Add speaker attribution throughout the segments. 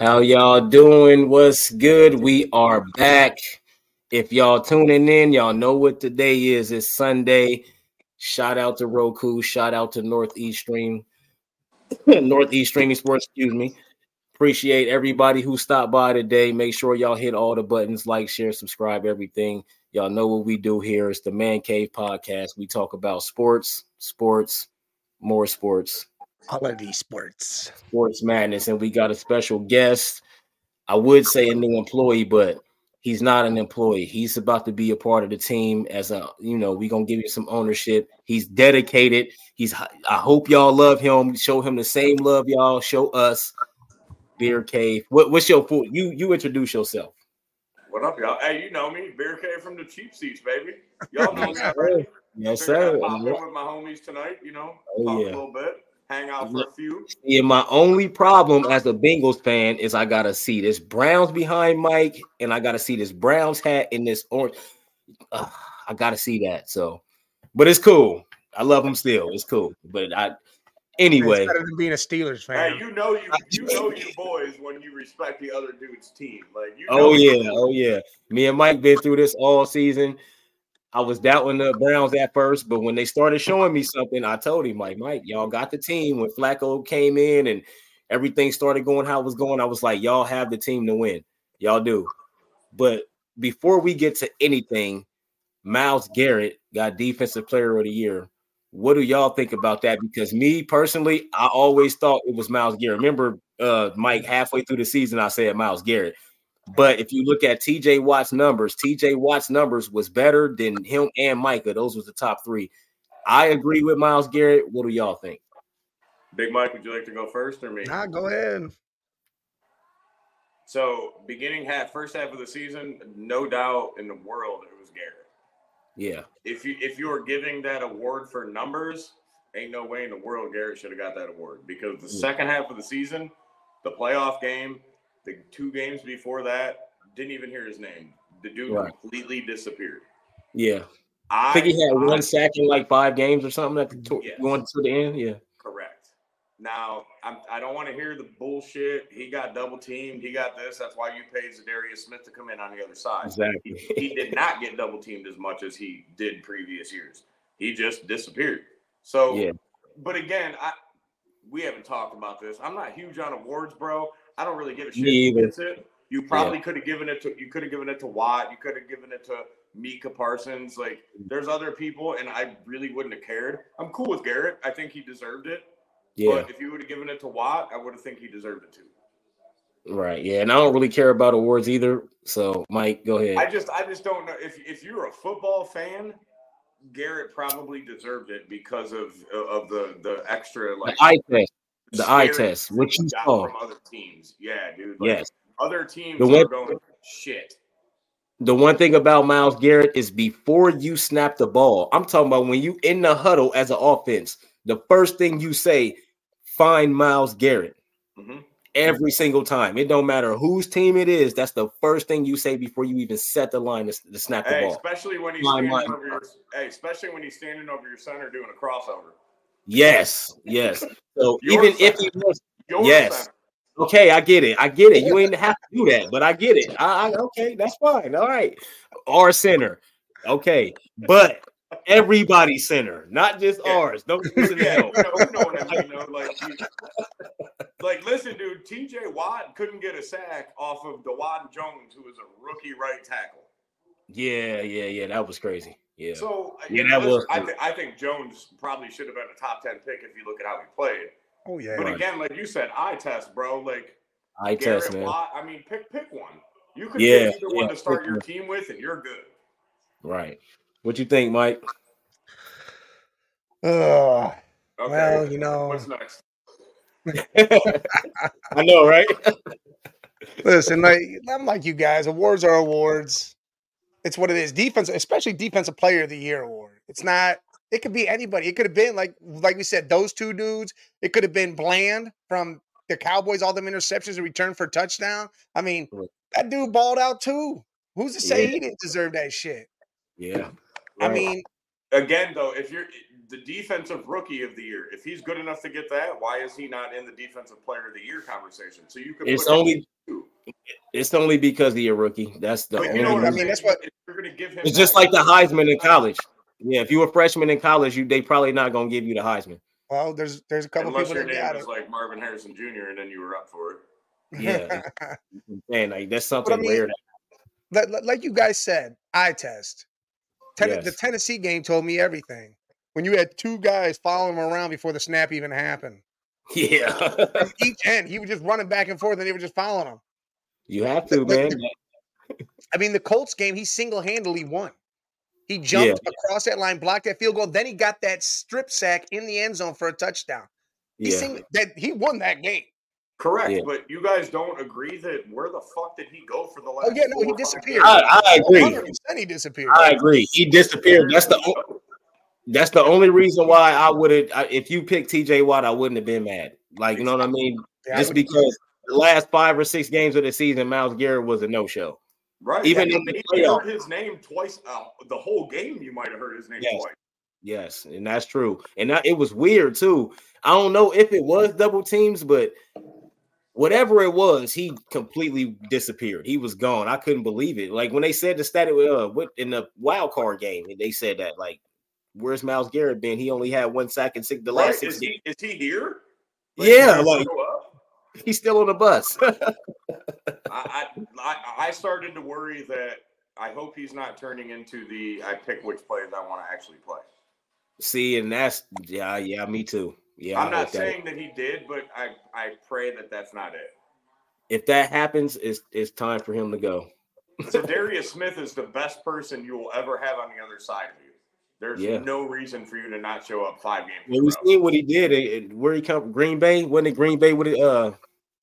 Speaker 1: How y'all doing? What's good? We are back. If y'all tuning in, y'all know what today is. It's Sunday. Shout out to Roku. Shout out to Northeast Stream, Northeast Streaming Sports. Excuse me. Appreciate everybody who stopped by today. Make sure y'all hit all the buttons, like, share, subscribe, everything. Y'all know what we do here. It's the Man Cave Podcast. We talk about sports, sports, more sports,
Speaker 2: quality sports.
Speaker 1: sports madness, and we got a special guest. I would say a new employee, but he's not an employee. He's about to be a part of the team as a you know we're gonna give you some ownership. He's dedicated. He's I hope y'all love him. Show him the same love y'all show us. Beer Cave. What, what's your full? You you introduce yourself.
Speaker 3: What up, y'all? Hey, you know me, Beer K from the cheap seats, baby. Y'all know me already.
Speaker 1: Yes, yes
Speaker 3: Figured
Speaker 1: sir.
Speaker 3: I'd Pop in with my homies tonight, you know,
Speaker 1: Oh,
Speaker 3: talk
Speaker 1: yeah.
Speaker 3: a little bit, hang out for a few.
Speaker 1: Yeah, my only problem as a Bengals fan is I gotta see this Browns behind Mike, and I gotta see this Browns hat and this orange. Ugh, I gotta see that. So, but it's cool. I love him still. It's cool. But I, anyway,
Speaker 2: it's better than being a Steelers fan.
Speaker 3: Hey, you know you you know you boys when you respect the other dude's team. Like you know
Speaker 1: oh yeah, oh yeah. Me and Mike been through this all season. I was doubting the Browns at first, but when they started showing me something, I told him, like, Mike, y'all got the team. When Flacco came in and everything started going how it was going, I was like, y'all have the team to win. Y'all do. But before we get to anything, Miles Garrett got defensive player of the year. What do y'all think about that? Because me personally, I always thought it was Miles Garrett. Remember, uh, Mike, halfway through the season, I said Miles Garrett. But if you look at TJ Watt's numbers, TJ Watt's numbers was better than him and Micah. Those was the top three. I agree with Miles Garrett. What do y'all think?
Speaker 3: Big Mike, would you like to go first or me?
Speaker 2: Nah, go ahead.
Speaker 3: So beginning half, first half of the season, no doubt in the world it was Garrett.
Speaker 1: Yeah.
Speaker 3: If you if you are giving that award for numbers, ain't no way in the world Garrett should have got that award because the
Speaker 1: Mm.
Speaker 3: second half of the season, the playoff game, the two games before that, didn't even hear his name. The dude
Speaker 1: Right.
Speaker 3: completely disappeared.
Speaker 1: Yeah. I
Speaker 3: I
Speaker 1: think he had
Speaker 3: I-
Speaker 1: one sack in like five games or something at the to-
Speaker 3: Yes.
Speaker 1: going to the end. Yeah.
Speaker 3: Correct. Now I'm, I don't want to hear the bullshit. He got double teamed. He got this. That's why you paid Zadarius Smith to come in on the other side. He,
Speaker 1: Exactly.
Speaker 3: he did not get double teamed as much as he did previous years. He just disappeared. So,
Speaker 1: Yeah.
Speaker 3: but again, I we haven't talked about this. I'm not huge on awards, bro. I don't really give a shit.
Speaker 1: Me either.
Speaker 3: That's it. You probably could have given it to you could have given it to Watt. You could have given it to Mika Parsons. Like
Speaker 1: Mm.
Speaker 3: there's other people, and I really wouldn't have cared. I'm cool with Garrett. I think he deserved it.
Speaker 1: Yeah.
Speaker 3: But if you would have given it to Watt, I would have think he deserved it too.
Speaker 1: Right. Yeah. And I don't really care about awards either. So, Mike, go
Speaker 3: I
Speaker 1: ahead.
Speaker 3: just I just don't know if if you're a football fan, Garrett probably deserved it because of of the the extra
Speaker 1: The
Speaker 3: like
Speaker 1: eye test. the eye
Speaker 3: scary
Speaker 1: test, what you
Speaker 3: he got
Speaker 1: saw.
Speaker 3: from other teams. Yeah, dude. Like,
Speaker 1: Yes.
Speaker 3: Other teams
Speaker 1: The
Speaker 3: the
Speaker 1: one-
Speaker 3: are going shit.
Speaker 1: The one thing about Miles Garrett is before you snap the ball, I'm talking about when you in the huddle as an offense, the first thing you say, find Miles Garrett
Speaker 3: Mhm.
Speaker 1: every single time. It don't matter whose team it is. That's the first thing you say before you even set the line to, s- to snap the
Speaker 3: Hey,
Speaker 1: ball.
Speaker 3: especially when he's
Speaker 1: Line,
Speaker 3: standing
Speaker 1: line.
Speaker 3: over your hey, especially when he's standing over your center doing a crossover.
Speaker 1: Yes, yes. So
Speaker 3: Your
Speaker 1: even if
Speaker 3: son.
Speaker 1: he was
Speaker 3: Your
Speaker 1: Yes.
Speaker 3: center.
Speaker 1: Okay, I get it. I get it. You ain't have to do that, but I get it. I, I okay, that's fine. All right. Our center. Okay. But everybody's center, not just ours. Don't listen to
Speaker 3: Yeah,
Speaker 1: him.
Speaker 3: you know, you know what I mean. Though. Like, you- like, listen, dude. T.J. Watt couldn't get a sack off of Dewan Jones, who was a rookie right tackle.
Speaker 1: Yeah, yeah, yeah. That was crazy. Yeah.
Speaker 3: So I-
Speaker 1: Yeah, that
Speaker 3: listen,
Speaker 1: was
Speaker 3: I,
Speaker 1: true.
Speaker 3: th- I think Jones probably should have been a top ten pick if you look at how he played.
Speaker 2: Oh yeah.
Speaker 3: But
Speaker 1: Right.
Speaker 3: again, like you said, eye test, bro. Like
Speaker 1: I
Speaker 3: Garrett
Speaker 1: test, man.
Speaker 3: Watt. I mean, pick pick one. You could
Speaker 1: Yeah,
Speaker 3: pick either one
Speaker 1: yeah,
Speaker 3: to start
Speaker 1: pick
Speaker 3: your
Speaker 1: one.
Speaker 3: team with, and you're good.
Speaker 1: Right. What you think, Mike?
Speaker 2: Ugh.
Speaker 3: Okay.
Speaker 2: Well, you know,
Speaker 3: what's next?
Speaker 1: I know, right?
Speaker 2: listen, like I'm like you guys. Awards are awards. It's what it is. Defense, especially defensive player of the year award. It's not. It could be anybody. It could have been like like we said, those two dudes. It could have been Bland from the Cowboys, all them interceptions and return for a touchdown. I mean,
Speaker 1: Right.
Speaker 2: that dude balled out too. Who's to say
Speaker 1: Yeah.
Speaker 2: he didn't deserve that shit?
Speaker 1: Yeah.
Speaker 2: I
Speaker 1: Right.
Speaker 2: mean,
Speaker 3: Again, though, if you're the defensive rookie of the year. If he's good enough to get that, why is he not in the defensive player of the year conversation? So you could.
Speaker 1: It's
Speaker 3: put him
Speaker 1: only-
Speaker 3: in two.
Speaker 1: It's only because he's a rookie. That's the
Speaker 3: But
Speaker 1: only.
Speaker 3: you know what I
Speaker 1: reason.
Speaker 3: mean. That's what you're going to give him.
Speaker 1: It's just
Speaker 3: that.
Speaker 1: like the Heisman in college. Yeah, if you were a freshman in college, you they probably not gonna give you the Heisman.
Speaker 2: Well, there's there's a couple
Speaker 3: Unless
Speaker 2: people that
Speaker 3: your name
Speaker 2: got
Speaker 3: is
Speaker 2: it.
Speaker 3: like Marvin Harrison Jr. and then you were up for it.
Speaker 1: Yeah, man, like that's something
Speaker 2: But I mean,
Speaker 1: rare.
Speaker 2: Like- like- like you guys said, eye test. Ten- The
Speaker 1: Yes.
Speaker 2: Tennessee game told me everything. When you had two guys following him around before the snap even happened,
Speaker 1: yeah,
Speaker 2: From each end he was just running back and forth, and they were just following him.
Speaker 1: you have to,
Speaker 2: Like the-
Speaker 1: man.
Speaker 2: I mean, the Colts game, he single handedly won. He jumped across that line, blocked that field goal, then he got that strip sack in the end zone for a touchdown. He
Speaker 1: Yeah,
Speaker 2: sing- that he won that game.
Speaker 3: Correct,
Speaker 1: Yeah.
Speaker 3: but you guys don't agree that where the fuck did he go for the last?
Speaker 2: Oh yeah, no,
Speaker 3: four
Speaker 2: he
Speaker 3: or five
Speaker 2: disappeared.
Speaker 3: years?
Speaker 1: I, I agree.
Speaker 2: 100% he disappeared.
Speaker 1: I agree. He disappeared. That's the o- that's the only reason why I would have. If you picked T.J. Watt, I wouldn't have been mad. Like you know what I mean?
Speaker 2: Yeah, I
Speaker 1: Just
Speaker 2: would-
Speaker 1: because the last five or six games of the season, Miles Garrett was a no show.
Speaker 3: Right.
Speaker 1: Even
Speaker 3: yeah,
Speaker 1: in the
Speaker 3: you
Speaker 1: playoff.
Speaker 3: heard his name twice. Uh, the whole game, you might have heard his name
Speaker 1: Yes.
Speaker 3: twice.
Speaker 1: Yes, and that's true. And that, it was weird too. I don't know if it was double teams, but whatever it was, he completely disappeared. He was gone. I couldn't believe it. Like when they said the stat uh, what in the wild card game, and they said that like, where's Miles Garrett been? He only had one sack and six the
Speaker 3: Right?
Speaker 1: last six
Speaker 3: Is
Speaker 1: games.
Speaker 3: he is he here?
Speaker 1: Yeah,
Speaker 3: did he
Speaker 1: like-
Speaker 3: show up?
Speaker 1: He's still on the bus.
Speaker 3: I, I I- I started to worry that I hope he's not turning into the I pick which players I want to actually play.
Speaker 1: See, and that's yeah, yeah, me too. Yeah, I
Speaker 3: I'm not
Speaker 1: hope that-
Speaker 3: saying that he did, but I I pray that that's not it.
Speaker 1: if that happens, it's it's time for him to go.
Speaker 3: So Darius Smith is the best person you will ever have on the other side of you. There's
Speaker 1: Yeah.
Speaker 3: no reason for you to not show up five games.
Speaker 1: Well,
Speaker 3: in a
Speaker 1: we
Speaker 3: row.
Speaker 1: seen what he did and and where he come from Green Bay. Wasn't it Green Bay with it, uh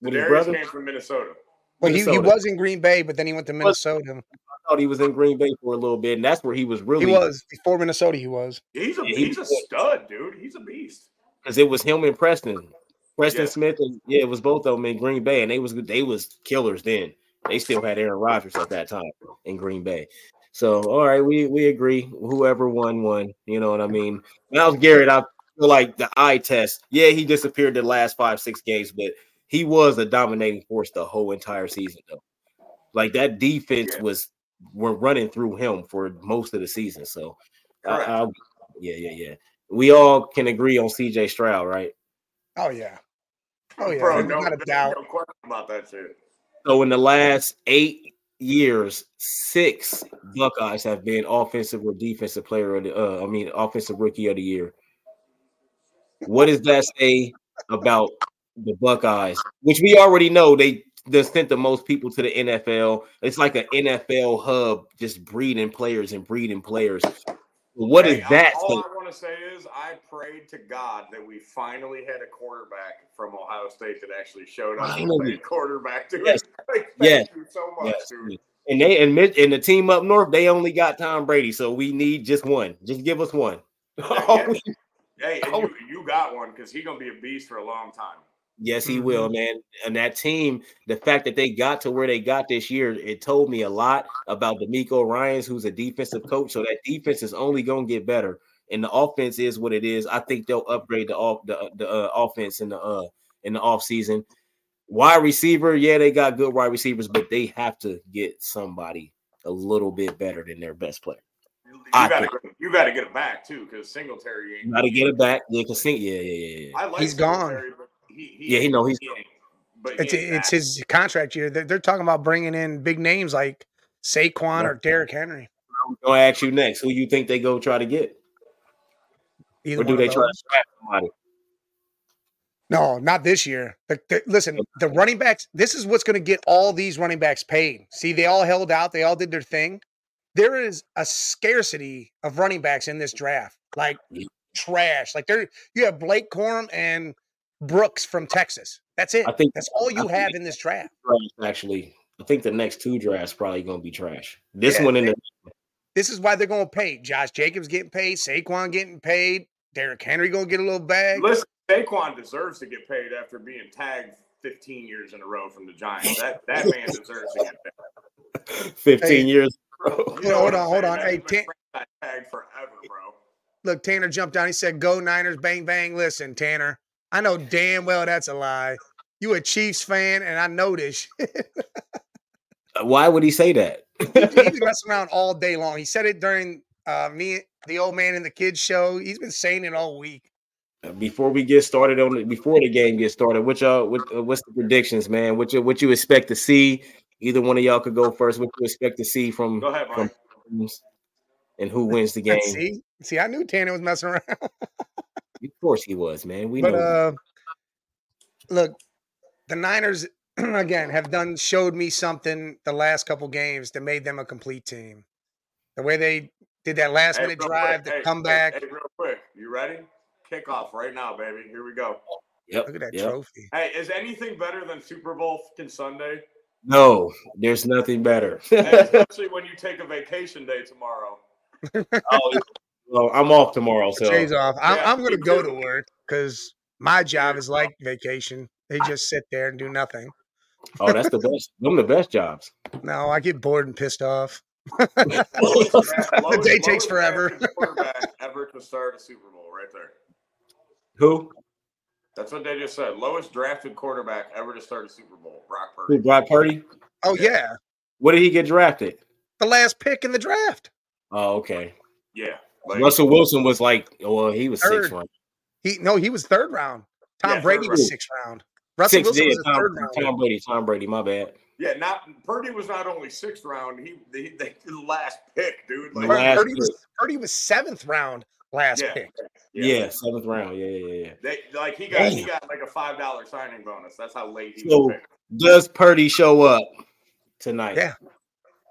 Speaker 1: with his
Speaker 3: Darius
Speaker 1: brother?
Speaker 3: came from Minnesota.
Speaker 2: well, he, he
Speaker 1: Minnesota.
Speaker 2: was in Green Bay, but then he went to Minnesota.
Speaker 1: I thought he was in Green Bay for a little bit, and that's where he was
Speaker 2: He
Speaker 1: really
Speaker 2: was before Minnesota. He was.
Speaker 3: He's a
Speaker 1: Yeah, he
Speaker 3: he's a
Speaker 1: was good.
Speaker 3: stud, dude. He's a beast.
Speaker 1: because it was him and Preston, Preston
Speaker 3: Yeah.
Speaker 1: Smith, and yeah, it was both of them in Green Bay, and they was they was killers then. They still had Aaron Rodgers at that time in Green Bay. So all right, we we agree. Whoever won won. You know what I mean? Miles Garrett, I feel like the eye test. Yeah, he disappeared the last five six games, but he was a dominating force the whole entire season though. Like that defense
Speaker 3: Yeah.
Speaker 1: was were running through him for most of the season. So I,
Speaker 3: Correct.
Speaker 1: I, yeah, yeah, yeah. We all can agree on CJ Stroud, right?
Speaker 2: Oh yeah. Oh yeah.
Speaker 3: Bro,
Speaker 2: there's
Speaker 3: no,
Speaker 2: not a
Speaker 3: there's
Speaker 2: doubt.
Speaker 3: no question about that shit.
Speaker 1: So in the last eight years, six Buckeyes have been offensive or defensive player of the, uh, I mean, offensive rookie of the year. What does that say about the Buckeyes? Which we already know they they sent the most people to the NFL. It's like an NFL hub, just breeding players and breeding players. What is
Speaker 3: Hey, I-
Speaker 1: that?
Speaker 3: All
Speaker 1: say?
Speaker 3: I want to say is I prayed to God that we finally had a quarterback from Ohio State that actually showed up and
Speaker 1: Finally.
Speaker 3: played quarterback. Dude.
Speaker 1: Yes.
Speaker 3: Like, thank
Speaker 1: Yes.
Speaker 3: you so much,
Speaker 1: Yes.
Speaker 3: dude.
Speaker 1: And they and mid and the team up north, they only got Tom Brady, so we need just one. Just give us one. Oh,
Speaker 3: Hey, and you, you got one because he's gonna be a beast for a long time.
Speaker 1: Yes, he will, man. And that team, the fact that they got to where they got this year, it told me a lot about D'Amico Ryans, who's a defensive coach. So that defense is only going to get better, and the offense is what it is. I think they'll upgrade the off the, the uh, offense in the uh in the off season. Wide receiver, yeah, they got good wide receivers, but they have to get somebody a little bit better than their best player.
Speaker 3: You
Speaker 1: I
Speaker 3: gotta you gotta get it back too because Singletary ain't.
Speaker 1: Got to get it back. Yeah, can sing. Yeah, yeah, yeah, yeah.
Speaker 3: I like
Speaker 2: He's gone.
Speaker 3: Singletary, but He, he,
Speaker 1: Yeah, he know he's
Speaker 3: he ain't- But he
Speaker 2: It's
Speaker 3: ain't
Speaker 2: it's
Speaker 3: back.
Speaker 2: his contract year. They're, they're talking about bringing in big names like Saquon or Derrick Henry.
Speaker 1: I'm gonna ask you next. Who you think they go try to get,
Speaker 2: Either
Speaker 1: or do
Speaker 2: one
Speaker 1: they
Speaker 2: of
Speaker 1: try to
Speaker 2: those.
Speaker 1: draft somebody?
Speaker 2: No, not this year. The- the- listen, the running backs. This is what's going to get all these running backs paid. See, they all held out. They all did their thing. There is a scarcity of running backs in this draft, like
Speaker 1: Yeah.
Speaker 2: trash. Like there, you have Blake Corum and Brooks from Texas. That's it.
Speaker 1: I think-
Speaker 2: that's all you
Speaker 1: think-
Speaker 2: have in this draft.
Speaker 1: drafts, actually. I think the next two drafts probably gonna be trash. This
Speaker 2: Yeah.
Speaker 1: one in the
Speaker 2: This is why they're going to pay. Josh Jacobs getting paid. Saquon getting paid. Derrick Henry going to get a little bag.
Speaker 3: Listen, Saquon deserves to get paid after being tagged 15 years in a row from the Giants. That that man deserves to get paid.
Speaker 1: 15
Speaker 2: Hey.
Speaker 1: years. Bro.
Speaker 2: Hold
Speaker 3: what
Speaker 2: on, hold
Speaker 3: I'm saying?
Speaker 2: on.
Speaker 3: That
Speaker 2: Hey,
Speaker 3: dude's been
Speaker 2: Tan-
Speaker 3: franchise tagged forever, bro.
Speaker 2: Look, Tanner jumped down. He said, "Go Niners, bang bang." Listen, Tanner, I know damn well that's a lie. You a Chiefs fan, and I know this. shit.
Speaker 1: Why would he say that?
Speaker 2: He's been messing around all day long. He said it during uh, me, the old man, and the kids show. He's been saying it all week.
Speaker 1: Before we get started on the, before the game gets started, what y'all what, uh, what's the predictions, man? What you what you expect to see? Either one of y'all could go first. What you expect to see from
Speaker 3: Go ahead, Mike.
Speaker 1: teams and who wins the game?
Speaker 2: And See, see, I knew Tanner was messing around.
Speaker 1: Of course he was, man. We
Speaker 2: but
Speaker 1: know.
Speaker 2: uh, look, the Niners again have done showed me something the last couple games that made them a complete team. The way they did that last
Speaker 3: Hey,
Speaker 2: minute
Speaker 3: real
Speaker 2: drive,
Speaker 3: quick.
Speaker 2: the
Speaker 3: Hey,
Speaker 2: comeback.
Speaker 3: Hey, hey, real quick. You ready? Kickoff right now, baby. Here we go.
Speaker 1: yep,
Speaker 2: Look at that
Speaker 1: yep.
Speaker 2: trophy.
Speaker 3: Hey, is anything better than Super Bowl fucking Sunday?
Speaker 1: No, there's nothing better.
Speaker 3: Hey, especially when you take a vacation day tomorrow.
Speaker 1: Oh, well, I'm off tomorrow, so
Speaker 2: Jay's off. I'm,
Speaker 3: Yeah,
Speaker 2: I'm going to
Speaker 3: me
Speaker 2: go
Speaker 3: too.
Speaker 2: to work because my job
Speaker 3: Yeah.
Speaker 2: is like vacation. They just sit there and do nothing.
Speaker 1: oh, that's the best. Them the best jobs.
Speaker 2: No, I get bored and pissed off.
Speaker 3: the
Speaker 2: day takes forever.
Speaker 3: quarterback ever to start a Super Bowl, right there.
Speaker 1: Who?
Speaker 3: That's what they just said. Lowest drafted quarterback ever to start a Super Bowl, Brock Purdy.
Speaker 1: Who? Brock Purdy.
Speaker 2: Oh
Speaker 3: Yeah.
Speaker 2: yeah,
Speaker 1: Where did he get drafted?
Speaker 2: the last pick in the draft.
Speaker 1: Oh, okay.
Speaker 3: Yeah. Like,
Speaker 1: Russell Wilson was like, well, he was six
Speaker 2: Third.
Speaker 1: round.
Speaker 2: He no, he was third round. Tom
Speaker 3: Yeah, third
Speaker 2: Brady
Speaker 1: round.
Speaker 2: was sixth round. Russell
Speaker 1: six
Speaker 2: Wilson
Speaker 1: did.
Speaker 2: was a
Speaker 1: Tom,
Speaker 2: third round.
Speaker 1: Tom Brady. Tom Brady. My bad.
Speaker 3: yeah, not Purdy was not only sixth round, he they, they the last pick, dude.
Speaker 1: The
Speaker 3: Like,
Speaker 1: last
Speaker 2: Purdy was, Purdy was seventh round last
Speaker 3: Yeah.
Speaker 2: pick.
Speaker 1: Yeah, seventh round. Yeah, yeah, yeah.
Speaker 3: They like he got he
Speaker 1: Damn.
Speaker 3: got like a five dollar signing bonus. That's how late he
Speaker 1: So-
Speaker 3: was picked.
Speaker 1: Does Purdy show up tonight?
Speaker 2: Yeah.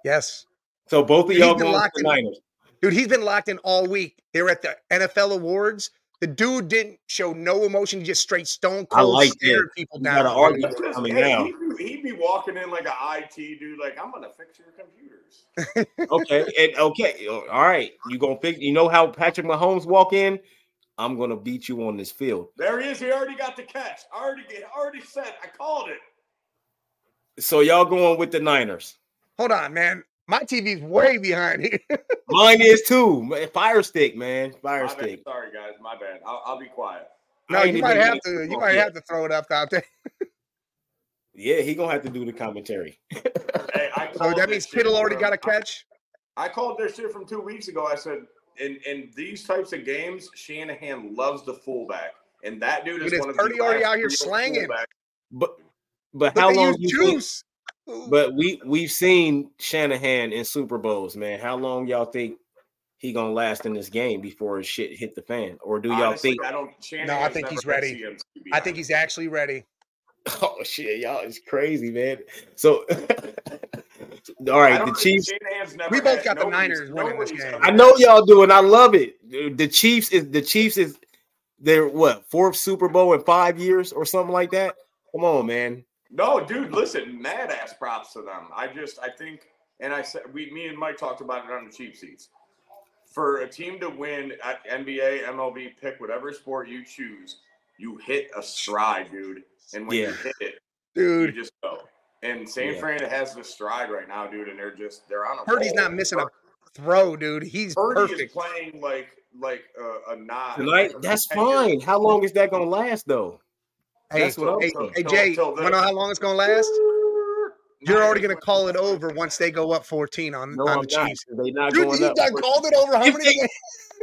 Speaker 2: Yes.
Speaker 1: So both of
Speaker 2: He's
Speaker 1: y'all
Speaker 2: been
Speaker 1: going with
Speaker 2: locked
Speaker 1: the
Speaker 2: in.
Speaker 1: Niners.
Speaker 2: Dude, he's been locked in all week. They were at the NFL Awards. The dude didn't show no emotion, He just straight stone cold
Speaker 1: like
Speaker 2: stared
Speaker 1: that.
Speaker 2: people
Speaker 1: You
Speaker 2: down.
Speaker 1: gotta argue.
Speaker 3: That's just-
Speaker 1: coming
Speaker 3: hey,
Speaker 1: down.
Speaker 3: He'd, be, he'd be walking in like a IT dude, like I'm gonna fix your computers.
Speaker 1: Okay. and- okay. All right. You gonna pick? You know how Patrick Mahomes walk in? I'm gonna beat you on this field.
Speaker 3: There he is. He already got the catch. Already already said. I called it.
Speaker 1: So y'all going with the Niners?
Speaker 2: Hold on, man. My TV's way behind here.
Speaker 1: Mine is too. Man, Fire stick, man. Fire
Speaker 3: My bad.
Speaker 1: stick.
Speaker 3: Sorry guys, my bad. I'll, I'll be quiet.
Speaker 2: no,
Speaker 1: I ain't
Speaker 2: you might
Speaker 1: even-
Speaker 2: have to. You might have to throw it up out there.
Speaker 1: Yeah, he gonna have to do the commentary.
Speaker 3: Hey, I
Speaker 2: So
Speaker 3: called
Speaker 2: Oh, that
Speaker 3: this
Speaker 2: means
Speaker 3: shit,
Speaker 2: Kittle already
Speaker 3: bro.
Speaker 2: got a catch.
Speaker 3: I called their shit from two weeks ago. I said, in in these types of games, Shanahan loves the fullback, and that dude
Speaker 2: Look
Speaker 3: is
Speaker 2: at
Speaker 3: one
Speaker 2: this
Speaker 3: of the
Speaker 2: Purdy already
Speaker 3: last
Speaker 2: out here
Speaker 3: real
Speaker 2: slanging.
Speaker 3: fullbacks.
Speaker 1: But but
Speaker 2: Look
Speaker 1: how
Speaker 2: at
Speaker 1: long?
Speaker 2: you,
Speaker 1: you think-
Speaker 2: juice.
Speaker 1: But we we've seen Shanahan in Super Bowls, man. How long y'all think he gonna last in this game before his shit hit the fan? Or do y'all
Speaker 3: Honestly,
Speaker 1: think?
Speaker 3: I don't. Shanahan's
Speaker 2: No, I think
Speaker 3: never
Speaker 2: he's
Speaker 3: gonna
Speaker 2: ready.
Speaker 3: see him, to be
Speaker 2: I think he's
Speaker 3: honest.
Speaker 2: actually ready.
Speaker 1: Oh shit, y'all is crazy, man. So, all
Speaker 3: I
Speaker 1: right,
Speaker 3: don't
Speaker 1: the
Speaker 3: think
Speaker 1: Chiefs.
Speaker 3: Shanahan's never
Speaker 2: We both
Speaker 3: had-
Speaker 2: got the
Speaker 3: nobody's-
Speaker 2: Niners winning this
Speaker 3: nobody's
Speaker 2: game.
Speaker 3: ever
Speaker 1: I know y'all do, and I love it. The Chiefs is the Chiefs is their what fourth Super Bowl in five years or something like that. Come on, man.
Speaker 3: No, dude, listen, mad ass props to them. I just, I think, and I said, we, me and Mike talked about it on the cheap seats. For a team to win at NBA, MLB, pick whatever sport you choose, you hit a stride, dude. And when
Speaker 1: Yeah.
Speaker 3: you hit it, you
Speaker 2: Dude,
Speaker 3: just go. And San
Speaker 1: Yeah.
Speaker 3: Fran has the stride right now, dude, and they're just they're on a.
Speaker 2: Purdy's
Speaker 3: roll.
Speaker 2: not missing a throw, dude. He's
Speaker 3: Purdy is
Speaker 2: perfect.
Speaker 3: playing like like a, a nod
Speaker 1: Tonight, that's fine. How long is that gonna last though?
Speaker 2: Hey,
Speaker 1: That's what I'm
Speaker 2: hey,
Speaker 1: saying.
Speaker 2: hey,
Speaker 3: Till-
Speaker 2: Jay,
Speaker 3: till
Speaker 2: wanna know how long it's gonna last? You're already gonna call it over once they go up 14 on,
Speaker 1: No,
Speaker 2: on
Speaker 1: I'm
Speaker 2: the
Speaker 1: not.
Speaker 2: Chiefs.
Speaker 1: They not
Speaker 2: Dude,
Speaker 1: going
Speaker 2: you
Speaker 1: up.
Speaker 2: done called it over how
Speaker 1: If
Speaker 2: many
Speaker 1: they-
Speaker 2: games?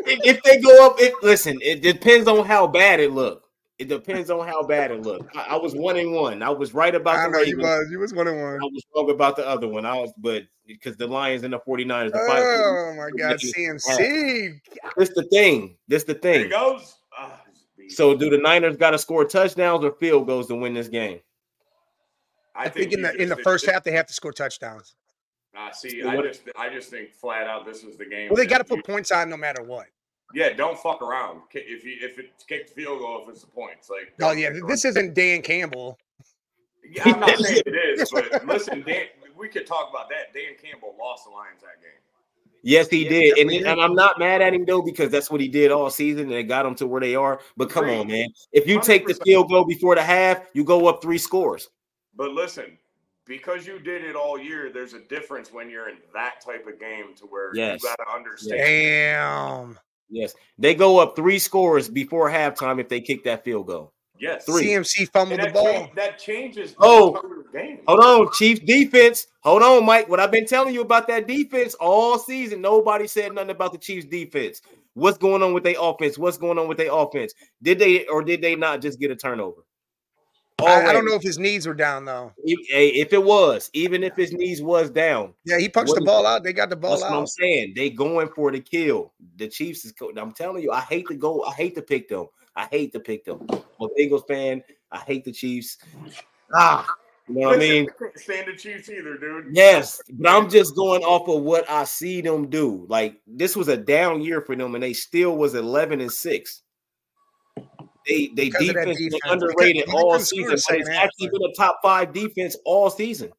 Speaker 1: if, if they go up, it listen. It depends on how bad it looked. It depends on how bad it looked. I, I was one and one. I was right about
Speaker 2: I
Speaker 1: the
Speaker 2: know you
Speaker 1: Ravens.
Speaker 2: was. You was one and
Speaker 1: I
Speaker 2: one.
Speaker 1: was wrong about the other one. I was, but because the Lions and the 49ers, the fight.
Speaker 2: Oh my god, CMC.
Speaker 1: This the thing. This the
Speaker 3: There he
Speaker 1: thing.
Speaker 3: goes. Ah, he's
Speaker 1: So, do the Niners got to score touchdowns or field goals to win this game?
Speaker 2: I think in
Speaker 3: you
Speaker 2: the in the
Speaker 3: just-
Speaker 2: first half they have to score touchdowns.
Speaker 3: Ah, see,
Speaker 1: So
Speaker 3: I
Speaker 1: what-
Speaker 3: just I just think flat out this is the game.
Speaker 2: Well, they
Speaker 3: that
Speaker 2: gotta
Speaker 3: you-
Speaker 2: put points on no matter what. Oh,
Speaker 3: Yeah, don't fuck around. Ki- If you if it's kicked field goal, if it's the points, like
Speaker 2: Oh
Speaker 3: don't
Speaker 2: yeah,
Speaker 3: fuck
Speaker 2: this isn't Dan Campbell.
Speaker 3: around. Yeah, I'm not saying it is, but listen, Dan, we could talk about that. Dan Campbell lost the Lions that game.
Speaker 1: Yes, he
Speaker 2: Yeah,
Speaker 1: did, and
Speaker 2: definitely
Speaker 1: and I'm not mad at him though because that's what he did all season, and it got him to where they are. But come on, man, if you take the
Speaker 3: 100%.
Speaker 1: field goal before the half, you go up three scores.
Speaker 3: But listen, because you did it all year, there's a difference when you're in that type of game to where
Speaker 1: Yes.
Speaker 3: you got to understand.
Speaker 2: Damn.
Speaker 1: Yes, they go up three scores before halftime if they kick that field goal.
Speaker 3: Yes.
Speaker 1: Three.
Speaker 2: CMC fumbled
Speaker 3: And
Speaker 2: the
Speaker 3: that,
Speaker 2: ball.
Speaker 3: cha- that changes the
Speaker 1: Oh.
Speaker 3: entire game.
Speaker 1: Hold on, Chiefs defense. Hold on, Mike. What I've been telling you about that defense all season, nobody said nothing about the Chiefs defense. What's going on with their offense? What's going on with their offense? Did they or did they not just get a turnover?
Speaker 2: I, I
Speaker 1: Always.
Speaker 2: don't know if his knees were down though.
Speaker 1: If, hey, if it was, even if his knees was down,
Speaker 2: Yeah, he punched
Speaker 1: What-
Speaker 2: the ball out. They got the ball
Speaker 1: that's what I'm
Speaker 2: out.
Speaker 1: saying. They going for the kill. The Chiefs is. co- I'm telling you, I hate to go. I hate to pick them. I hate to pick them. I'm a Bengals fan. I hate the Chiefs. Ah, you know what I mean.
Speaker 3: Can't stand the Chiefs either, dude.
Speaker 1: Yes, but I'm just going off of what I see them do. Like this was a down year for them, and they still was 11 and six. They they
Speaker 2: Because of that
Speaker 1: defense, was
Speaker 2: defense.
Speaker 1: underrated
Speaker 2: Because-
Speaker 1: all
Speaker 2: because they
Speaker 1: season. But
Speaker 2: couldn't score
Speaker 1: it's
Speaker 2: in the second half,
Speaker 1: actually been a top five defense all season.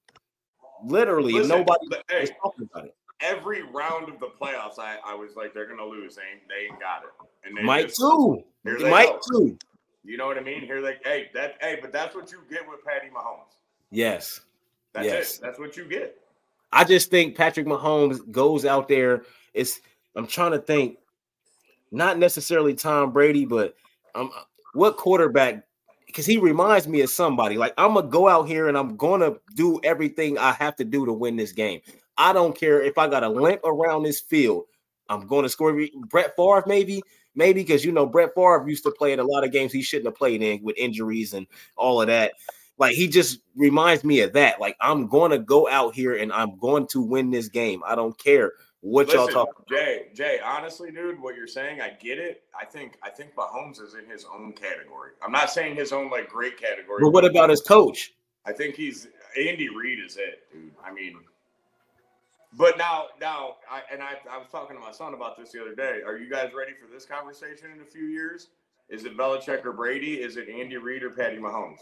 Speaker 1: Literally, and
Speaker 3: Listen,
Speaker 1: nobody
Speaker 3: but,
Speaker 1: is
Speaker 3: hey,
Speaker 1: talking about it.
Speaker 3: every round of the playoffs, I, I was like, they're gonna lose. They ain't, they ain't got it. And they
Speaker 1: Mike
Speaker 3: just-
Speaker 1: too.
Speaker 3: Here they
Speaker 1: Mike
Speaker 3: go.
Speaker 1: too.
Speaker 3: You know what I mean? Here they hey that hey, but that's what you get with Patty Mahomes.
Speaker 1: Yes.
Speaker 3: That's
Speaker 1: Yes.
Speaker 3: it. That's what you get.
Speaker 1: I just think Patrick Mahomes goes out there. It's I'm trying to think, not necessarily Tom Brady, but um, what quarterback? Because he reminds me of somebody. Like I'm gonna go out here and I'm gonna do everything I have to do to win this game. I don't care if I got to limp around this field. I'm going to score. Brett Favre, maybe, maybe because you know Brett Favre used to play in a lot of games he shouldn't have played in with injuries and all of that. Like he just reminds me of that. Like I'm going to go out here and I'm going to win this game. I don't care what y'all
Speaker 3: Listen,
Speaker 1: talk.
Speaker 3: Jay, Jay, honestly, dude, what you're saying, I get it. I think I think Mahomes is in his own category. I'm not saying his own like great category.
Speaker 1: But what about his coach?
Speaker 3: I think he's Andy Reid is it, dude. I mean, but now, now, I, and I, I was talking to my son about this the other day. Are you guys ready for this conversation in a few years? Is it Belichick or Brady? Is it Andy Reid or Patty Mahomes?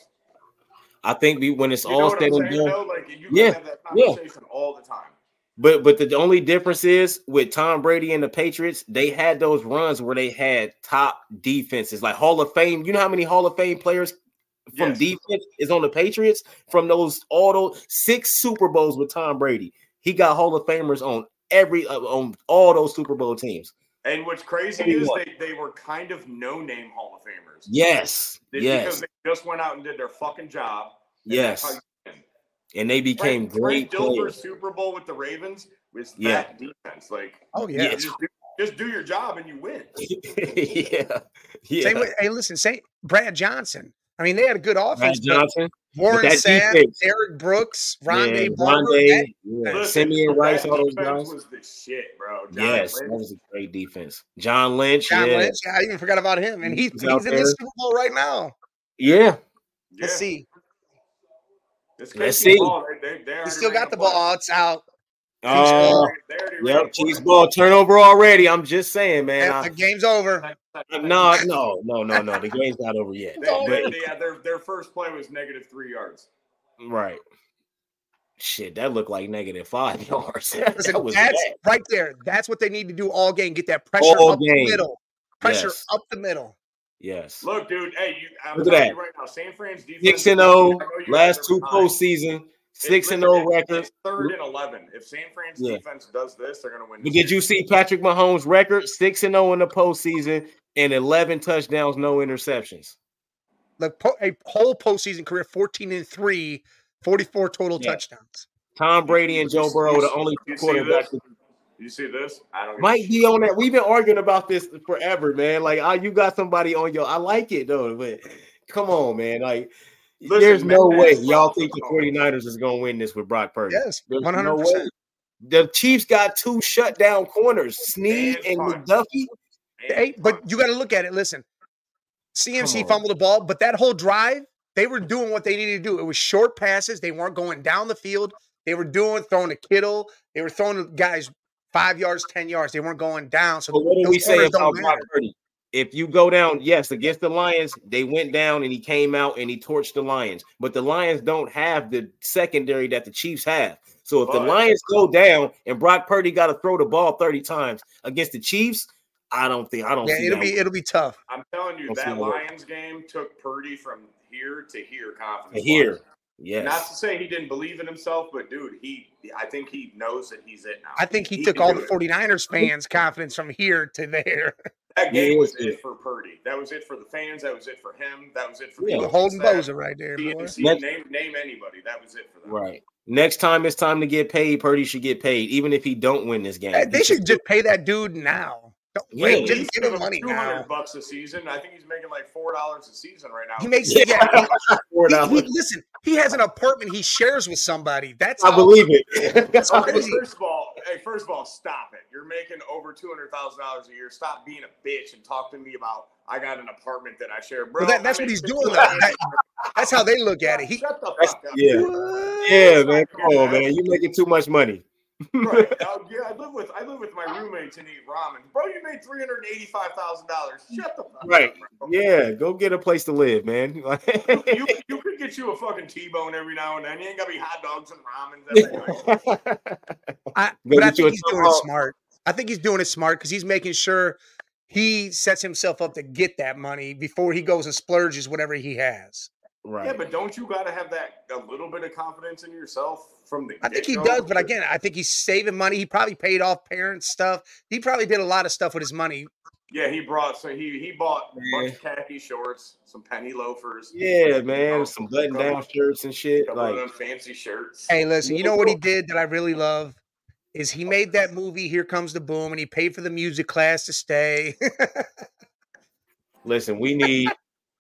Speaker 1: I think we when it's
Speaker 3: You know
Speaker 1: all
Speaker 3: what
Speaker 1: said
Speaker 3: I'm
Speaker 1: and
Speaker 3: saying?
Speaker 1: done,
Speaker 3: though? Like you can
Speaker 1: Yeah,
Speaker 3: have that
Speaker 1: yeah.
Speaker 3: conversation all the time.
Speaker 1: But but the only difference is with Tom Brady and the Patriots, they had those runs where they had top defenses, like Hall of Fame. You know how many Hall of Fame players from
Speaker 3: Yes.
Speaker 1: defense is on the Patriots from those all those six Super Bowls with Tom Brady. He got Hall of Famers on every uh, on all those Super Bowl teams.
Speaker 3: And what's crazy is
Speaker 1: Anyone.
Speaker 3: they, they were kind of no name Hall of Famers.
Speaker 1: Yes,
Speaker 3: They-
Speaker 1: yes,
Speaker 3: Because they just went out and did their fucking job. and that's how
Speaker 1: yes,
Speaker 3: you
Speaker 1: and they became
Speaker 3: Frank-
Speaker 1: great
Speaker 3: Frank Dilfer's
Speaker 1: players.
Speaker 3: Super Bowl with the Ravens was
Speaker 1: Yeah.
Speaker 3: that defense. Like
Speaker 2: Oh yeah.
Speaker 1: Yes.
Speaker 3: just do, just do your job and you win.
Speaker 1: yeah, yeah.
Speaker 2: Same with, hey, listen, say Brad Johnson. I mean, they had a good
Speaker 1: Brad
Speaker 2: offense. but
Speaker 1: Johnson,
Speaker 2: Warren
Speaker 1: that
Speaker 2: Sapp,
Speaker 1: defense.
Speaker 2: Eric Brooks,
Speaker 1: yeah,
Speaker 2: Rondé Barber. that-
Speaker 1: Rondé, yeah,
Speaker 3: Listen,
Speaker 1: Simeon Rice,
Speaker 3: that
Speaker 1: all those
Speaker 3: defense
Speaker 1: guys.
Speaker 3: was the shit, bro. John
Speaker 1: yes, that
Speaker 3: Lynch.
Speaker 1: was a great defense. John Lynch,
Speaker 2: John
Speaker 1: yeah,
Speaker 2: Lynch. Yeah, I even forgot about him. And he,
Speaker 1: He's
Speaker 2: he's
Speaker 1: out
Speaker 2: in
Speaker 1: there.
Speaker 2: this Super Bowl right now.
Speaker 1: yeah.
Speaker 3: Yeah.
Speaker 2: Let's see.
Speaker 3: It's
Speaker 1: Let's
Speaker 3: Casey
Speaker 1: see.
Speaker 3: Ball. They, they, they
Speaker 2: He
Speaker 3: already
Speaker 2: still
Speaker 3: ran
Speaker 2: got the
Speaker 3: play.
Speaker 2: ball. Oh, it's out.
Speaker 1: Uh,
Speaker 3: They already ran
Speaker 1: yep,
Speaker 3: a
Speaker 1: Chiefs
Speaker 3: play.
Speaker 1: ball turnover already. I'm just saying, man.
Speaker 2: Yeah,
Speaker 1: I,
Speaker 2: the game's over.
Speaker 1: I- no, no, no, no, no. The game's not over yet.
Speaker 3: They-
Speaker 2: over.
Speaker 3: they- they- yeah, their, their first play was negative three yards.
Speaker 1: Right. Shit, that looked like negative five yards. that
Speaker 2: Listen,
Speaker 1: was
Speaker 2: that's
Speaker 1: bad.
Speaker 2: right there. That's what they need to do all game. Get that pressure
Speaker 1: All
Speaker 2: up
Speaker 1: game.
Speaker 2: the middle. Pressure
Speaker 1: Yes.
Speaker 2: up the middle.
Speaker 1: Yes.
Speaker 3: Look, dude. Hey, you, I'm
Speaker 1: Look at
Speaker 3: telling
Speaker 1: that.
Speaker 3: you right now, San Fran's defense.
Speaker 1: Six and
Speaker 3: I know
Speaker 1: zero.
Speaker 3: you guys
Speaker 1: Last
Speaker 3: are
Speaker 1: two
Speaker 3: behind.
Speaker 1: postseason.
Speaker 3: It's
Speaker 1: Six and
Speaker 3: literally-
Speaker 1: zero record.
Speaker 3: it's Third and eleven. If San Fran's
Speaker 1: Yeah.
Speaker 3: defense does this, they're gonna win.
Speaker 1: But
Speaker 3: this
Speaker 1: did you
Speaker 3: game.
Speaker 1: see Patrick Mahomes' record? Six and zero in the postseason and eleven touchdowns, no interceptions.
Speaker 2: Look, po- a whole postseason career, 14 and 3, 44 total
Speaker 1: Yeah.
Speaker 2: touchdowns.
Speaker 1: Tom Brady and Joe Burrow, the only
Speaker 3: You see
Speaker 1: quarterbacks
Speaker 3: this? You see this? I don't. give a
Speaker 1: Might
Speaker 3: shit.
Speaker 1: be on that. We've been arguing about this forever, man. Like, ah, you got somebody on your. I like it though, but come on, man. Like,
Speaker 3: Listen,
Speaker 1: there's no
Speaker 3: man,
Speaker 1: way
Speaker 3: that's
Speaker 1: y'all
Speaker 3: awesome.
Speaker 1: think the 49ers is going to win this with Brock Purdy.
Speaker 2: Yes,
Speaker 1: There's no
Speaker 2: 100%.
Speaker 1: way. The Chiefs got two shutdown corners, Snead and
Speaker 3: And Font.
Speaker 1: McDuffie.
Speaker 3: Man,
Speaker 2: Hey, but you got to look at it. Listen,
Speaker 1: Come
Speaker 2: CMC
Speaker 1: on.
Speaker 2: fumbled the ball, but that whole drive, they were doing what they needed to do. It was short passes. They weren't going down the field. They were doing throwing to Kittle. They were throwing to guys five yards, ten yards. They weren't going down. So
Speaker 1: But what do
Speaker 2: those
Speaker 1: we say
Speaker 2: corners don't
Speaker 1: about Brock
Speaker 2: matter.
Speaker 1: Purdy? If you go down, yes, against the Lions, they went down and he came out and he torched the Lions. But the Lions don't have the secondary that the Chiefs have. So if the
Speaker 3: But-
Speaker 1: Lions go down and Brock Purdy got to throw the ball 30 times against the Chiefs, I don't think I don't
Speaker 2: Yeah,
Speaker 1: see
Speaker 2: it'll
Speaker 1: that.
Speaker 2: be it'll be tough.
Speaker 3: I'm telling you,
Speaker 1: Let's see
Speaker 3: that
Speaker 1: what-
Speaker 3: Lions game took Purdy from here to here confidence.
Speaker 1: here. Yes.
Speaker 3: Not to say he didn't believe in himself, but dude, he I think he knows that he's it now.
Speaker 2: I think he,
Speaker 3: He
Speaker 2: took
Speaker 3: can
Speaker 2: all
Speaker 3: do
Speaker 2: the
Speaker 3: it.
Speaker 2: 49ers fans' confidence from here to there.
Speaker 3: That game
Speaker 1: Yeah,
Speaker 3: was
Speaker 1: yeah.
Speaker 3: it for Purdy. That was it for the fans. That was it for him. That was it for
Speaker 1: Yeah.
Speaker 2: You're
Speaker 3: the
Speaker 2: holding
Speaker 3: staff.
Speaker 2: Boza right there, boy.
Speaker 3: TNC,
Speaker 1: Let's-
Speaker 3: name name anybody. That was it for them.
Speaker 1: Right. Next time it's time to get paid, Purdy should get paid, even if he don't win this game.
Speaker 2: Hey, they
Speaker 1: He
Speaker 2: should just pay that dude now. Don't
Speaker 1: Yeah.
Speaker 2: wait,
Speaker 3: He's
Speaker 2: just give him
Speaker 3: making
Speaker 2: money
Speaker 3: 200
Speaker 2: now.
Speaker 3: bucks a season. I think he's making like four dollars a season right now.
Speaker 2: He makes
Speaker 1: Yeah.
Speaker 2: yeah.
Speaker 1: score it
Speaker 2: He-
Speaker 1: out.
Speaker 2: he- listen, he has an apartment he shares with somebody. That's
Speaker 1: I
Speaker 2: how-
Speaker 1: believe it.
Speaker 2: That's
Speaker 3: Okay,
Speaker 2: crazy.
Speaker 3: First of all, hey, first of all, stop it. You're making over two hundred thousand dollars a year. Stop being a bitch and talk to me about I got an apartment that I share, bro.
Speaker 2: Well, that-
Speaker 3: I
Speaker 2: that's
Speaker 3: make
Speaker 2: what he's doing though.
Speaker 3: 15,000
Speaker 2: That- that's how they look at it. He,
Speaker 3: Shut the fuck
Speaker 1: That's-
Speaker 3: up.
Speaker 1: yeah.
Speaker 2: What?
Speaker 1: yeah, man. Come on, man. You're making too much money.
Speaker 3: Right. Uh, yeah, I live with I live with my roommates and eat ramen. Bro, you made three hundred eighty five thousand dollars. Shut the fuck
Speaker 1: Right.
Speaker 3: up. Bro.
Speaker 1: Yeah, go get a place to live, man.
Speaker 3: You, you could get you a fucking T-bone every now and then. You ain't gotta be hot dogs and ramen. That's like-
Speaker 2: I,
Speaker 1: Go
Speaker 2: but I
Speaker 1: get you a
Speaker 2: think he's doing it
Speaker 1: Tomahawk.
Speaker 2: smart. I think he's doing it smart because he's making sure he sets himself up to get that money before he goes and splurges whatever he has.
Speaker 1: right.
Speaker 3: yeah, but don't you gotta have that a little bit of confidence in yourself from the?
Speaker 2: I think he
Speaker 3: get-go?
Speaker 2: does, but again, I think he's saving money. He probably paid off parents' stuff. He probably did a lot of stuff with his money.
Speaker 3: Yeah, he brought so he he bought a bunch
Speaker 1: Yeah.
Speaker 3: of khaki shorts, some penny loafers,
Speaker 1: yeah, man. Some button down shirts and
Speaker 3: a
Speaker 1: shit.
Speaker 3: couple
Speaker 1: Like
Speaker 3: of them fancy shirts.
Speaker 2: Hey, listen, you know what he did that I really love is he made that movie Here Comes the Boom and he paid for the music class to stay.
Speaker 1: Listen, we need.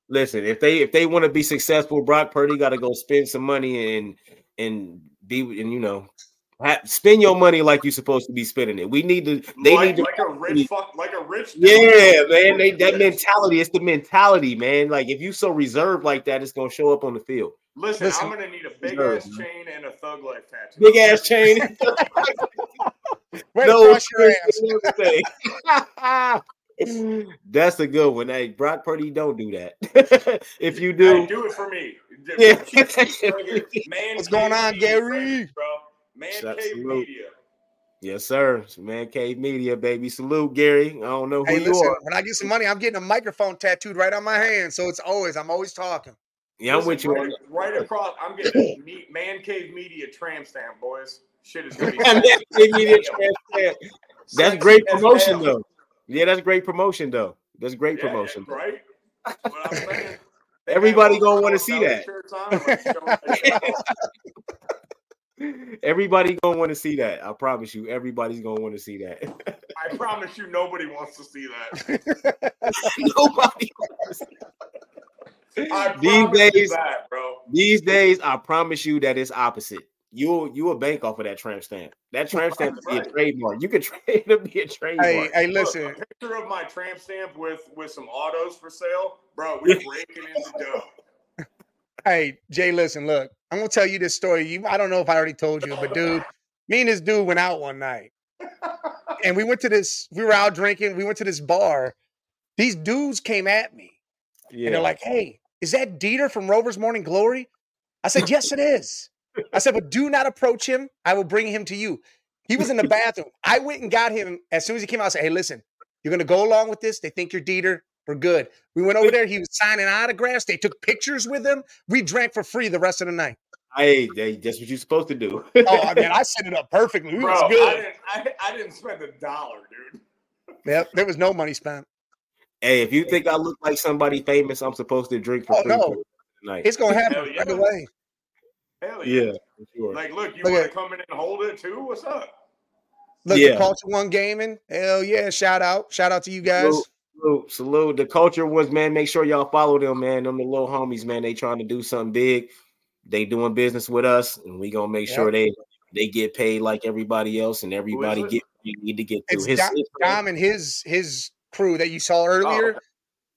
Speaker 1: listen, if they if they want to be successful, Brock Purdy got to go spend some money and and be and you know ha- spend your money like you're supposed to be spending it. We need to. They
Speaker 3: like,
Speaker 1: need to.
Speaker 3: like a rich fuck, like a rich. dude.
Speaker 1: Yeah, man. They that mentality. It's the mentality, man. Like if you so reserved like that, it's gonna show up on the field.
Speaker 3: Listen,
Speaker 2: Listen.
Speaker 3: I'm gonna need a big
Speaker 1: Sure,
Speaker 3: ass
Speaker 1: man.
Speaker 3: chain and a thug life tattoo.
Speaker 1: Big ass chain.
Speaker 2: Way to
Speaker 1: no
Speaker 2: cross your ass.
Speaker 1: ass. That's a good one. Hey, Brock Purdy, don't do that. if you do,
Speaker 3: Hey, do it for me.
Speaker 1: Yeah.
Speaker 3: Man
Speaker 2: What's going on,
Speaker 3: cave
Speaker 2: Gary?
Speaker 3: bro? Man
Speaker 1: Shout
Speaker 3: cave
Speaker 1: salute.
Speaker 3: media.
Speaker 1: yes, sir. It's Man Cave Media, baby. Salute, Gary. I don't know who
Speaker 2: Hey,
Speaker 1: you
Speaker 2: listen,
Speaker 1: are.
Speaker 2: when I get some money, I'm getting a microphone tattooed right on my hand. So it's always, I'm always talking.
Speaker 1: Yeah, I'm
Speaker 3: Listen,
Speaker 1: with you.
Speaker 3: Right,
Speaker 1: on
Speaker 3: right across, I'm getting me, man cave media tram stamp, boys. Shit is gonna be.
Speaker 1: that. Man Cave Media transparent. That's
Speaker 3: sexy
Speaker 1: great
Speaker 3: as
Speaker 1: promotion,
Speaker 3: hell.
Speaker 1: though. Yeah, that's great promotion, though. That's great
Speaker 3: Yeah,
Speaker 1: promotion.
Speaker 3: right? What I'm saying, they
Speaker 1: Everybody
Speaker 3: have
Speaker 1: gonna
Speaker 3: all
Speaker 1: wanna
Speaker 3: $12
Speaker 1: see that.
Speaker 3: shirts on, like, showing-
Speaker 1: Everybody gonna want to see that. I promise you, everybody's gonna want to see that.
Speaker 3: I promise you, nobody wants to see that.
Speaker 1: Nobody. wants to see
Speaker 3: I
Speaker 1: that.
Speaker 3: promise
Speaker 1: These
Speaker 3: you
Speaker 1: days,
Speaker 3: that, bro.
Speaker 1: These days, I promise you that it's opposite. You you will bank off of that tramp stamp. That tramp stamp would be a
Speaker 3: Right.
Speaker 1: trademark. You could trade it'll be a trademark.
Speaker 2: Hey, hey,
Speaker 3: Look, a
Speaker 2: listen,
Speaker 3: picture of my tramp stamp with with some autos for sale, bro. We're breaking in the dough.
Speaker 2: hey, Jay, listen, look, I'm gonna tell you this story. You, I don't know if I already told you, but dude, me and this dude went out one night, and we went to this. We were out drinking. We went to this bar. These dudes came at me,
Speaker 1: yeah.
Speaker 2: and they're like, "Hey, is that Dieter from Rover's Morning Glory?" I said, "Yes, it is." I said, "But do not approach him. I will bring him to you." He was in the bathroom. I went and got him as soon as he came out. I said, "Hey, listen, you're gonna go along with this. They think you're Dieter. We're good." We went over there. He was signing autographs. They took pictures with him. We drank for free the rest of the night.
Speaker 1: hey, they, that's what you're supposed to do.
Speaker 2: Oh I mean, I set it up perfectly. We
Speaker 3: Bro,
Speaker 2: was
Speaker 3: I
Speaker 2: good.
Speaker 3: didn't, I, I didn't spend a dollar, dude.
Speaker 2: Yep, there was no money spent.
Speaker 1: hey, if you think I look like somebody famous, I'm supposed to drink for
Speaker 2: Oh,
Speaker 1: free
Speaker 2: no.
Speaker 1: for tonight.
Speaker 2: It's gonna happen
Speaker 3: Hell yeah.
Speaker 2: right away.
Speaker 3: Hell yeah.
Speaker 1: Yeah, for sure.
Speaker 3: Like, look, you
Speaker 2: Look
Speaker 3: want
Speaker 2: at-
Speaker 3: to come in and hold it too? What's up?
Speaker 2: Look,
Speaker 1: Yeah.
Speaker 2: the Culture One Gaming. Hell yeah! Shout out, shout out to you guys.
Speaker 1: Salute, salute, salute. The culture ones, man. Make sure y'all follow them, man. Them the little homies, man. They trying to do something big. They doing business with us, and we gonna make
Speaker 2: Yep.
Speaker 1: sure they they get paid like everybody else, and everybody
Speaker 3: it?
Speaker 1: get you need to get to
Speaker 2: It's Dom, Dom and his his crew that you saw earlier.
Speaker 3: Oh, okay.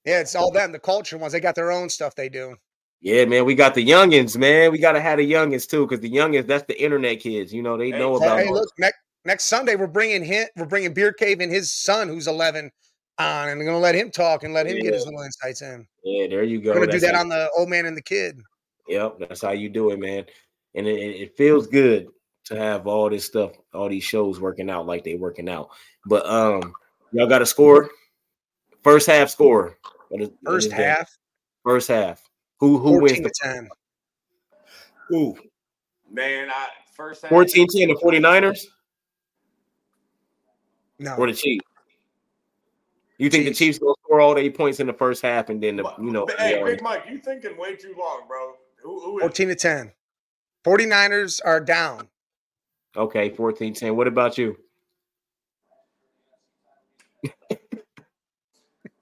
Speaker 2: Yeah, it's all them. The culture ones. They got their own stuff they do.
Speaker 1: Yeah, man, we got the youngins, man. We gotta have the youngins too, because the youngins, that's the internet kids. You know, they
Speaker 3: Hey,
Speaker 1: know
Speaker 2: Hey,
Speaker 1: about.
Speaker 2: hey, look, next next Sunday we're bringing him. We're bringing Beer Cave and his son, who's 11, on, and we're gonna let him talk and let him get his little insights in.
Speaker 1: yeah, there you go.
Speaker 2: We're gonna do
Speaker 1: That's
Speaker 2: that
Speaker 1: how-
Speaker 2: on the old man and the kid.
Speaker 1: Yep, that's how you do it, man. And it, it it feels good to have all this stuff, all these shows working out like they working out. But um, y'all got a score. First half score. What is- what
Speaker 2: First
Speaker 1: is that?
Speaker 2: half,
Speaker 1: First half. Who who wins
Speaker 2: 14
Speaker 1: the
Speaker 2: to 10.
Speaker 1: who?
Speaker 3: Man, I first half-
Speaker 1: 14 10 the 49ers
Speaker 2: No,
Speaker 3: Oh.
Speaker 1: or the Chiefs? You think the Chiefs will score all their points in the first half and then the you know
Speaker 3: But, hey,
Speaker 1: they are-
Speaker 3: Big Mike, you thinking way too long, bro. Who, who is
Speaker 2: 14 to 10. 49ers are down.
Speaker 1: okay 14-10. What about you?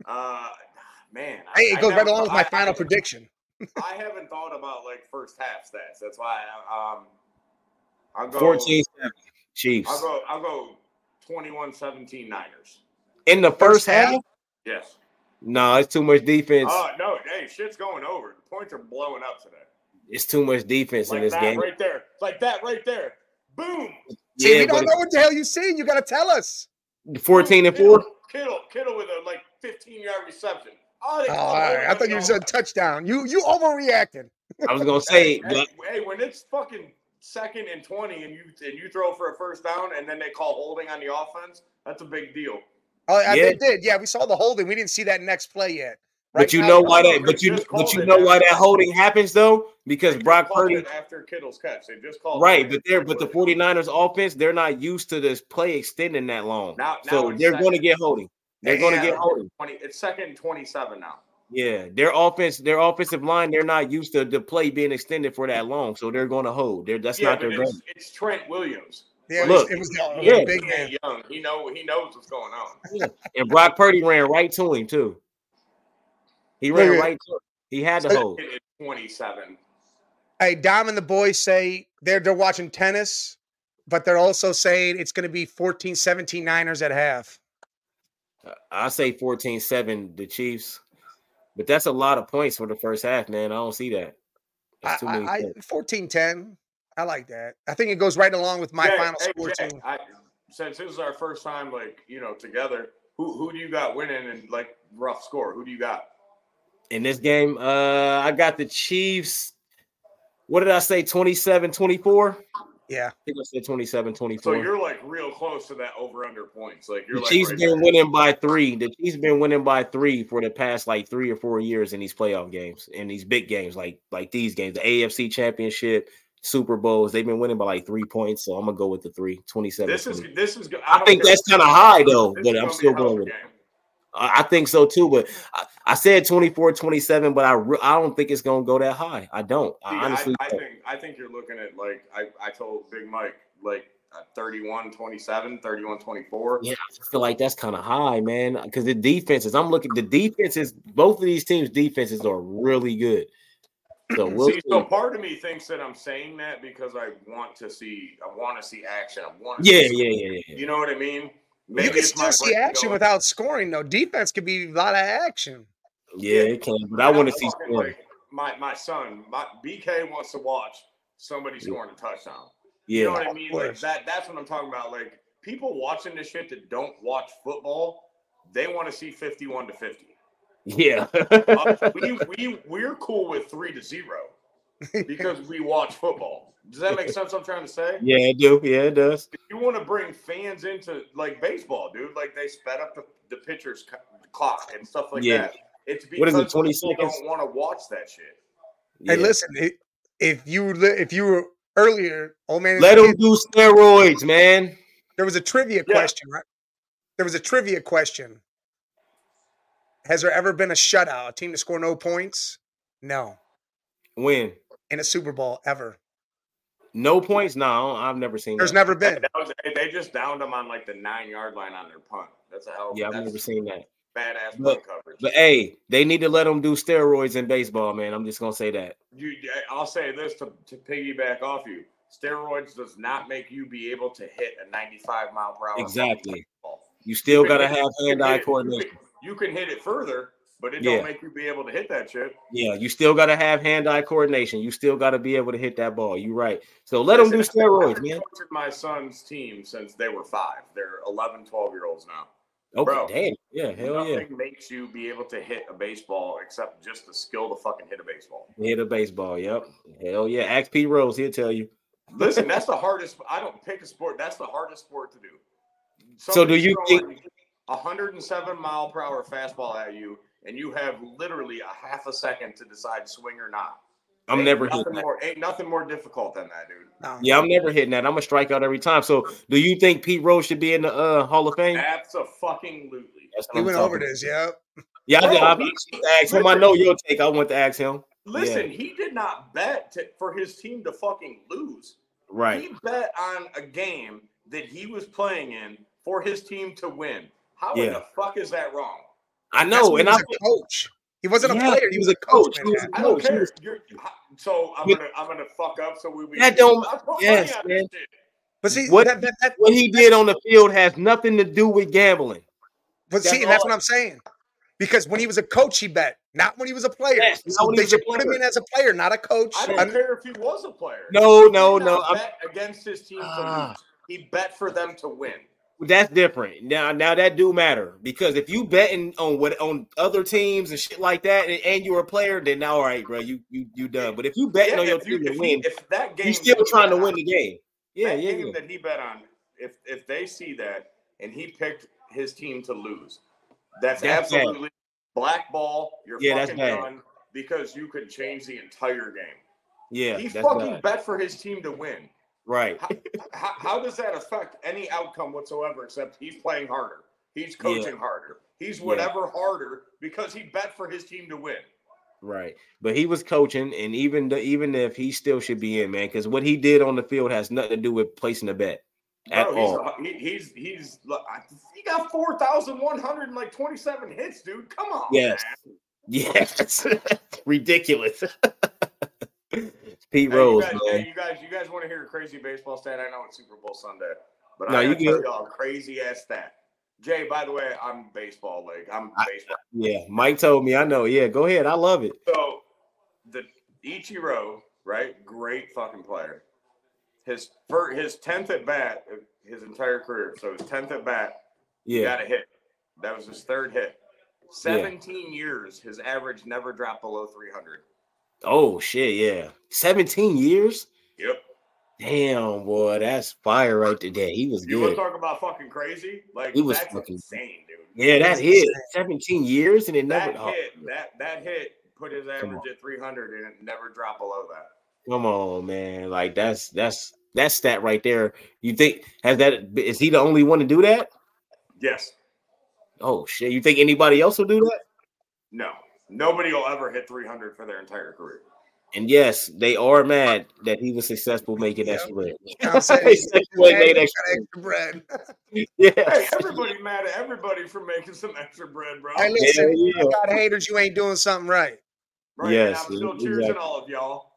Speaker 3: uh, man? I-
Speaker 2: Hey, it
Speaker 3: I
Speaker 2: goes right
Speaker 3: never-
Speaker 2: along with my
Speaker 3: I-
Speaker 2: final
Speaker 3: I-
Speaker 2: prediction.
Speaker 3: I haven't thought about like first half stats. That's why I, um, I'll go
Speaker 1: 14-7 Chiefs.
Speaker 3: I'll go. I'll go. 21-17 Niners.
Speaker 1: In the first half?
Speaker 3: Yes.
Speaker 1: No, it's too much defense.
Speaker 3: Oh no! Hey, shit's going over. The points are blowing up today.
Speaker 1: It's too much defense in
Speaker 3: Like
Speaker 1: this
Speaker 3: that
Speaker 1: game.
Speaker 3: right there. Like that right there. Boom.
Speaker 2: See, we
Speaker 1: Yeah, but
Speaker 2: don't know what the hell you seen. You got to tell us.
Speaker 1: it's 14 and
Speaker 3: Kittle-
Speaker 1: 4.
Speaker 3: Kittle, Kittle with a like 15 yard reception. Oh, they-
Speaker 2: Oh, all right. I thought you said touchdown. You you overreacted.
Speaker 1: I was gonna say,
Speaker 3: Hey, hey,
Speaker 1: but
Speaker 3: hey, when it's fucking second and 20 and you and you throw for a first down and then they call holding on the offense, that's a big deal.
Speaker 2: Oh, yeah.
Speaker 1: Yeah.
Speaker 2: they did. Yeah, we saw the holding. We didn't see that next play yet.
Speaker 1: but you
Speaker 2: now-
Speaker 1: know why that
Speaker 3: They
Speaker 1: but you
Speaker 3: just
Speaker 1: but
Speaker 3: called
Speaker 1: you
Speaker 3: it
Speaker 1: know why
Speaker 3: after-
Speaker 1: that holding happens though? Because
Speaker 3: They
Speaker 1: Brock
Speaker 3: called
Speaker 1: Purdy
Speaker 3: it after Kittle's catch. They just called it.
Speaker 1: Right, but they're but the 49ers offense, they're not used to this play extending that long.
Speaker 3: Now- now
Speaker 1: so
Speaker 3: it's
Speaker 1: they're going to
Speaker 3: second.
Speaker 1: get holding. They're going to
Speaker 2: Yeah.
Speaker 1: get holding.
Speaker 3: 20, it's second and 27 now.
Speaker 1: Yeah, their offense, their offensive line, they're not used to the play being extended for that long, so they're going to hold. They're that's
Speaker 3: yeah,
Speaker 1: not
Speaker 3: but
Speaker 1: their game.
Speaker 3: it's, it's Trent Williams.
Speaker 2: Yeah, it
Speaker 1: Look.
Speaker 2: was, it was the,
Speaker 1: Yeah.
Speaker 2: big
Speaker 3: He
Speaker 2: man.
Speaker 3: ain't young. He know he knows what's going on.
Speaker 1: Yeah. And Brock Purdy ran right to him too. He
Speaker 2: Look
Speaker 1: ran
Speaker 2: at-
Speaker 1: right to him. He had to
Speaker 2: So-
Speaker 1: hold.
Speaker 3: It's 27.
Speaker 2: Hey, Dom and the boys say they're they're watching tennis, but they're also saying it's going to be 14, 17 Niners at half.
Speaker 1: I say 14-7 the Chiefs. But that's a lot of points for the first half, man. I don't see that.
Speaker 2: I,
Speaker 1: That's too many
Speaker 2: I, I,
Speaker 1: points.
Speaker 2: 14, 10. I like that. I think it goes right along with my
Speaker 3: Jay,
Speaker 2: final
Speaker 3: hey,
Speaker 2: score
Speaker 3: Jay,
Speaker 2: too.
Speaker 3: I, since this is our first time, like you know, together, who who do you got winning and like rough score? Who do you got?
Speaker 1: in this game. Uh, I got the Chiefs. What did I say? 27 24? I
Speaker 2: Yeah.
Speaker 1: think I said 27
Speaker 3: So
Speaker 1: 24.
Speaker 3: you're like real close to that over under points. Like you're
Speaker 1: The
Speaker 3: like
Speaker 1: Chiefs
Speaker 3: right
Speaker 1: been
Speaker 3: there.
Speaker 1: winning by three. The Chiefs been winning by three for the past like three or four years in these playoff games, in these big games, like like these games, the AFC Championship, Super Bowls. They've been winning by like three points. So I'm gonna go with the three 27.
Speaker 3: This is this is.
Speaker 1: I
Speaker 3: don't
Speaker 1: think
Speaker 3: care.
Speaker 1: that's kind of high though,
Speaker 3: This is
Speaker 1: but
Speaker 3: gonna
Speaker 1: I'm
Speaker 3: be
Speaker 1: still
Speaker 3: a hell of
Speaker 1: going
Speaker 3: a
Speaker 1: with.
Speaker 3: game.
Speaker 1: I I think so too, but I, I said 24 27, but I re- I don't think it's gonna go that high. I don't.
Speaker 3: See,
Speaker 1: I
Speaker 3: I-
Speaker 1: honestly
Speaker 3: I,
Speaker 1: don't.
Speaker 3: think I think you're looking at like I, I told Big Mike like uh, 31 27, 31 24.
Speaker 1: Yeah, I feel like that's kind of high, man. Because the defenses, I'm looking, the defenses, both of these teams' defenses are really good. So we'll
Speaker 3: See, so
Speaker 1: see.
Speaker 3: part of me thinks that I'm saying that because I want to see I want to see action. I want to
Speaker 1: Yeah,
Speaker 3: see
Speaker 1: yeah, yeah, yeah.
Speaker 3: You know what I mean?
Speaker 2: you can
Speaker 3: it's
Speaker 2: still
Speaker 3: my
Speaker 2: see
Speaker 3: brain
Speaker 2: action
Speaker 3: going,
Speaker 2: without scoring, though. Defense could be a lot of action.
Speaker 1: Yeah, it can, but I want to
Speaker 3: I'm
Speaker 1: see
Speaker 3: talking
Speaker 1: scoring.
Speaker 3: like my my son, my BK wants to watch somebody scoring a touchdown. You know
Speaker 1: Yeah,
Speaker 3: what I mean?
Speaker 2: Of
Speaker 3: Like
Speaker 2: course.
Speaker 3: that. That's what I'm talking about. Like people watching this shit that don't watch football, they want to see 51 to 50.
Speaker 1: yeah.
Speaker 3: Us, we we we're cool with three to zero because we watch football. Does that make sense? What I'm trying to say.
Speaker 1: Yeah, it do. Yeah, it does.
Speaker 3: You want to bring fans into like baseball, dude. Like they sped up the, the pitcher's co- clock and stuff like
Speaker 1: Yeah.
Speaker 3: that. It's because
Speaker 1: What is it, 20
Speaker 3: people
Speaker 1: seconds?
Speaker 3: don't want to watch that shit.
Speaker 1: Yeah.
Speaker 2: Hey, listen, i- if you li- if you were earlier, old man, and the
Speaker 1: Let them
Speaker 2: Kid,
Speaker 1: do steroids, man.
Speaker 2: there was a trivia
Speaker 3: Yeah.
Speaker 2: question, right? There was a trivia question. Has there ever been a shutout, a team to score no points? No,
Speaker 1: Win.
Speaker 2: Oh,
Speaker 1: uh, That's what
Speaker 2: We
Speaker 1: I'm
Speaker 2: went
Speaker 1: talking
Speaker 2: over
Speaker 1: about.
Speaker 2: this. Yep.
Speaker 1: Yeah, I,
Speaker 3: Bro,
Speaker 1: I,
Speaker 3: he-
Speaker 1: I asked him. I know your take. I want to ask him.
Speaker 3: Listen, he did not bet to, for his team to fucking lose.
Speaker 1: Right.
Speaker 3: He bet on a game that he was playing in for his team to win. How in
Speaker 1: Yeah.
Speaker 3: the fuck is that wrong?
Speaker 1: I
Speaker 2: That's
Speaker 1: know.
Speaker 2: when
Speaker 1: And
Speaker 2: he
Speaker 1: I
Speaker 2: was a coach. He wasn't
Speaker 1: Yeah,
Speaker 2: a player. He was a coach.
Speaker 1: He was
Speaker 2: man.
Speaker 1: a
Speaker 3: I don't
Speaker 1: coach. He
Speaker 3: care.
Speaker 1: was-
Speaker 3: You're, so I'm
Speaker 1: But-
Speaker 3: gonna I'm gonna fuck up. So we we
Speaker 1: That don't-
Speaker 3: I put money
Speaker 1: yes,
Speaker 3: on
Speaker 1: man.
Speaker 3: this shit.
Speaker 2: But see,
Speaker 1: What-
Speaker 2: that, that, that,
Speaker 1: what he did on the field has nothing to do with gambling.
Speaker 2: but see,
Speaker 1: that's
Speaker 2: and that's
Speaker 1: all.
Speaker 2: what I'm saying. Because when he was a coach, he bet, not when he was a player.
Speaker 1: Yes, not
Speaker 2: so
Speaker 1: when he
Speaker 2: they
Speaker 1: was a
Speaker 2: should put him
Speaker 1: player.
Speaker 2: in as a player, not a coach.
Speaker 3: I don't
Speaker 2: Un-
Speaker 3: care if he was a player.
Speaker 1: No,
Speaker 3: He
Speaker 1: no,
Speaker 3: did
Speaker 1: no.
Speaker 3: not
Speaker 1: I'm-
Speaker 3: Bet against his team to
Speaker 1: Ah.
Speaker 3: lose. He bet for them to win.
Speaker 1: That's different. Now, now that do matter because if you betting on what on other teams and shit like that, and, and you're a player, then all right, bro, you you you done. But if you betting
Speaker 3: Yeah,
Speaker 1: on your
Speaker 3: if, you,
Speaker 1: team
Speaker 3: if,
Speaker 1: to
Speaker 3: he-
Speaker 1: win,
Speaker 3: if that game
Speaker 1: you still
Speaker 3: that he
Speaker 1: trying to
Speaker 3: bet
Speaker 1: win
Speaker 3: on-
Speaker 1: the game. Yeah,
Speaker 3: that
Speaker 1: yeah,
Speaker 3: game
Speaker 1: yeah.
Speaker 3: that he bet on, if if they see that and he picked his team to lose, that's,
Speaker 1: That's bad.
Speaker 3: absolutely blackball. You're
Speaker 1: Yeah, that's
Speaker 3: fucking
Speaker 1: bad.
Speaker 3: done because you could change the entire game.
Speaker 1: yeah
Speaker 3: he
Speaker 1: that's
Speaker 3: fucking
Speaker 1: bad.
Speaker 3: bet for his team to win.
Speaker 1: right.
Speaker 3: How, how does that affect any outcome whatsoever? Except he's playing harder, he's coaching harder, he's
Speaker 1: Yeah.
Speaker 3: whatever harder because he bet for his team to win.
Speaker 1: Right. But he was coaching, and even the, even if he still should be in, man, because what he did on the field has nothing to do with placing a bet at
Speaker 3: Bro, he's,
Speaker 1: all.
Speaker 3: a- he, he's he's look, I- he got four thousand one hundred and like twenty seven hits, dude. Come on,
Speaker 1: Yes.
Speaker 3: man.
Speaker 1: yes. Ridiculous. Pete
Speaker 3: Hey,
Speaker 1: Rose,
Speaker 3: you guys,
Speaker 1: man.
Speaker 3: hey, you guys, you guys want to hear a crazy baseball stat? I know it's Super Bowl Sunday, but
Speaker 1: No,
Speaker 3: I
Speaker 1: you
Speaker 3: gotta tell
Speaker 1: good.
Speaker 3: y'all a crazy ass stat. Jay, by the way, I'm baseball league. I'm
Speaker 1: I-
Speaker 3: baseball.
Speaker 1: Yeah, Mike told me. I know. Yeah, go ahead. I love it.
Speaker 3: So the Ichiro, right? Great fucking player. His for his tenth at bat, of his entire career. So his tenth at bat, he
Speaker 1: Yeah,
Speaker 3: got a hit. That was his third hit. Seventeen years, his average never dropped below three hundred.
Speaker 1: Oh shit, yeah. 17 years?
Speaker 3: Yep.
Speaker 1: Damn, boy, that's fire right there. Yeah, He was
Speaker 3: You want
Speaker 1: good.
Speaker 3: to talk about fucking crazy? Like
Speaker 1: He was
Speaker 3: that's
Speaker 1: fucking-
Speaker 3: insane, dude.
Speaker 1: Yeah, that
Speaker 2: That's
Speaker 1: hit
Speaker 2: insane.
Speaker 1: 17 years and it never
Speaker 3: that
Speaker 1: oh,
Speaker 3: hit that that hit put his average
Speaker 1: on.
Speaker 3: at 300 and it never dropped below that.
Speaker 1: come on, man. Like that's that's that's stat right there. You think has that is he the only one to do that?
Speaker 3: Yes.
Speaker 1: Oh shit. You think anybody else will do that?
Speaker 3: No. Nobody will ever hit 300 for their entire career.
Speaker 1: And yes, they are mad that he was successful making
Speaker 2: Yeah.
Speaker 1: that split.
Speaker 2: I'm saying,
Speaker 1: They said he wasn't
Speaker 2: "Hey,
Speaker 1: made
Speaker 2: you
Speaker 1: extra-
Speaker 2: got extra bread.
Speaker 3: Hey,
Speaker 1: Yeah.
Speaker 3: everybody mad at everybody for making some extra bread, bro.
Speaker 2: Hey,
Speaker 1: Hell
Speaker 2: listen,
Speaker 1: yeah.
Speaker 2: you got haters. You ain't doing something right.
Speaker 3: Right
Speaker 1: Yes,
Speaker 3: now, I'm still
Speaker 1: exactly.
Speaker 3: cheersing all of y'all.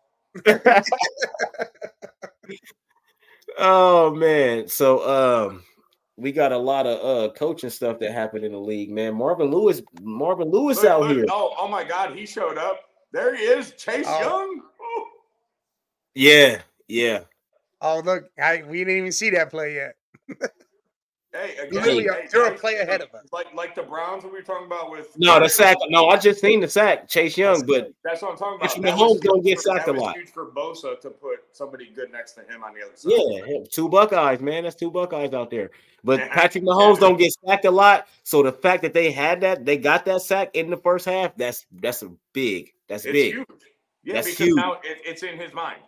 Speaker 1: Oh man, so um, we got a lot of uh coaching stuff that happened in the league, man. Marvin Lewis, Marvin Lewis
Speaker 3: Look,
Speaker 1: out
Speaker 3: look,
Speaker 1: here.
Speaker 3: Oh, oh my God, he showed up. There he is, Chase
Speaker 2: Oh.
Speaker 3: Young. Oh,
Speaker 1: Yeah, yeah.
Speaker 2: Oh, look, I, we didn't even see that play yet.
Speaker 3: Hey, again,
Speaker 2: Literally,
Speaker 3: hey,
Speaker 2: you're a
Speaker 3: hey,
Speaker 2: play ahead of us.
Speaker 3: Like, like the Browns that we were talking about with.
Speaker 1: No, the sack. No, I just seen the sack, Chase Young, but
Speaker 3: That's what I'm talking about.
Speaker 1: Patrick
Speaker 3: That was
Speaker 1: Mahomes don't
Speaker 3: huge
Speaker 1: get
Speaker 3: for-
Speaker 1: sacked
Speaker 3: that
Speaker 1: a
Speaker 3: was
Speaker 1: lot.
Speaker 3: Huge for Bosa to put somebody good next to him on the other side.
Speaker 1: yeah, him- two Buckeyes, man. That's two Buckeyes out there. But
Speaker 3: Yeah.
Speaker 1: Patrick Mahomes don't get sacked a lot, so the fact that they had that, they got that sack in the first half. That's that's a big. That's
Speaker 3: It's
Speaker 1: big.
Speaker 3: huge. Yeah,
Speaker 1: That's
Speaker 3: because
Speaker 1: huge.
Speaker 3: now it, it's in his mind.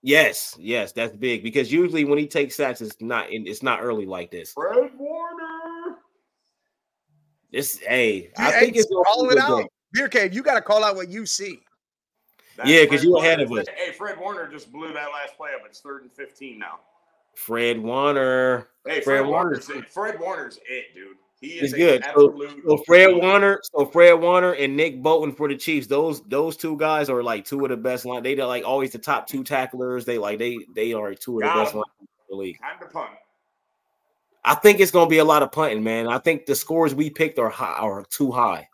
Speaker 1: Yes, yes, that's big because usually when he takes sacks, it's not in, it's not early like this.
Speaker 3: Fred Warner.
Speaker 1: This hey,
Speaker 2: You-
Speaker 1: I
Speaker 2: hey,
Speaker 1: think it's gonna be
Speaker 2: call
Speaker 1: a
Speaker 2: it
Speaker 1: good
Speaker 2: out.
Speaker 1: game.
Speaker 2: Beer cave, you got to call out what you see.
Speaker 1: Yeah, 'cause
Speaker 3: Fred
Speaker 1: you ahead
Speaker 3: Warner.
Speaker 1: of us.
Speaker 3: Hey, Fred Warner just blew that last play up. It's third and fifteen now.
Speaker 1: Fred Warner.
Speaker 3: Hey, Fred,
Speaker 1: Fred
Speaker 3: Warner's
Speaker 1: Warner's-
Speaker 3: it. Fred Warner's it, dude. He
Speaker 1: He's
Speaker 3: is a
Speaker 1: good. So-
Speaker 3: Absolute.
Speaker 1: So Fred Warner, so Fred Warner and Nick Bolton for the Chiefs. Those those two guys are like two of the best line. They are like always the top two tacklers. They like they they are two of the
Speaker 3: Got
Speaker 1: best
Speaker 3: him.
Speaker 1: line in the league.
Speaker 3: Time to punt.
Speaker 1: I think it's gonna be a lot of punting, man. I think the scores we picked are high are too high.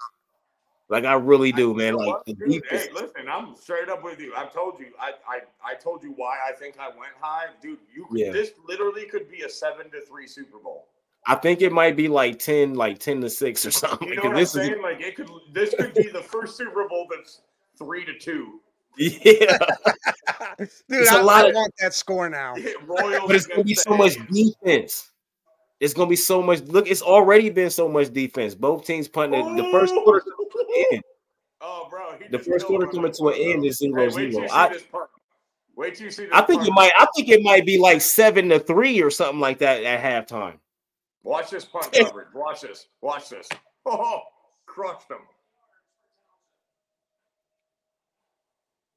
Speaker 1: Like I really do,
Speaker 3: You
Speaker 1: man.
Speaker 3: know
Speaker 1: Like
Speaker 3: what,
Speaker 1: the
Speaker 3: dude?
Speaker 1: defense,
Speaker 3: hey, listen, I'm straight up with you. I told you. I I, I told you why I think I went high, dude. You could-
Speaker 1: Yeah.
Speaker 3: this literally could be a seven to three Super Bowl.
Speaker 1: I think it might be like 10, like 10 to 6 or something.
Speaker 3: You know
Speaker 1: because
Speaker 3: what I'm
Speaker 1: Oh this
Speaker 3: saying? Like it could. This could be the first Super Bowl that's three to two.
Speaker 1: is yeah.
Speaker 2: Dude,
Speaker 1: It's a
Speaker 2: I,
Speaker 1: lot
Speaker 2: I
Speaker 1: of-
Speaker 2: want that score now.
Speaker 3: Royals
Speaker 1: but it's gonna be
Speaker 3: against
Speaker 1: so
Speaker 3: the
Speaker 1: much
Speaker 3: A's.
Speaker 1: defense. It's gonna be so much. Look, it's already been so much defense. Both teams punting it. the first quarter coming to an end.
Speaker 3: Oh, bro, he
Speaker 1: The
Speaker 3: just
Speaker 1: first
Speaker 3: killed
Speaker 1: quarter
Speaker 3: him.
Speaker 1: coming to an end is
Speaker 3: Hey,
Speaker 1: zero
Speaker 3: wait till
Speaker 1: zero.
Speaker 3: you see
Speaker 1: I,
Speaker 3: this part. Wait till you see this.
Speaker 1: I think it
Speaker 3: punt.
Speaker 1: might. I think it might be like seven to three or something like that at halftime.
Speaker 3: Watch this punt coverage. Watch this. Watch this. Oh, crushed him.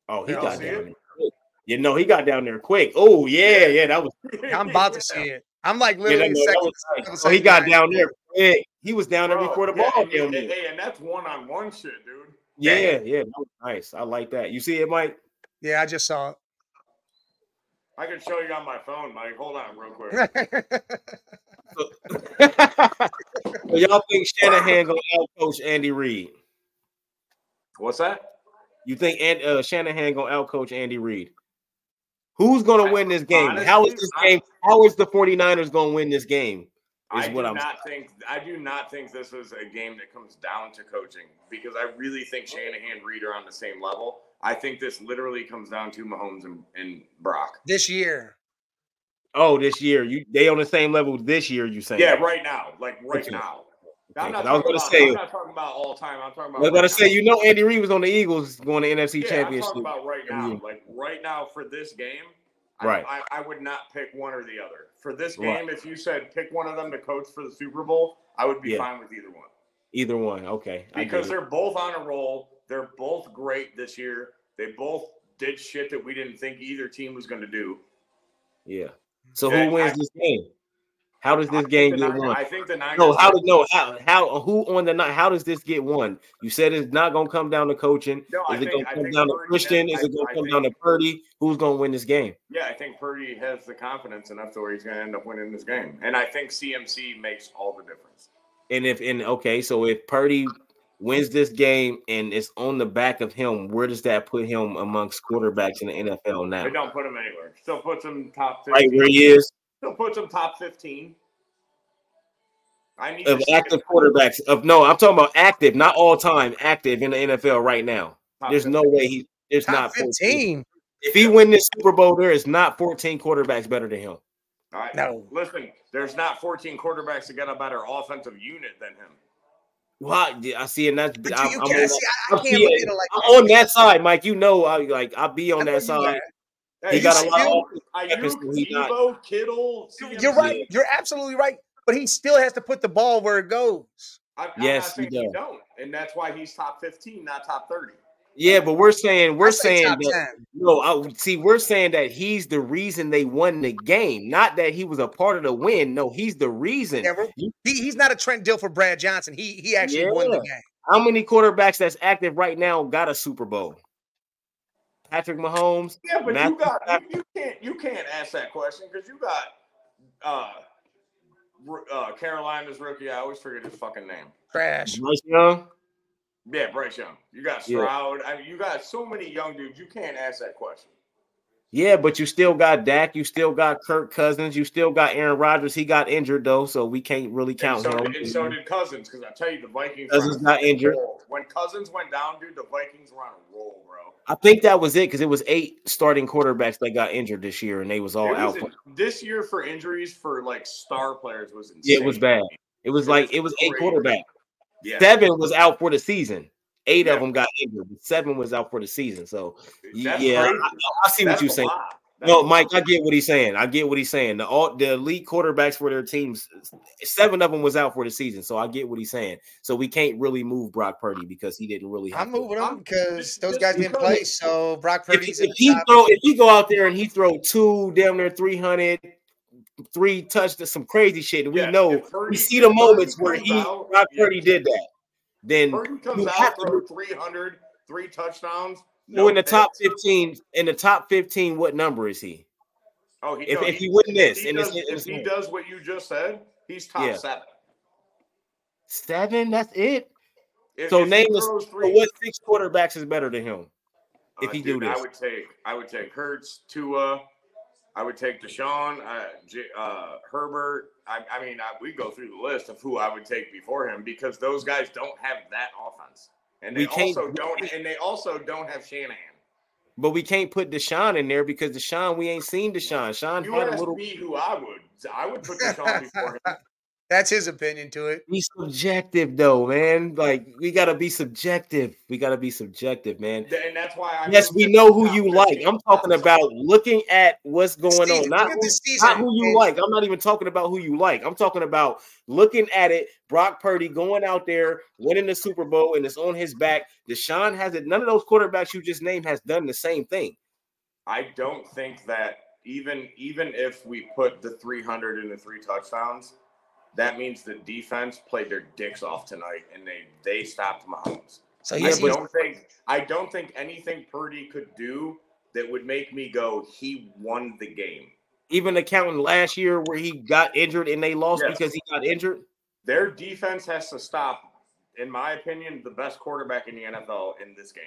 Speaker 1: Oh, he
Speaker 2: Yeah, I'll
Speaker 1: got down
Speaker 3: see
Speaker 1: there.
Speaker 3: it.
Speaker 1: quick. You know, he got down there quick. Oh, yeah, yeah, that was,
Speaker 2: I'm about to see it. I'm like
Speaker 1: yeah, that,
Speaker 2: literally
Speaker 1: that
Speaker 2: second.
Speaker 1: was nice.
Speaker 2: second
Speaker 1: So he got down
Speaker 2: behind.
Speaker 1: there quick. He was down there
Speaker 3: Bro,
Speaker 1: before the
Speaker 3: yeah,
Speaker 1: ball.
Speaker 3: and, and-
Speaker 1: down there.
Speaker 3: hey, and that's one on one shit, dude.
Speaker 1: Yeah, yeah, that was nice. I like that. You see it, Mike?
Speaker 2: Yeah, I just saw
Speaker 3: I can show you on my phone, Mike. Hold on, real quick.
Speaker 2: it.
Speaker 1: So y'all think Shanahan gonna outcoach Andy Reid?
Speaker 3: What's that?
Speaker 1: You think An- uh, Shanahan gonna outcoach Andy Reid? Who's gonna win this game?
Speaker 3: Honestly,
Speaker 1: how is this game? How is the 49ers gonna win this game? Is
Speaker 3: I
Speaker 1: what
Speaker 3: do
Speaker 1: I'm.
Speaker 3: not think I do not think this is a game that comes down to coaching because I really think Shanahan and Reed are on the same level. I think this literally comes down to Mahomes and, and Brock.
Speaker 2: this year.
Speaker 1: Oh, this year you they on the same level this year. You saying?
Speaker 3: Yeah, right now, like right
Speaker 1: Okay.
Speaker 3: now.
Speaker 1: Okay,
Speaker 3: I'm not
Speaker 1: 'cause I was
Speaker 3: talking
Speaker 1: gonna
Speaker 3: about,
Speaker 1: say.
Speaker 3: I'm not talking about all time. I'm talking
Speaker 1: I
Speaker 3: about.
Speaker 1: was
Speaker 3: right
Speaker 1: gonna
Speaker 3: now.
Speaker 1: say. You know, Andy Reid was on the Eagles going to NFC
Speaker 3: Yeah, I'm
Speaker 1: Championship.
Speaker 3: talking about right now.
Speaker 1: Yeah.
Speaker 3: Like right now for this game,
Speaker 1: Right.
Speaker 3: I, I, I would not pick one or the other. For this game,
Speaker 1: Right.
Speaker 3: if you said pick one of them to coach for the Super Bowl, I would be
Speaker 1: Yeah.
Speaker 3: fine with either one.
Speaker 1: Either one. Okay. I get
Speaker 3: Because
Speaker 1: it.
Speaker 3: they're both on a roll. They're both great this year. They both did shit that we didn't think either team was gonna do.
Speaker 1: yeah. So
Speaker 3: Yeah,
Speaker 1: who wins
Speaker 3: I-
Speaker 1: this game? How does
Speaker 3: I
Speaker 1: this
Speaker 3: think
Speaker 1: game
Speaker 3: the
Speaker 1: get
Speaker 3: Niners-
Speaker 1: won?
Speaker 3: I think the Niners
Speaker 1: No, how does no how how who on the night? How does this get won? You said it's not gonna come down to coaching.
Speaker 3: No, I
Speaker 1: Is it
Speaker 3: think-
Speaker 1: gonna
Speaker 3: I
Speaker 1: come
Speaker 3: think
Speaker 1: down to
Speaker 3: Purdy
Speaker 1: Christian?
Speaker 3: has-
Speaker 1: Is it
Speaker 3: I-
Speaker 1: gonna
Speaker 3: I
Speaker 1: come
Speaker 3: think-
Speaker 1: down to Purdy? Who's gonna win this game?
Speaker 3: yeah, I think Purdy has the confidence enough to where he's gonna end up winning this game. And I think CMC makes all the difference.
Speaker 1: And if and okay, so if Purdy wins this game and it's on the back of him, where does that put him amongst quarterbacks in the NFL now?
Speaker 3: They don't put him anywhere. Still puts him top 15.
Speaker 1: Right where he is
Speaker 3: Still puts him top 15. I need
Speaker 1: of
Speaker 3: to see
Speaker 1: active
Speaker 3: him
Speaker 1: quarterbacks of no, I'm talking about active, not all time active in the NFL right now.
Speaker 3: top
Speaker 1: There's
Speaker 3: 15.
Speaker 1: no way he there's
Speaker 2: Top
Speaker 1: not 14.
Speaker 2: 15.
Speaker 1: If he win this Super Bowl, there is not 14 quarterbacks better than him.
Speaker 3: All right.
Speaker 2: No.
Speaker 3: Listen, there's not 14 quarterbacks that got a better offensive unit than him.
Speaker 1: Wow, yeah, I see, and that's
Speaker 2: But
Speaker 1: I'm,
Speaker 2: you, you
Speaker 1: I'm on
Speaker 2: can't
Speaker 1: that-
Speaker 2: see. I,
Speaker 1: I'm
Speaker 2: I can't look at
Speaker 1: seeing-
Speaker 2: it like
Speaker 1: I'm on that side, Mike. You know, I like I'll be
Speaker 2: I
Speaker 1: on
Speaker 2: know
Speaker 1: that
Speaker 2: you
Speaker 1: side.
Speaker 3: Hey,
Speaker 1: He
Speaker 3: you
Speaker 1: got a lot.
Speaker 2: still-
Speaker 1: Of,
Speaker 3: Ayuk,
Speaker 1: weapons, so he's not-
Speaker 3: Debo, Kittle.
Speaker 2: got-
Speaker 3: CMC.
Speaker 2: You're right. You're absolutely right. But he still has to put the ball where it goes.
Speaker 3: I, I'm
Speaker 1: Yes,
Speaker 3: not
Speaker 1: he
Speaker 3: saying he
Speaker 1: does.
Speaker 3: don't, and that's why he's top 15, not top 30.
Speaker 1: yeah, but we're saying we're
Speaker 2: I say
Speaker 1: saying
Speaker 2: top
Speaker 1: that,
Speaker 2: 10.
Speaker 1: no. I, see, we're saying that he's the reason they won the game, not that he was a part of the win. No, he's the reason.
Speaker 2: Yeah, we're- he, he's not a Trent deal for Brad Johnson. He he actually won the
Speaker 1: Yeah.
Speaker 2: game.
Speaker 1: How many quarterbacks that's active right now got a Super Bowl? Patrick Mahomes.
Speaker 3: Yeah, but
Speaker 1: Matthew
Speaker 3: you got
Speaker 1: Stafford.
Speaker 3: you, you can't you can't ask that question because you got uh, r- uh Carolina's rookie. I always forget his fucking name.
Speaker 2: Crash.
Speaker 1: Bryce Young.
Speaker 3: Yeah, Bryce Young. You got
Speaker 1: Yeah.
Speaker 3: Stroud. I mean, you got so many young dudes. You can't ask that question.
Speaker 1: Yeah, but you still got Dak, you still got Kirk Cousins, you still got Aaron Rodgers. He got injured though, so we can't really
Speaker 3: And
Speaker 1: count
Speaker 3: so,
Speaker 1: him.
Speaker 3: did, and so did Cousins, because I tell you, the Vikings.
Speaker 1: Cousins
Speaker 3: were on a
Speaker 1: not injured.
Speaker 3: roll. When Cousins went down, dude, the Vikings were on a roll, bro.
Speaker 1: I think that was it because it was eight starting quarterbacks that got injured this year, and they was all
Speaker 3: It was
Speaker 1: out. for-
Speaker 3: in- this year for injuries for like star players was insane.
Speaker 1: Yeah, it was bad. It was
Speaker 3: It
Speaker 1: like
Speaker 3: was
Speaker 1: it was eight
Speaker 3: crazy.
Speaker 1: quarterbacks.
Speaker 3: Yeah,
Speaker 1: Seven was out for the season. Eight
Speaker 3: Yeah. Oh,
Speaker 1: of them got injured. but Seven was out for the season. So
Speaker 3: that's
Speaker 1: yeah, I,
Speaker 3: crazy.
Speaker 1: I see what
Speaker 3: That's
Speaker 1: you're
Speaker 3: a
Speaker 1: saying.
Speaker 3: lot. That's
Speaker 1: No,
Speaker 3: a
Speaker 1: Mike,
Speaker 3: lot.
Speaker 1: I get what he's saying. I get what he's saying. The all the elite quarterbacks for their teams, seven of them was out for the season. So I get what he's saying. So we can't really move Brock Purdy because he didn't really.
Speaker 2: I'm
Speaker 1: to.
Speaker 2: moving
Speaker 3: I'm-
Speaker 2: on because those
Speaker 3: just
Speaker 2: guys didn't
Speaker 3: because-
Speaker 2: play. So Brock
Speaker 1: If,
Speaker 2: Purdy's in
Speaker 1: if he
Speaker 2: the top.
Speaker 1: throw, if he go out there and he throw two damn near 300, three touchdowns, some crazy shit, and we
Speaker 3: Yeah,
Speaker 1: know
Speaker 3: if Purdy-
Speaker 1: we see the
Speaker 3: if Purdy
Speaker 1: moments where
Speaker 3: comes
Speaker 1: he
Speaker 3: out-
Speaker 1: Brock
Speaker 3: yeah.
Speaker 1: Purdy did that. Then
Speaker 3: Burton comes
Speaker 1: you have
Speaker 3: out
Speaker 1: to
Speaker 3: for 300, three touchdowns.
Speaker 1: so in the
Speaker 3: picks.
Speaker 1: top 15, in the top 15, what number is he?
Speaker 3: Oh, he,
Speaker 1: If,
Speaker 3: no,
Speaker 1: if he
Speaker 3: he,
Speaker 1: wouldn't miss,
Speaker 3: he
Speaker 1: and it's,
Speaker 3: does,
Speaker 1: it's
Speaker 3: if he does what you just said, he's top
Speaker 1: Yeah.
Speaker 3: seven.
Speaker 1: seven, that's it.
Speaker 3: If,
Speaker 1: So
Speaker 3: if he
Speaker 1: name us-
Speaker 3: throws
Speaker 1: So
Speaker 3: three-
Speaker 1: what six quarterbacks is better than him? if
Speaker 3: Uh,
Speaker 1: he
Speaker 3: dude,
Speaker 1: do this?
Speaker 3: I would take I would take Hurts, Tua, I would take Deshaun, uh, J, uh, Herbert. I, I mean, I, we go through the list of who I would take before him because those guys don't have that offense, and
Speaker 1: We
Speaker 3: they
Speaker 1: can't-
Speaker 3: also don't, and they also don't have Shanahan.
Speaker 1: But we can't put Deshaun in there because Deshaun, we ain't seen Deshaun. Sean
Speaker 3: You
Speaker 1: had a
Speaker 3: asked
Speaker 1: little.
Speaker 3: me who I would. I would put Deshaun before him.
Speaker 2: That's his opinion to it.
Speaker 1: Be subjective though, man. Like we gotta be subjective. We gotta be subjective, man.
Speaker 3: And that's why I
Speaker 1: Yes, we know who you like. I'm talking about looking at what's going on,
Speaker 2: Season.
Speaker 1: not
Speaker 2: Look at
Speaker 1: who,
Speaker 2: this season.
Speaker 1: not who you
Speaker 2: and
Speaker 1: like. I'm not even talking about who you like. I'm talking about looking at it. Brock Purdy going out there winning the Super Bowl and it's on his back. Deshaun has it. None of those quarterbacks you just named has done the same thing.
Speaker 3: I don't think that even even if we put the 300 into three touchdowns, that means the defense played their dicks off tonight and they they stopped Mahomes.
Speaker 2: So
Speaker 3: I
Speaker 2: he's,
Speaker 1: Yeah, but-
Speaker 3: don't think I don't think anything Purdy could do that would make me go he won the game.
Speaker 1: Even accounting last year where he got injured and they lost
Speaker 3: Yes.
Speaker 1: because he got injured.
Speaker 3: Their defense has to stop, in my opinion, the best quarterback in the NFL in this game.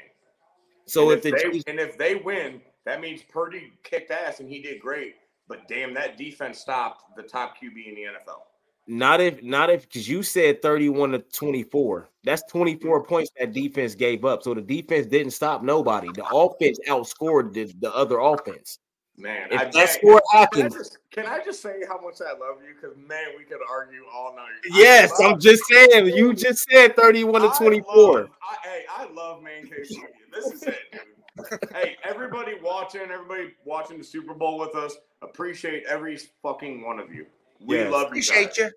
Speaker 1: So
Speaker 3: and
Speaker 1: if the
Speaker 3: they
Speaker 1: Chiefs-
Speaker 3: and if they win, that means Purdy kicked ass and he did great. But damn, that defense stopped the top QB in the NFL.
Speaker 1: Not if not if because you said 31 to 24. That's 24 points that defense gave up. So the defense didn't stop nobody. The offense outscored the, the other offense.
Speaker 3: Man, I
Speaker 1: If that
Speaker 3: bet-
Speaker 1: score
Speaker 3: Can I,
Speaker 1: happens,
Speaker 3: just, can I just say how much I love you? Because man, we could argue all night. I
Speaker 1: yes,
Speaker 3: love-
Speaker 1: I'm just saying. You just said 31 to
Speaker 3: I
Speaker 1: 24.
Speaker 3: love- I- hey, I love man cave media. This is it, dude. hey, everybody watching, everybody watching the Super Bowl with us, appreciate every fucking one of you. We
Speaker 1: Yes.
Speaker 3: love you
Speaker 2: appreciate
Speaker 3: guys.
Speaker 2: you.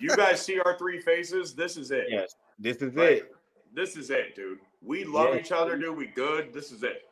Speaker 3: You guys see our three faces. This is it.
Speaker 1: Yes, this is
Speaker 3: Like,
Speaker 1: it.
Speaker 3: This is it, dude. We love
Speaker 1: Yeah.
Speaker 3: each other, dude. We good. This is it.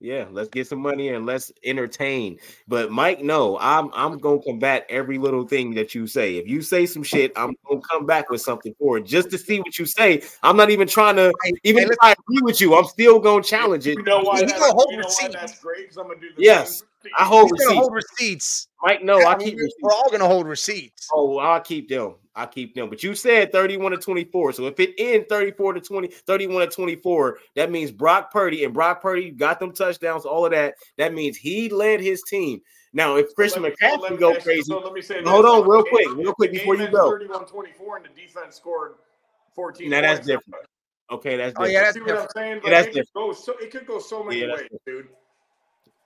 Speaker 1: Yeah, let's get some money and let's entertain. But Mike, no, I'm I'm gonna combat every little thing that you say. If you say some shit, I'm gonna come back with something for it just to see what you say. I'm not even trying to
Speaker 2: Hey,
Speaker 1: even
Speaker 2: hey,
Speaker 1: if I agree with you, I'm still gonna challenge it.
Speaker 3: You know why?
Speaker 2: You
Speaker 3: That's,
Speaker 2: gonna hold
Speaker 3: you know why
Speaker 2: receipts.
Speaker 3: that's great? 'Cause I'm gonna do the
Speaker 1: Yes,
Speaker 3: same thing.
Speaker 1: I hold
Speaker 2: he's gonna
Speaker 1: receipts.
Speaker 2: hold receipts.
Speaker 1: Mike, no,
Speaker 2: Yeah,
Speaker 1: I
Speaker 2: mean,
Speaker 1: keep receipts.
Speaker 2: we're all gonna hold receipts.
Speaker 1: Oh, I keep them. I keep them. But you said 31 to 24. So if it ends 34 to 20, 31 to 24, that means Brock Purdy and Brock Purdy got them touchdowns, all of that. That means he led his team. Now, if Christian
Speaker 3: Let me- let
Speaker 1: McCaffrey
Speaker 3: me
Speaker 1: go
Speaker 3: ask-
Speaker 1: crazy,
Speaker 3: so let me say this.
Speaker 1: hold on
Speaker 3: If
Speaker 1: real
Speaker 3: the
Speaker 1: quick,
Speaker 3: game-
Speaker 1: real quick
Speaker 3: if the
Speaker 1: before
Speaker 3: game
Speaker 1: you
Speaker 3: ends
Speaker 1: go.
Speaker 3: 31-24 and the defense scored 14
Speaker 1: Now that's
Speaker 3: points.
Speaker 1: different. Okay, that's
Speaker 2: Oh
Speaker 1: different.
Speaker 2: yeah, that's
Speaker 3: See what I'm
Speaker 2: different.
Speaker 3: saying? Like,
Speaker 1: Yeah, that's
Speaker 3: it, could go so, it could go so many
Speaker 1: Yeah, that's
Speaker 3: ways, dude.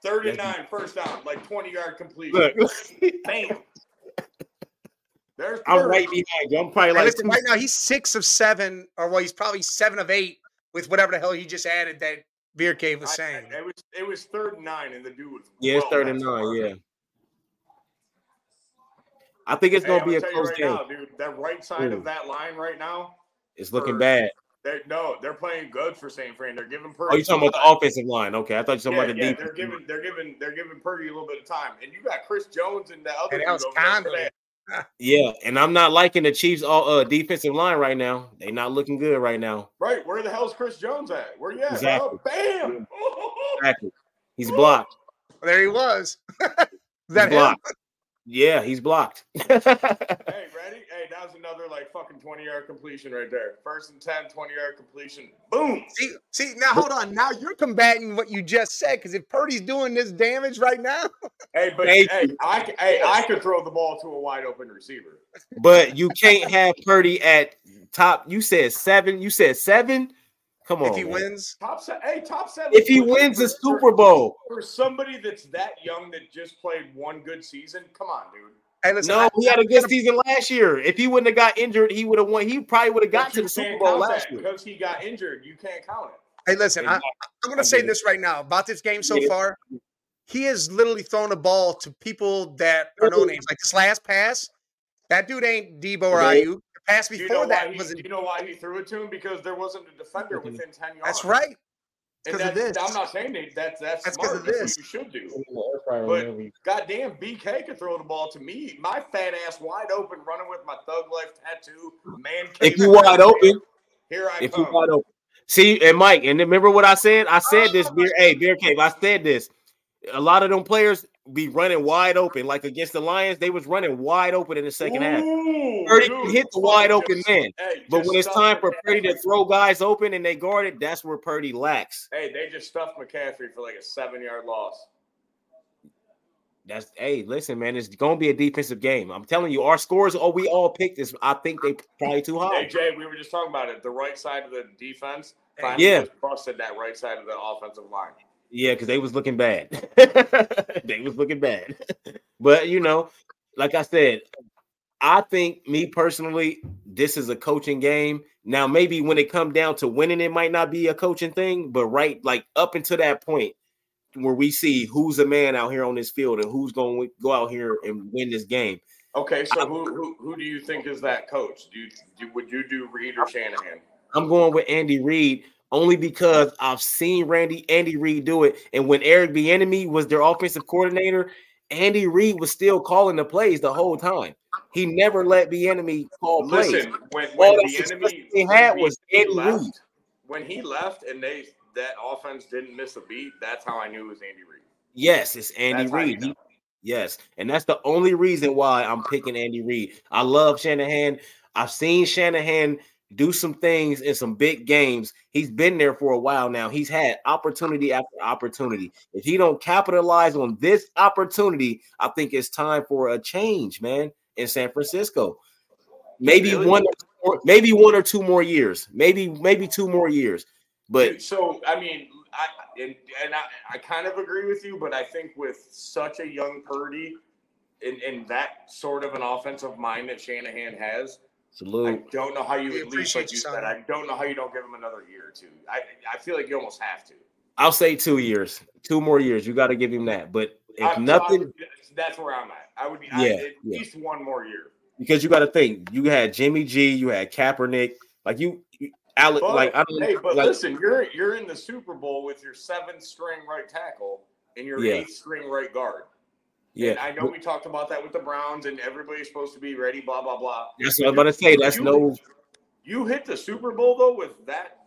Speaker 3: 39 first down, like 20 yard completion.
Speaker 1: Look,
Speaker 3: Bam. There's
Speaker 1: I'm
Speaker 3: third.
Speaker 1: right behind you. I'm probably
Speaker 2: And
Speaker 1: like
Speaker 2: listen, right now he's six of seven, or well, he's probably seven of eight with whatever the hell he just added that Beer Cave was
Speaker 3: I-
Speaker 2: saying.
Speaker 3: I- it was it was third and nine, and the dude was
Speaker 1: yeah, it's
Speaker 3: well
Speaker 1: 39.
Speaker 3: back.
Speaker 1: Yeah. I think it's
Speaker 3: Hey,
Speaker 1: gonna
Speaker 3: I'm
Speaker 1: be a
Speaker 3: tell you
Speaker 1: close
Speaker 3: right
Speaker 1: game. Mm.
Speaker 3: Now, dude, that right side
Speaker 1: Ooh.
Speaker 3: of that line right now,
Speaker 1: it's looking
Speaker 3: for-
Speaker 1: bad.
Speaker 3: they're, no, they're playing good for St. Fran. They're giving Purdy.
Speaker 1: Oh, you talking about the offensive line? Okay, I thought you were
Speaker 3: Yeah,
Speaker 1: talking
Speaker 3: yeah,
Speaker 1: about the
Speaker 3: they're
Speaker 1: defense.
Speaker 3: giving they're giving they're giving Purdy a little bit of time, and you got Chris Jones and the other.
Speaker 2: And
Speaker 3: dude
Speaker 2: that was
Speaker 3: over there
Speaker 2: Conley.
Speaker 3: today.
Speaker 1: Yeah, and I'm not liking the Chiefs' all uh, defensive line right now. They not looking good right now.
Speaker 3: Right, where the hell's Chris Jones at? Where you at?
Speaker 1: Exactly. Mm.
Speaker 3: bro? Bam!
Speaker 1: Exactly. He's blocked.
Speaker 2: There he was. Is
Speaker 1: He's
Speaker 2: that him?
Speaker 1: blocked. Yeah, he's blocked.
Speaker 3: hey, ready? Hey, that was another like fucking 20 yard completion right there. First and 10, 20 yard completion. Boom!
Speaker 2: See, see, now hold on. Now you're combating what you just said because if Purdy's doing this damage right now,
Speaker 3: Hey, but
Speaker 1: Thank
Speaker 3: hey, I c- hey, I could throw the ball to a wide open receiver.
Speaker 1: but you can't have Purdy at top. You said seven. You said seven. Come on.
Speaker 2: if he
Speaker 1: man.
Speaker 2: wins,
Speaker 3: Top set, hey, top set.
Speaker 1: if he wins the Super Bowl,
Speaker 3: for somebody that's that young that just played one good season, come on, dude.
Speaker 2: hey, listen,
Speaker 1: no,
Speaker 2: I-
Speaker 1: he had a good season last year. If he wouldn't have got injured, he would have won. He probably would have got
Speaker 3: But
Speaker 1: to
Speaker 3: you
Speaker 1: the Super
Speaker 3: can't
Speaker 1: Bowl
Speaker 3: count
Speaker 1: last
Speaker 3: that
Speaker 1: year.
Speaker 3: because he got injured. You can't count it.
Speaker 2: hey, listen, I, I'm going
Speaker 1: I
Speaker 2: to say
Speaker 1: get it.
Speaker 2: this right now about this game so
Speaker 1: Yeah.
Speaker 2: far. He has literally thrown a ball to people that are no names. Like this last pass, that dude ain't Debo or
Speaker 1: Right.
Speaker 2: IU. The pass
Speaker 3: Do you
Speaker 2: before
Speaker 3: know
Speaker 2: that
Speaker 3: why he,
Speaker 2: was
Speaker 3: do you know why he threw it to him? Because there wasn't a defender within ten yards.
Speaker 2: that's right.
Speaker 3: And
Speaker 2: 'cause of
Speaker 3: that's-
Speaker 2: this.
Speaker 3: I'm not saying that. That's that's,
Speaker 2: That's 'cause
Speaker 3: smart.
Speaker 2: of
Speaker 3: That's
Speaker 2: this.
Speaker 3: what you should do. Goddamn, BK could throw the ball to me. My fat ass wide open, running with my thug life tattoo. Man,
Speaker 1: If
Speaker 3: cave
Speaker 1: you wide open,
Speaker 3: here I
Speaker 1: if you
Speaker 3: come.
Speaker 1: wide open. See, and Mike, and remember what I said? I said
Speaker 3: Oh,
Speaker 1: this, beer, hey, beer cave. I said this. A lot of them players be running wide open, like against the Lions, they was running wide open in the second half.
Speaker 3: Ooh,
Speaker 1: Purdy
Speaker 3: dude,
Speaker 1: can hit the
Speaker 3: fucking
Speaker 1: wide open
Speaker 3: just-
Speaker 1: man,
Speaker 3: hey,
Speaker 1: but
Speaker 3: just
Speaker 1: when it's
Speaker 3: stuff
Speaker 1: time for Purdy to
Speaker 3: McCaffrey.
Speaker 1: throw guys open and they guard it, that's where Purdy lacks.
Speaker 3: hey, they just stuffed McCaffrey for like a seven yard loss.
Speaker 1: That's hey, listen, man, it's gonna be a defensive game. I'm telling you, our scores, oh, we all picked this. I think they probably too high.
Speaker 3: AJ, we were just talking about it. The right side of the defense finally
Speaker 1: Yeah.
Speaker 3: just busted that right side of the offensive line.
Speaker 1: Yeah, because they was looking bad. they was looking bad. But you know, like I said, I think me personally, this is a coaching game. Now, maybe when it come down to winning, it might not be a coaching thing, but right like up until that point where we see who's a man out here on this field and who's going to go out here and win this game.
Speaker 3: Okay, so who, who who do you think is that coach? Do you do, would you do Reed or Shanahan?
Speaker 1: I'm going with Andy Reid only because I've seen Randy Andy Reid do it, and when Eric Bieniemy was their offensive coordinator, Andy Reid was still calling the plays the whole time. He never let Bieniemy call plays.
Speaker 3: Listen, when,
Speaker 1: Oh,
Speaker 3: when
Speaker 1: All that
Speaker 3: the
Speaker 1: success
Speaker 3: enemy
Speaker 1: they had
Speaker 3: when
Speaker 1: was
Speaker 3: he
Speaker 1: Andy
Speaker 3: left,
Speaker 1: Reid.
Speaker 3: when he left and they that offense didn't miss a beat, that's how I knew it was Andy Reid.
Speaker 1: Yes, it's Andy
Speaker 3: That's how you
Speaker 1: Reid.
Speaker 3: know.
Speaker 1: Yes, and that's the only reason why I'm picking Andy Reid. I love Shanahan. I've seen Shanahan do some things in some big games. He's been there for a while now. He's had opportunity after opportunity. If he don't capitalize on this opportunity, I think it's time for a change, man, in San Francisco. Maybe
Speaker 3: Really?
Speaker 1: one or maybe one or two more years. Maybe maybe two more years. But
Speaker 3: Dude, so I mean, I and, and I, I kind of agree with you, but I think with such a young Purdy and, and that sort of an offensive mind that Shanahan has, I
Speaker 1: salute.
Speaker 3: don't know how
Speaker 2: We
Speaker 3: you at least
Speaker 2: appreciate
Speaker 3: like
Speaker 2: you,
Speaker 3: you said,
Speaker 2: Simon.
Speaker 3: I don't know how you don't give him another year or two. I I feel like you almost have to.
Speaker 1: I'll say two years, two more years. You got to give him that. But if
Speaker 3: I'm-
Speaker 1: nothing,
Speaker 3: I'm- that's where I'm at. I would be I,
Speaker 1: Yeah,
Speaker 3: at
Speaker 1: yeah.
Speaker 3: least one more year.
Speaker 1: because you got to think, you had Jimmy G, you had Kaepernick, like you, you Alec,
Speaker 3: But,
Speaker 1: like I don't,
Speaker 3: hey, but
Speaker 1: like,
Speaker 3: listen, you're you're in the Super Bowl with your seventh string right tackle and your
Speaker 1: Yeah.
Speaker 3: eighth string right guard.
Speaker 1: yeah,
Speaker 3: And I know we talked about that with the Browns and everybody's supposed to be ready, blah, blah, blah.
Speaker 1: that's what I'm about to say. That's
Speaker 3: You-
Speaker 1: no,
Speaker 3: You hit the Super Bowl, though, with that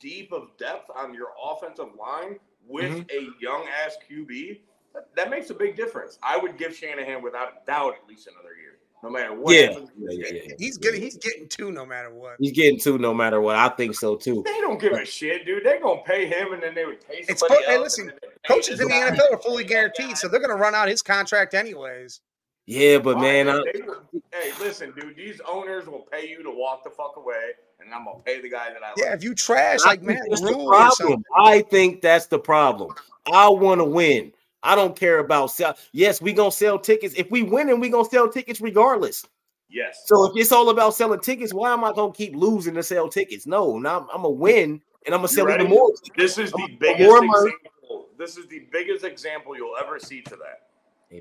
Speaker 3: deep of depth on your offensive line with
Speaker 1: Mm-hmm.
Speaker 3: a young ass QB. That, that makes a big difference. I would give Shanahan without a doubt at least another year, no matter what.
Speaker 1: yeah,
Speaker 3: happens.
Speaker 1: yeah, yeah, yeah.
Speaker 2: He's getting he's getting two no matter what.
Speaker 1: He's getting two no matter what. I think so too.
Speaker 3: They don't give a shit, dude. They're going to pay him and then they would pay
Speaker 2: It's
Speaker 3: somebody
Speaker 2: po- hey,
Speaker 3: else
Speaker 2: listen,
Speaker 3: and then they'd pay
Speaker 2: Coaches
Speaker 3: this
Speaker 2: in the
Speaker 3: guy.
Speaker 2: NFL are fully guaranteed, so they're gonna run out his contract anyways.
Speaker 1: Yeah, but
Speaker 3: Why?
Speaker 1: man, I,
Speaker 3: They would- hey, listen, dude. These owners will pay you to walk the fuck away, and I'm gonna pay the guy that I
Speaker 2: Yeah,
Speaker 3: like.
Speaker 2: if you trash
Speaker 1: I
Speaker 2: like
Speaker 1: think
Speaker 2: Matt
Speaker 1: that's the
Speaker 2: Rule or something.
Speaker 1: problem. I think that's the problem. I want to win. I don't care about sell. Yes, we gonna sell tickets. If we win, and we gonna sell tickets regardless.
Speaker 3: Yes.
Speaker 1: So if it's all about selling tickets, why am I gonna keep losing to sell tickets? No, now I'm, gonna win and I'm gonna sell
Speaker 3: ready?
Speaker 1: even more.
Speaker 3: This is the
Speaker 1: I'm
Speaker 3: biggest
Speaker 1: more mer-
Speaker 3: example. This is the biggest example you'll ever see to that.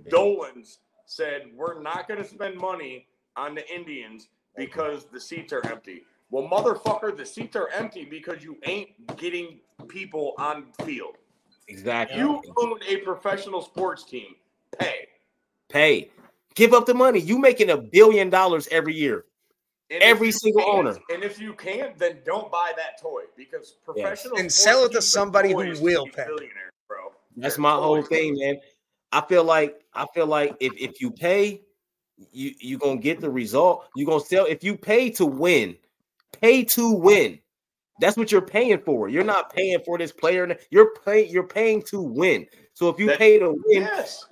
Speaker 3: Dolan's said, "We're not going to spend money on the Indians because the seats are empty." Well, motherfucker, the seats are empty because you ain't getting people on field.
Speaker 1: Exactly.
Speaker 3: You own a professional sports team. Pay.
Speaker 1: pay, give up the money. You making a billion dollars every year.
Speaker 3: And if
Speaker 1: Every
Speaker 3: you
Speaker 1: single
Speaker 3: can't-
Speaker 1: owner.
Speaker 3: And if you can't, then don't buy that toy because professional
Speaker 2: And
Speaker 3: sports
Speaker 2: sell it to
Speaker 3: teams are
Speaker 2: somebody who
Speaker 3: poised to
Speaker 2: will
Speaker 3: be
Speaker 2: pay.
Speaker 3: billionaires, bro.
Speaker 1: That's
Speaker 3: They're
Speaker 1: my whole
Speaker 3: poised.
Speaker 1: thing, man. I feel like I feel like if if you pay, you you gonna get the result. You gonna sell if you pay to win, pay to win. That's what you're paying for. You're not paying for this player. You're paying. You're paying to win. So if you
Speaker 3: That-
Speaker 1: pay to win,
Speaker 3: Yes.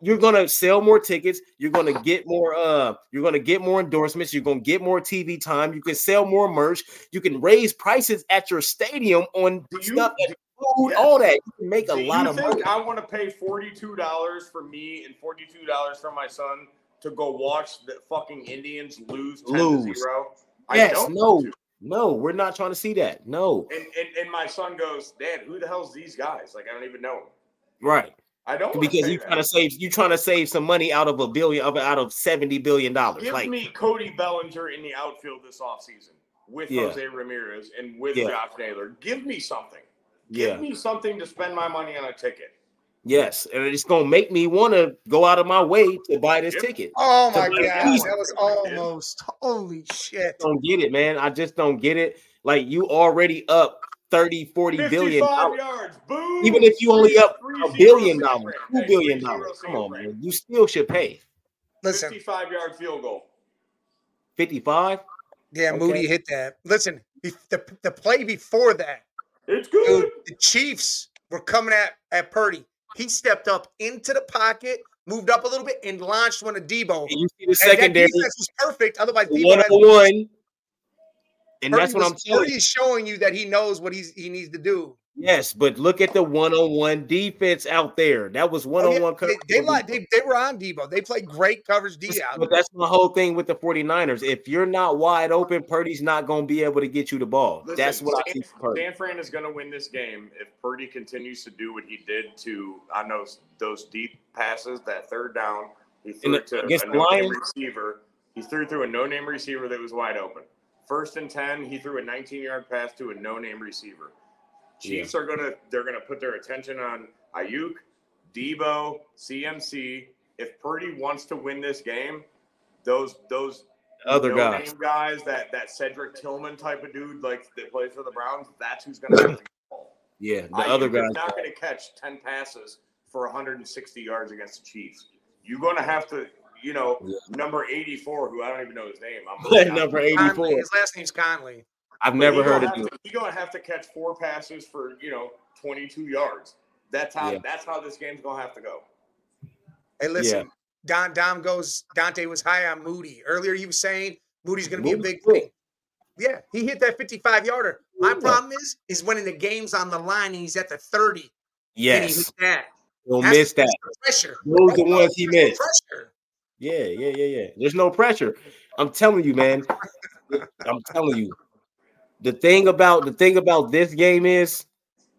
Speaker 1: you're gonna sell more tickets. You're gonna get more. Uh, you're gonna get more endorsements. You're gonna get more TV time. You can sell more merch. You can raise prices at your stadium on
Speaker 3: Do you-
Speaker 1: stuff, and food,
Speaker 3: yes.
Speaker 1: all that. You can make a
Speaker 3: Do you
Speaker 1: lot of
Speaker 3: think
Speaker 1: money.
Speaker 3: I want to pay forty-two dollars for me and forty-two dollars for my son to go watch the fucking Indians lose ten to
Speaker 1: Lose.
Speaker 3: zero? I
Speaker 1: Yes,
Speaker 3: don't
Speaker 1: no,
Speaker 3: want to.
Speaker 1: no, we're not trying to see that. No,
Speaker 3: And, and and my son goes, Dad, who the hell's these guys? Like I don't even know. 'em."
Speaker 1: right?
Speaker 3: I don't wanna
Speaker 1: Because
Speaker 3: pay
Speaker 1: you
Speaker 3: that.
Speaker 1: trying to save. You trying to save some money out of a billion of out of seventy billion dollars.
Speaker 3: Give
Speaker 1: Like
Speaker 3: me Cody Bellinger in the outfield this offseason with
Speaker 1: Yeah.
Speaker 3: Jose Ramirez and with
Speaker 1: Yeah.
Speaker 3: Josh Naylor. Give me something. Give
Speaker 1: yeah,
Speaker 3: me something to spend my money on a ticket.
Speaker 1: yes, and it's gonna make me want to go out of my way to buy this
Speaker 3: Yep.
Speaker 1: ticket.
Speaker 2: Oh my
Speaker 1: To
Speaker 2: god,
Speaker 1: my
Speaker 2: that
Speaker 1: knees.
Speaker 2: was almost holy shit.
Speaker 1: don't get it, man. I just don't get it. Like you already up 30, 40 billion.
Speaker 3: 55
Speaker 1: dollars.
Speaker 3: yards. Boom.
Speaker 1: Even if you only up
Speaker 3: Three
Speaker 1: A
Speaker 3: zero
Speaker 1: billion
Speaker 3: save
Speaker 1: dollars,
Speaker 3: rate.
Speaker 1: two
Speaker 3: Hey,
Speaker 1: billion
Speaker 3: three zero
Speaker 1: dollars.
Speaker 3: save
Speaker 1: Come on,
Speaker 3: rate.
Speaker 1: man. You still should pay.
Speaker 2: Listen,
Speaker 3: 55 yard field goal.
Speaker 1: 55.
Speaker 2: yeah, Moody
Speaker 1: Okay.
Speaker 2: hit that. Listen, the, the the play before that,
Speaker 3: It's good.
Speaker 2: dude, the Chiefs were coming at at Purdy. He stepped up into the pocket, moved up a little bit, and launched one to Debo.
Speaker 1: And you see the
Speaker 2: And that
Speaker 1: secondary
Speaker 2: defense was perfect. Otherwise, Debo
Speaker 1: one
Speaker 2: has-
Speaker 1: on one. And that's
Speaker 2: Purdy
Speaker 1: what
Speaker 2: was-
Speaker 1: I'm telling
Speaker 2: Purdy
Speaker 1: you.
Speaker 2: is showing you that he knows what he's he needs to do.
Speaker 1: Yes, but look at the one-on-one defense out there. That was one-on-one
Speaker 2: Oh, They,
Speaker 1: coverage.
Speaker 2: they, lied. they, they were on Debo. They played great coverage D out.
Speaker 1: But that's my whole thing with the 49ers. If you're not wide open, Purdy's not going to be able to get you the ball.
Speaker 3: Listen,
Speaker 1: that's what I
Speaker 3: San,
Speaker 1: see from Purdy.
Speaker 3: San Fran is going to win this game if Purdy continues to do what he did to I know s- those deep passes that third down. He threw
Speaker 1: the-
Speaker 3: to
Speaker 1: against
Speaker 3: a
Speaker 1: the
Speaker 3: no-name
Speaker 1: Lions?
Speaker 3: receiver. He threw through a no-name receiver that was wide open. First and ten, he threw a 19-yard pass to a no-name receiver.
Speaker 1: Yeah.
Speaker 3: Chiefs are going to they're going to put their attention on Ayuk, Debo, CMC. If Purdy wants to win this game, those those
Speaker 1: Other
Speaker 3: no
Speaker 1: guys.
Speaker 3: name guys that that Cedric Tillman type of dude like that plays for the Browns. That's who's going to.
Speaker 1: Yeah, the other guys.
Speaker 3: not going to catch ten passes for 160 yards against the Chiefs. You're going to have to, you know,
Speaker 1: Yeah.
Speaker 3: number 84, who I don't even know his name. I'm
Speaker 1: Number 84.
Speaker 2: Conley, his last name's Conley.
Speaker 1: I've never heard of him.
Speaker 3: He's gonna have to- he gonna have to catch four passes for you know 22 yards. That's how
Speaker 1: Yeah.
Speaker 3: that's how this game's gonna have to go.
Speaker 2: Hey, listen, Don Dom goes. Dante was high on Moody earlier. He was saying Moody's going to be a big thing. Yeah, he hit that 55 yarder. My
Speaker 1: Yeah.
Speaker 2: problem is, is when the game's on the line and he's at the 30. And he
Speaker 1: Yes,
Speaker 2: hit that.
Speaker 1: he'll
Speaker 2: That's-
Speaker 1: miss that.
Speaker 2: that's the Pressure.
Speaker 1: Those the
Speaker 2: Right?
Speaker 1: ones he
Speaker 2: That's the
Speaker 1: missed.
Speaker 2: Pressure.
Speaker 1: Yeah, yeah, yeah, yeah. There's no pressure. I'm telling you, man. I'm telling you. The thing about the thing about this game is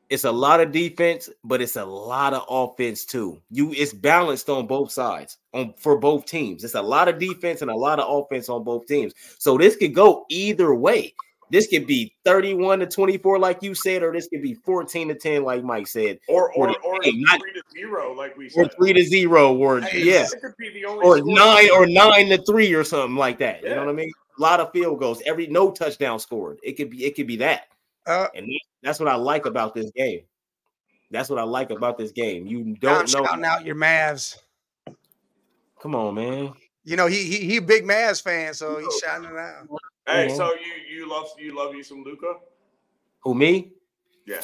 Speaker 1: it's a lot of defense, but it's a lot of offense too. You it's balanced on both sides on for both teams. It's a lot of defense and a lot of offense on both teams. So this could go either way. This could be 31 to 24, like you said, or this could be 14 to 10, like Mike said,
Speaker 3: Or or
Speaker 1: Forty-
Speaker 3: or
Speaker 1: hey, not-
Speaker 3: three to zero, like we
Speaker 1: or
Speaker 3: said.
Speaker 1: three to zero, or
Speaker 3: Hey,
Speaker 1: yeah,
Speaker 3: It could be the only
Speaker 1: or
Speaker 3: score-
Speaker 1: nine or nine to three or something like that. You know
Speaker 3: Yeah.
Speaker 1: what I mean? A lot of field goals, every no touchdown scored. It could be it could be that.
Speaker 2: Uh,
Speaker 1: And that's what I like about this game. That's what I like about this game. You
Speaker 2: Dom
Speaker 1: don't know.
Speaker 2: shouting out your Mavs.
Speaker 1: Come on, man.
Speaker 2: You know, he he, he a big Mavs fan, so he's shouting it out.
Speaker 3: Hey,
Speaker 1: Mhm.
Speaker 3: so you you love you love you some Luca?
Speaker 1: Who me?
Speaker 3: Yeah.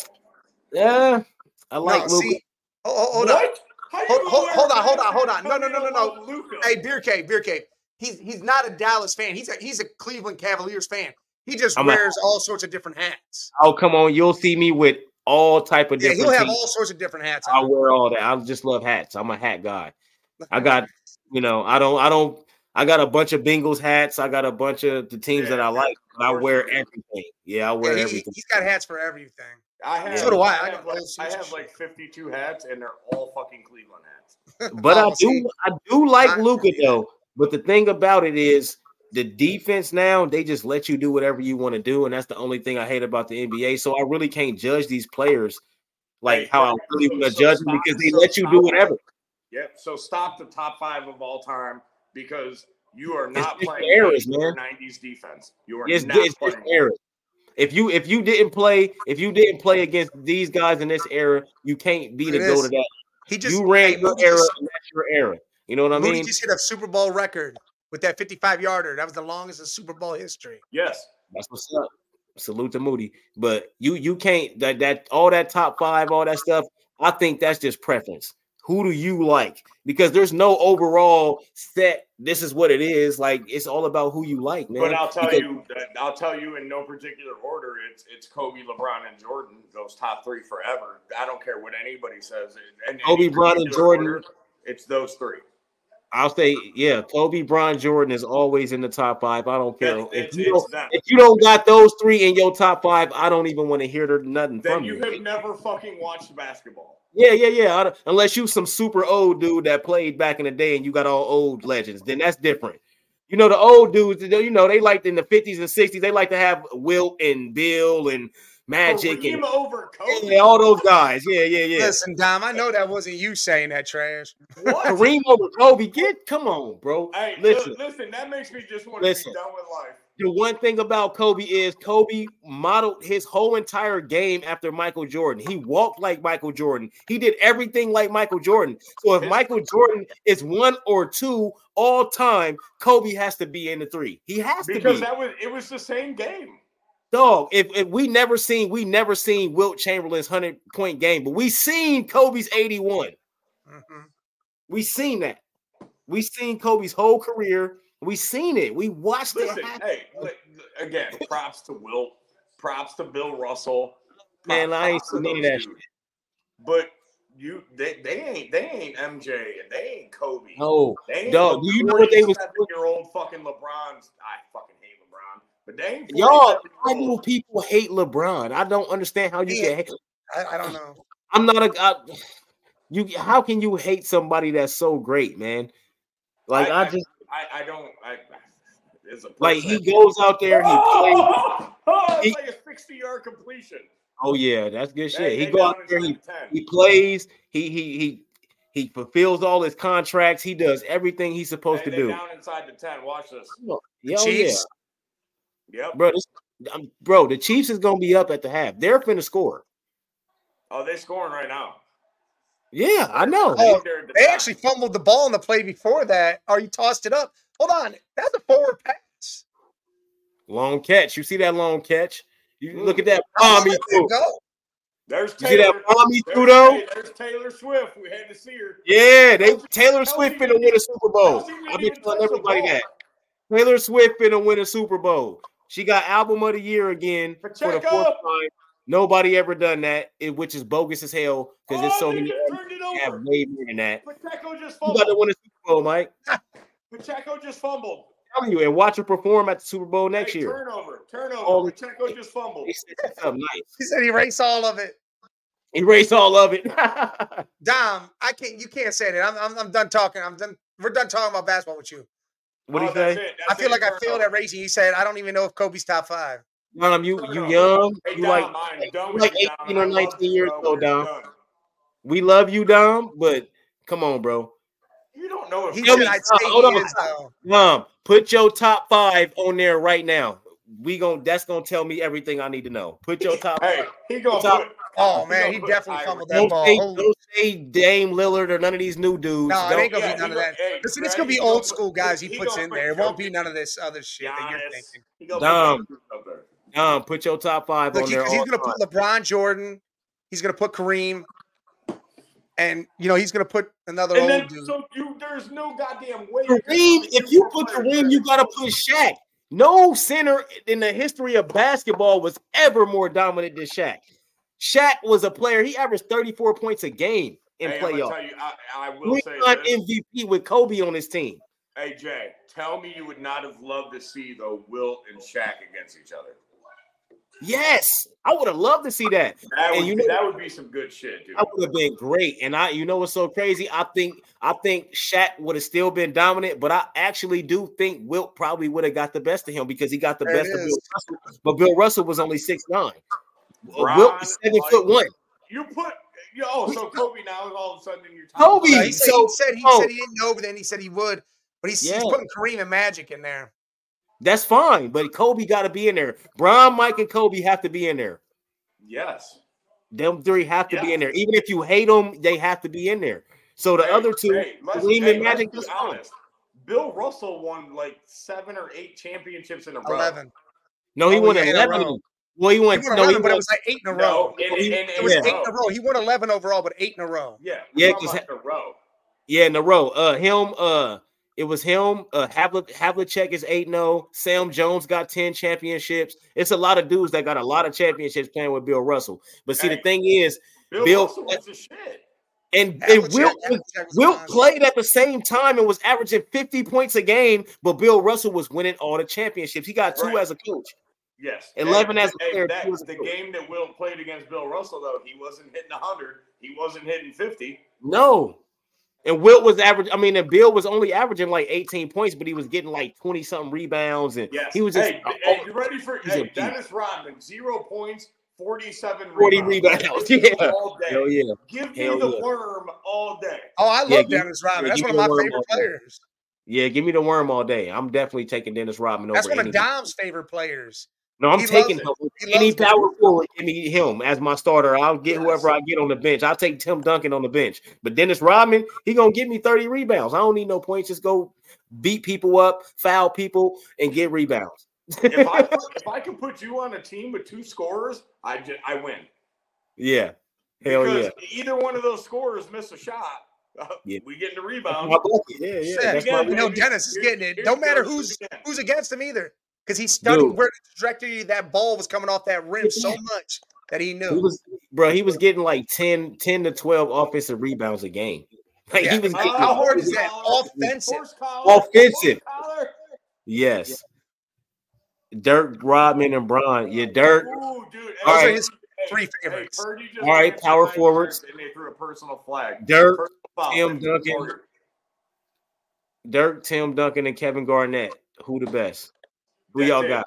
Speaker 1: Yeah. I like
Speaker 2: no,
Speaker 1: Luka.
Speaker 2: see, oh, oh, hold on. Hold- hold- hold on, hold on, hold on. No, no, no, no, no.
Speaker 3: Luca.
Speaker 2: Hey, Beer Cave, Beer Cave. He's he's not a Dallas fan. He's a he's a Cleveland Cavaliers fan. He just
Speaker 1: I'm a-
Speaker 2: wears all sorts of different hats.
Speaker 1: Oh, come on. You'll see me with all type of
Speaker 2: Yeah,
Speaker 1: different
Speaker 2: he'll have
Speaker 1: teams.
Speaker 2: all sorts of different hats.
Speaker 1: I wear all that. I just love hats. I'm a hat guy. I got, you know, I don't, I don't, I got a bunch of Bengals hats. I got a bunch of the teams that I like. But I wear everything. Yeah, I wear
Speaker 2: Yeah, he,
Speaker 1: everything.
Speaker 2: has got hats for everything.
Speaker 3: I have,
Speaker 1: So do
Speaker 2: I. I
Speaker 3: have,
Speaker 2: got
Speaker 3: like,
Speaker 2: those
Speaker 3: I
Speaker 2: suits.
Speaker 3: have like 52 hats, and they're all fucking Cleveland hats.
Speaker 1: But I
Speaker 2: Oh, see.
Speaker 1: do, I do like
Speaker 2: I-
Speaker 1: Luca though. But the thing about it is, the defense now they just let you do whatever you want to do, and that's the only thing I hate about the NBA. So I really can't judge these players like how I really want to judge them because they let you do whatever.
Speaker 3: Yep. So stop the top five of all time because you are
Speaker 1: It's
Speaker 3: not
Speaker 1: just
Speaker 3: playing
Speaker 1: errors,
Speaker 3: 80s or
Speaker 1: man.
Speaker 3: 90s defense. You are
Speaker 1: It's,
Speaker 3: not
Speaker 1: it's
Speaker 3: playing.
Speaker 1: this era. If you if you didn't play if you didn't play against these guys in this era, you can't be
Speaker 2: Look
Speaker 1: the
Speaker 2: at
Speaker 1: go to
Speaker 2: this.
Speaker 1: that.
Speaker 2: He just
Speaker 1: you ran
Speaker 2: hey,
Speaker 1: your
Speaker 2: Moody
Speaker 1: era,
Speaker 2: Just,
Speaker 1: and that's your era. You know what I
Speaker 2: Moody
Speaker 1: mean?
Speaker 2: just hit a Super Bowl record with that 55 yarder. That was the longest in Super Bowl history.
Speaker 3: Yes.
Speaker 1: That's what's up. Salute to Moody. But you you can't that that all that top five, all that stuff. I think that's just preference. Who do you like? Because there's no overall set. This is what it is. Like it's all about who you like, man.
Speaker 3: But I'll tell
Speaker 1: Because-
Speaker 3: you, that- I'll tell you in no particular order. It's it's Kobe, LeBron, and Jordan. Those top three forever. I don't care what anybody says. And
Speaker 1: Kobe, LeBron, and Jordan.
Speaker 3: it's those three.
Speaker 1: I'll say, yeah, Kobe, Bron, Jordan is always in the top five. I don't care
Speaker 3: It's-
Speaker 1: if
Speaker 3: it's-
Speaker 1: you
Speaker 3: it's
Speaker 1: don't,
Speaker 3: them.
Speaker 1: if you don't got those three in your top five. I don't even want to hear their- nothing
Speaker 3: Then
Speaker 1: from
Speaker 3: you
Speaker 1: you.
Speaker 3: have never fucking watched basketball.
Speaker 1: Yeah, yeah, yeah. I don't- unless you some super old dude that played back in the day and you got all old legends, then that's different. You know, the old dudes, they- you know, they liked in the 50s and 60s, they like to have Wilt and Bill and Magic
Speaker 3: Kareem
Speaker 1: and
Speaker 3: over Kobe.
Speaker 1: yeah, all those guys. Yeah, yeah, yeah.
Speaker 2: Listen, Dom, I know that wasn't you saying that trash.
Speaker 3: What?
Speaker 1: Kareem over Kobe, get come on, bro.
Speaker 3: Hey, listen.
Speaker 1: Listen,
Speaker 3: listen, that makes me just want to
Speaker 1: Listen.
Speaker 3: be done with life.
Speaker 1: the one thing about Kobe is Kobe modeled his whole entire game after Michael Jordan. He walked like Michael Jordan. He did everything like Michael Jordan. So if Michael Jordan is one or two all time, Kobe has to be in the three. He has to
Speaker 3: Because
Speaker 1: be.
Speaker 3: that was it was the same game.
Speaker 1: Dog, if, if we never seen, we never seen Wilt Chamberlain's 100 point game, but we seen Kobe's 81.
Speaker 2: Mhm.
Speaker 1: We seen that. We seen Kobe's whole career. We seen it. We watched it
Speaker 3: Listen,
Speaker 1: happen.
Speaker 3: hey, li- again, props to Wilt, props to Bill Russell,
Speaker 1: Man, I ain't seen none of that shit.
Speaker 3: But you, they, they ain't they ain't MJ and they ain't Kobe.
Speaker 1: No,
Speaker 3: They ain't
Speaker 1: Dog, do you know what they was-
Speaker 3: year old fucking LeBron's? I fucking hate LeBron, but they ain't
Speaker 1: y'all.
Speaker 3: 47-year-old.
Speaker 1: Why do people hate LeBron? I don't understand how you can. Hate.
Speaker 2: I, I don't know.
Speaker 1: I'm not a. I, you how can you hate somebody that's so great, man? Like I,
Speaker 3: I-
Speaker 1: just
Speaker 3: I, I don't. I it's a
Speaker 1: like
Speaker 3: person-
Speaker 1: he goes out there and he plays.
Speaker 3: Oh, oh, it's
Speaker 1: He-
Speaker 3: like a sixty-yard completion.
Speaker 1: Oh yeah, that's good shit.
Speaker 3: They-
Speaker 1: he
Speaker 3: they
Speaker 1: go
Speaker 3: down
Speaker 1: out there, he,
Speaker 3: inside the 10.
Speaker 1: he plays, he he he he fulfills all his contracts. He does everything he's supposed
Speaker 3: They-
Speaker 1: to
Speaker 3: they
Speaker 1: do.
Speaker 3: down inside the ten. Watch this.
Speaker 1: Yeah, oh, yeah,
Speaker 2: Chiefs.
Speaker 3: Yep.
Speaker 1: bro. This, I'm, bro, the Chiefs is gonna be up at the half. They're finna score.
Speaker 3: Oh, they scoring right now.
Speaker 1: Yeah, I know.
Speaker 2: Oh,
Speaker 3: They're at the
Speaker 2: They
Speaker 3: top.
Speaker 2: actually fumbled the ball in the play before that, or you tossed it up. Hold on, that's a forward pass.
Speaker 1: Long catch. You see that long catch? You look at that
Speaker 2: How
Speaker 1: bomb he
Speaker 2: did that
Speaker 1: threw.
Speaker 2: go?
Speaker 3: There's
Speaker 1: You see that
Speaker 3: Taylor.
Speaker 1: bomb he
Speaker 3: There's,
Speaker 1: threw though?
Speaker 3: Ta- there's Taylor Swift. We had to see her.
Speaker 1: Yeah, they
Speaker 3: Kelsey-
Speaker 1: Taylor
Speaker 3: Kelsey
Speaker 1: Swift finna
Speaker 3: didn't
Speaker 1: win a
Speaker 3: even-
Speaker 1: Super Bowl.
Speaker 3: Kelsey didn't
Speaker 1: I've been
Speaker 3: even
Speaker 1: telling
Speaker 3: touch the
Speaker 1: everybody
Speaker 3: ball.
Speaker 1: that Taylor Swift finna win a Super Bowl. She got album of the year again for the fourth
Speaker 3: Pacheco!
Speaker 1: time. Nobody ever done that, it- which is bogus as hell because
Speaker 3: oh,
Speaker 1: there's so
Speaker 3: they
Speaker 1: many
Speaker 3: just
Speaker 1: artists
Speaker 3: turned it
Speaker 1: that have
Speaker 3: over.
Speaker 1: way more than that.
Speaker 3: Pacheco just
Speaker 1: You got to
Speaker 3: fumbled.
Speaker 1: win a Super Bowl, Mike.
Speaker 3: Pacheco just fumbled.
Speaker 1: I'm telling you, and watch her perform at the Super Bowl next
Speaker 3: Hey,
Speaker 1: year.
Speaker 3: turnover, turnover.
Speaker 1: All-
Speaker 3: Pacheco just fumbled.
Speaker 1: They set this up nice.
Speaker 2: He said erase all of it.
Speaker 1: Erase all of it.
Speaker 2: Dom, I can't. You can't say that. I'm, I'm, I'm done talking. I'm done. We're done talking about basketball with you.
Speaker 1: what do
Speaker 3: Oh,
Speaker 1: you
Speaker 3: that's
Speaker 1: say?
Speaker 3: it,
Speaker 2: I
Speaker 3: that's
Speaker 2: feel
Speaker 3: it,
Speaker 2: like I failed
Speaker 3: turnover.
Speaker 2: at racing. He said, I don't even know if Kobe's top five.
Speaker 1: Dom, you you
Speaker 3: Turnover.
Speaker 1: young.
Speaker 3: Hey,
Speaker 1: You
Speaker 3: Dom,
Speaker 1: like
Speaker 3: I'm done
Speaker 1: you
Speaker 3: with
Speaker 1: like
Speaker 3: you, Dom.
Speaker 1: 18 or
Speaker 3: I love
Speaker 1: 19
Speaker 3: you,
Speaker 1: years
Speaker 3: bro.
Speaker 1: old,
Speaker 3: We're
Speaker 1: Dom.
Speaker 3: done.
Speaker 1: We love you, Dom, but come on, bro.
Speaker 3: You don't know if
Speaker 2: He
Speaker 1: Tell
Speaker 2: said,
Speaker 1: me-
Speaker 2: I'd
Speaker 1: uh,
Speaker 2: say
Speaker 1: hold
Speaker 2: he
Speaker 1: on.
Speaker 2: is though.
Speaker 1: Mom, put your top five on there right now. We gon' that's gonna tell me everything I need to know. Put your top.
Speaker 3: Hey, he gonna
Speaker 1: Top-
Speaker 3: put.
Speaker 2: Oh
Speaker 3: he
Speaker 2: man,
Speaker 3: gonna
Speaker 2: he
Speaker 3: put
Speaker 2: definitely
Speaker 3: Kyrie.
Speaker 2: fumbled that
Speaker 1: Don't
Speaker 2: ball.
Speaker 1: say,
Speaker 2: Holy-
Speaker 1: don't say Dame Lillard or none of these new dudes.
Speaker 2: No, it
Speaker 1: Don't-
Speaker 2: ain't gonna
Speaker 3: Yeah,
Speaker 2: be
Speaker 3: he
Speaker 2: none of
Speaker 3: gonna-
Speaker 2: that.
Speaker 3: hey,
Speaker 2: Listen, it's
Speaker 3: Greg,
Speaker 2: gonna be
Speaker 3: he gonna
Speaker 2: old
Speaker 3: put-
Speaker 2: school guys
Speaker 3: he
Speaker 2: he puts
Speaker 3: gonna
Speaker 2: in
Speaker 3: put
Speaker 2: there. It won't be
Speaker 3: Jokic,
Speaker 2: none of this other shit that you're
Speaker 3: Giannis.
Speaker 2: thinking.
Speaker 3: He gonna put
Speaker 1: Dom.
Speaker 3: Jokic up there.
Speaker 1: Dom, put your top five
Speaker 2: Look,
Speaker 1: on
Speaker 2: he-
Speaker 1: there.
Speaker 2: 'cause he's
Speaker 1: All
Speaker 2: gonna
Speaker 1: time.
Speaker 2: put LeBron Jordan. He's gonna put Kareem, and you know he's gonna put another
Speaker 3: And
Speaker 2: old
Speaker 3: then,
Speaker 2: dude.
Speaker 3: so you, there's no goddamn way. you can
Speaker 1: Kareem,
Speaker 3: put
Speaker 1: if
Speaker 3: two
Speaker 1: you
Speaker 3: more
Speaker 1: put
Speaker 3: players
Speaker 1: Kareem,
Speaker 3: there.
Speaker 1: you gotta put Shaq. No center in the history of basketball was ever more dominant than Shaq. Shaq was a player. He averaged 34 points a game in
Speaker 3: Hey, I'm gonna
Speaker 1: playoffs.
Speaker 3: tell you, I, I will say
Speaker 1: Three-time
Speaker 3: this.
Speaker 1: MVP with Kobe on his team.
Speaker 3: Hey Jay, tell me you would not have loved to see though Wilt and Shaq against each other.
Speaker 1: Yes, I would have loved to see that.
Speaker 3: That
Speaker 1: And
Speaker 3: would
Speaker 1: you
Speaker 3: be,
Speaker 1: know-
Speaker 3: that would be some good shit, dude.
Speaker 1: That would have been great. And I, you know, what's so crazy? I think I think Shaq would have still been dominant, but I actually do think Wilt probably would have got the best of him because he got the
Speaker 2: There it
Speaker 1: best of Bill
Speaker 2: is.
Speaker 1: Russell. But Bill Russell was only six nine. Uh,
Speaker 3: Ron
Speaker 1: Wilt was seven
Speaker 3: White.
Speaker 1: foot one.
Speaker 3: You put you, oh so Kobe now is all of a sudden in your top.
Speaker 1: Kobe.
Speaker 2: No, he said
Speaker 1: So-
Speaker 2: he said he
Speaker 1: oh.
Speaker 2: said he didn't know, but then he said he would. But he's,
Speaker 1: Yeah.
Speaker 2: he's putting Kareem and Magic in there.
Speaker 1: That's fine, but Kobe got to be in there. Bron, Mike, and Kobe have to be in there.
Speaker 3: Yes.
Speaker 1: Them three have to be
Speaker 3: Yeah.
Speaker 1: in there. Even if you hate them, they have to be in there. So the
Speaker 3: Hey,
Speaker 1: other two,
Speaker 3: hey, let's,
Speaker 1: Kareem
Speaker 3: hey,
Speaker 1: and
Speaker 3: let's
Speaker 1: Magic,
Speaker 3: be
Speaker 1: that's fine.
Speaker 3: honest. Bill Russell won like seven or eight championships in a row.
Speaker 2: Eleven.
Speaker 1: No, he
Speaker 2: Oh,
Speaker 1: won
Speaker 2: yeah, in a
Speaker 1: eleven. of
Speaker 2: row.
Speaker 1: them. Well, he
Speaker 2: He
Speaker 1: won.
Speaker 2: won
Speaker 1: no, he
Speaker 2: eleven, but it
Speaker 1: won.
Speaker 2: was like eight in a row.
Speaker 3: No, in, in, in,
Speaker 2: It was
Speaker 1: Oh, Yeah.
Speaker 3: a
Speaker 2: eight
Speaker 3: row.
Speaker 2: in a row. He won eleven overall, but eight in a row.
Speaker 3: Yeah,
Speaker 1: Yeah,
Speaker 3: yeah,
Speaker 1: 'cause-
Speaker 3: in a row.
Speaker 1: Yeah, in a row. Uh, him. Uh, it was him. Uh, Havlicek, Havlicek is eight zero. Sam Jones got ten championships. It's a lot of dudes that got a lot of championships playing with Bill Russell. But see, the
Speaker 3: Hey.
Speaker 1: thing is,
Speaker 3: Bill,
Speaker 1: Bill-
Speaker 3: Russell was the shit.
Speaker 1: and and
Speaker 2: Havlicek-
Speaker 1: Will
Speaker 2: Havlicek was
Speaker 1: Will
Speaker 2: constant.
Speaker 1: played at the same time and was averaging fifty points a game, but Bill Russell was winning all the championships. He got two
Speaker 3: Right.
Speaker 1: as a coach.
Speaker 3: Yes.
Speaker 1: 11
Speaker 3: Hey,
Speaker 1: as a
Speaker 3: hey,
Speaker 1: player,
Speaker 3: That,
Speaker 1: two as a
Speaker 3: the
Speaker 1: coach.
Speaker 3: game that Will played against Bill Russell, though, he wasn't hitting 100. He wasn't hitting 50.
Speaker 1: No. And Wilt was average. I mean, and Bill was only averaging like 18 points, but he was getting like 20 something rebounds. And
Speaker 3: Yes.
Speaker 1: he was just
Speaker 3: hey, hey, you ready for
Speaker 1: he's a
Speaker 3: hey,
Speaker 1: beast.
Speaker 3: Dennis Rodman? Zero points, 47
Speaker 1: 40
Speaker 3: rebounds.
Speaker 1: rebounds. Yeah.
Speaker 3: All day.
Speaker 1: Hell yeah.
Speaker 3: Give
Speaker 1: Hell
Speaker 3: me the
Speaker 1: yeah.
Speaker 3: worm all day.
Speaker 2: Oh, I love
Speaker 1: Yeah, give-
Speaker 2: Dennis Rodman.
Speaker 1: yeah,
Speaker 2: That's
Speaker 1: give me
Speaker 2: one of my
Speaker 1: the worm
Speaker 2: favorite
Speaker 1: all day.
Speaker 2: players.
Speaker 1: Yeah, give me the worm all day. I'm definitely taking Dennis Rodman over
Speaker 2: That's one
Speaker 1: any.
Speaker 2: of Dom's favorite players.
Speaker 1: No, I'm
Speaker 2: he loves
Speaker 1: taking
Speaker 2: it.
Speaker 1: him.
Speaker 2: He
Speaker 1: Any
Speaker 2: loves it.
Speaker 1: power forward, give me him as my starter. I'll get
Speaker 3: Yes.
Speaker 1: whoever I get on the bench. I'll take Tim Duncan on the bench. But Dennis Rodman, he gonna give me 30 rebounds. I don't need no points. Just go beat people up, foul people, and get rebounds.
Speaker 3: If I put, if I can put you on a team with two scorers, I ju- I win.
Speaker 1: Yeah. Hell
Speaker 3: because
Speaker 1: yeah.
Speaker 3: either one of those scorers miss a shot, uh,
Speaker 1: Yeah.
Speaker 3: we get the
Speaker 1: That's
Speaker 2: um,
Speaker 3: rebound.
Speaker 1: my bucket. Yeah, yeah.
Speaker 2: Shit.
Speaker 1: That's my
Speaker 2: You
Speaker 3: Again,
Speaker 1: bucket.
Speaker 2: know,
Speaker 3: baby.
Speaker 2: Dennis is
Speaker 3: Here-
Speaker 2: getting it.
Speaker 3: here
Speaker 2: Don't matter
Speaker 3: goes
Speaker 2: who's
Speaker 3: again.
Speaker 2: who's against him either, because he studied
Speaker 1: Dude.
Speaker 2: where the trajectory of that ball was coming off that rim so much. that he knew.
Speaker 1: He was, bro, he was getting like 10, 10 to 12 offensive rebounds a game. Like
Speaker 2: Yeah. Oh,
Speaker 1: he was
Speaker 2: How
Speaker 1: getting
Speaker 2: hard is that?
Speaker 3: Horse collar,
Speaker 2: Offensive.
Speaker 3: horse collar,
Speaker 1: Offensive.
Speaker 3: horse collar.
Speaker 1: yes. Dirk, Rodman, and Bron. Yeah, Dirk.
Speaker 3: Ooh, dude.
Speaker 1: All
Speaker 3: hey,
Speaker 1: right.
Speaker 2: his
Speaker 3: hey,
Speaker 2: three
Speaker 3: hey,
Speaker 2: favorites.
Speaker 3: Purdy just
Speaker 1: All right,
Speaker 3: ran
Speaker 1: power
Speaker 3: behind Dirk,
Speaker 1: forwards.
Speaker 3: And they threw a personal flag.
Speaker 1: Dirk,
Speaker 3: Personal foul.
Speaker 1: Tim Duncan.
Speaker 3: Porter.
Speaker 1: Dirk, Tim Duncan, and Kevin Garnett. Who the best? Who y'all
Speaker 3: That's it.
Speaker 1: got?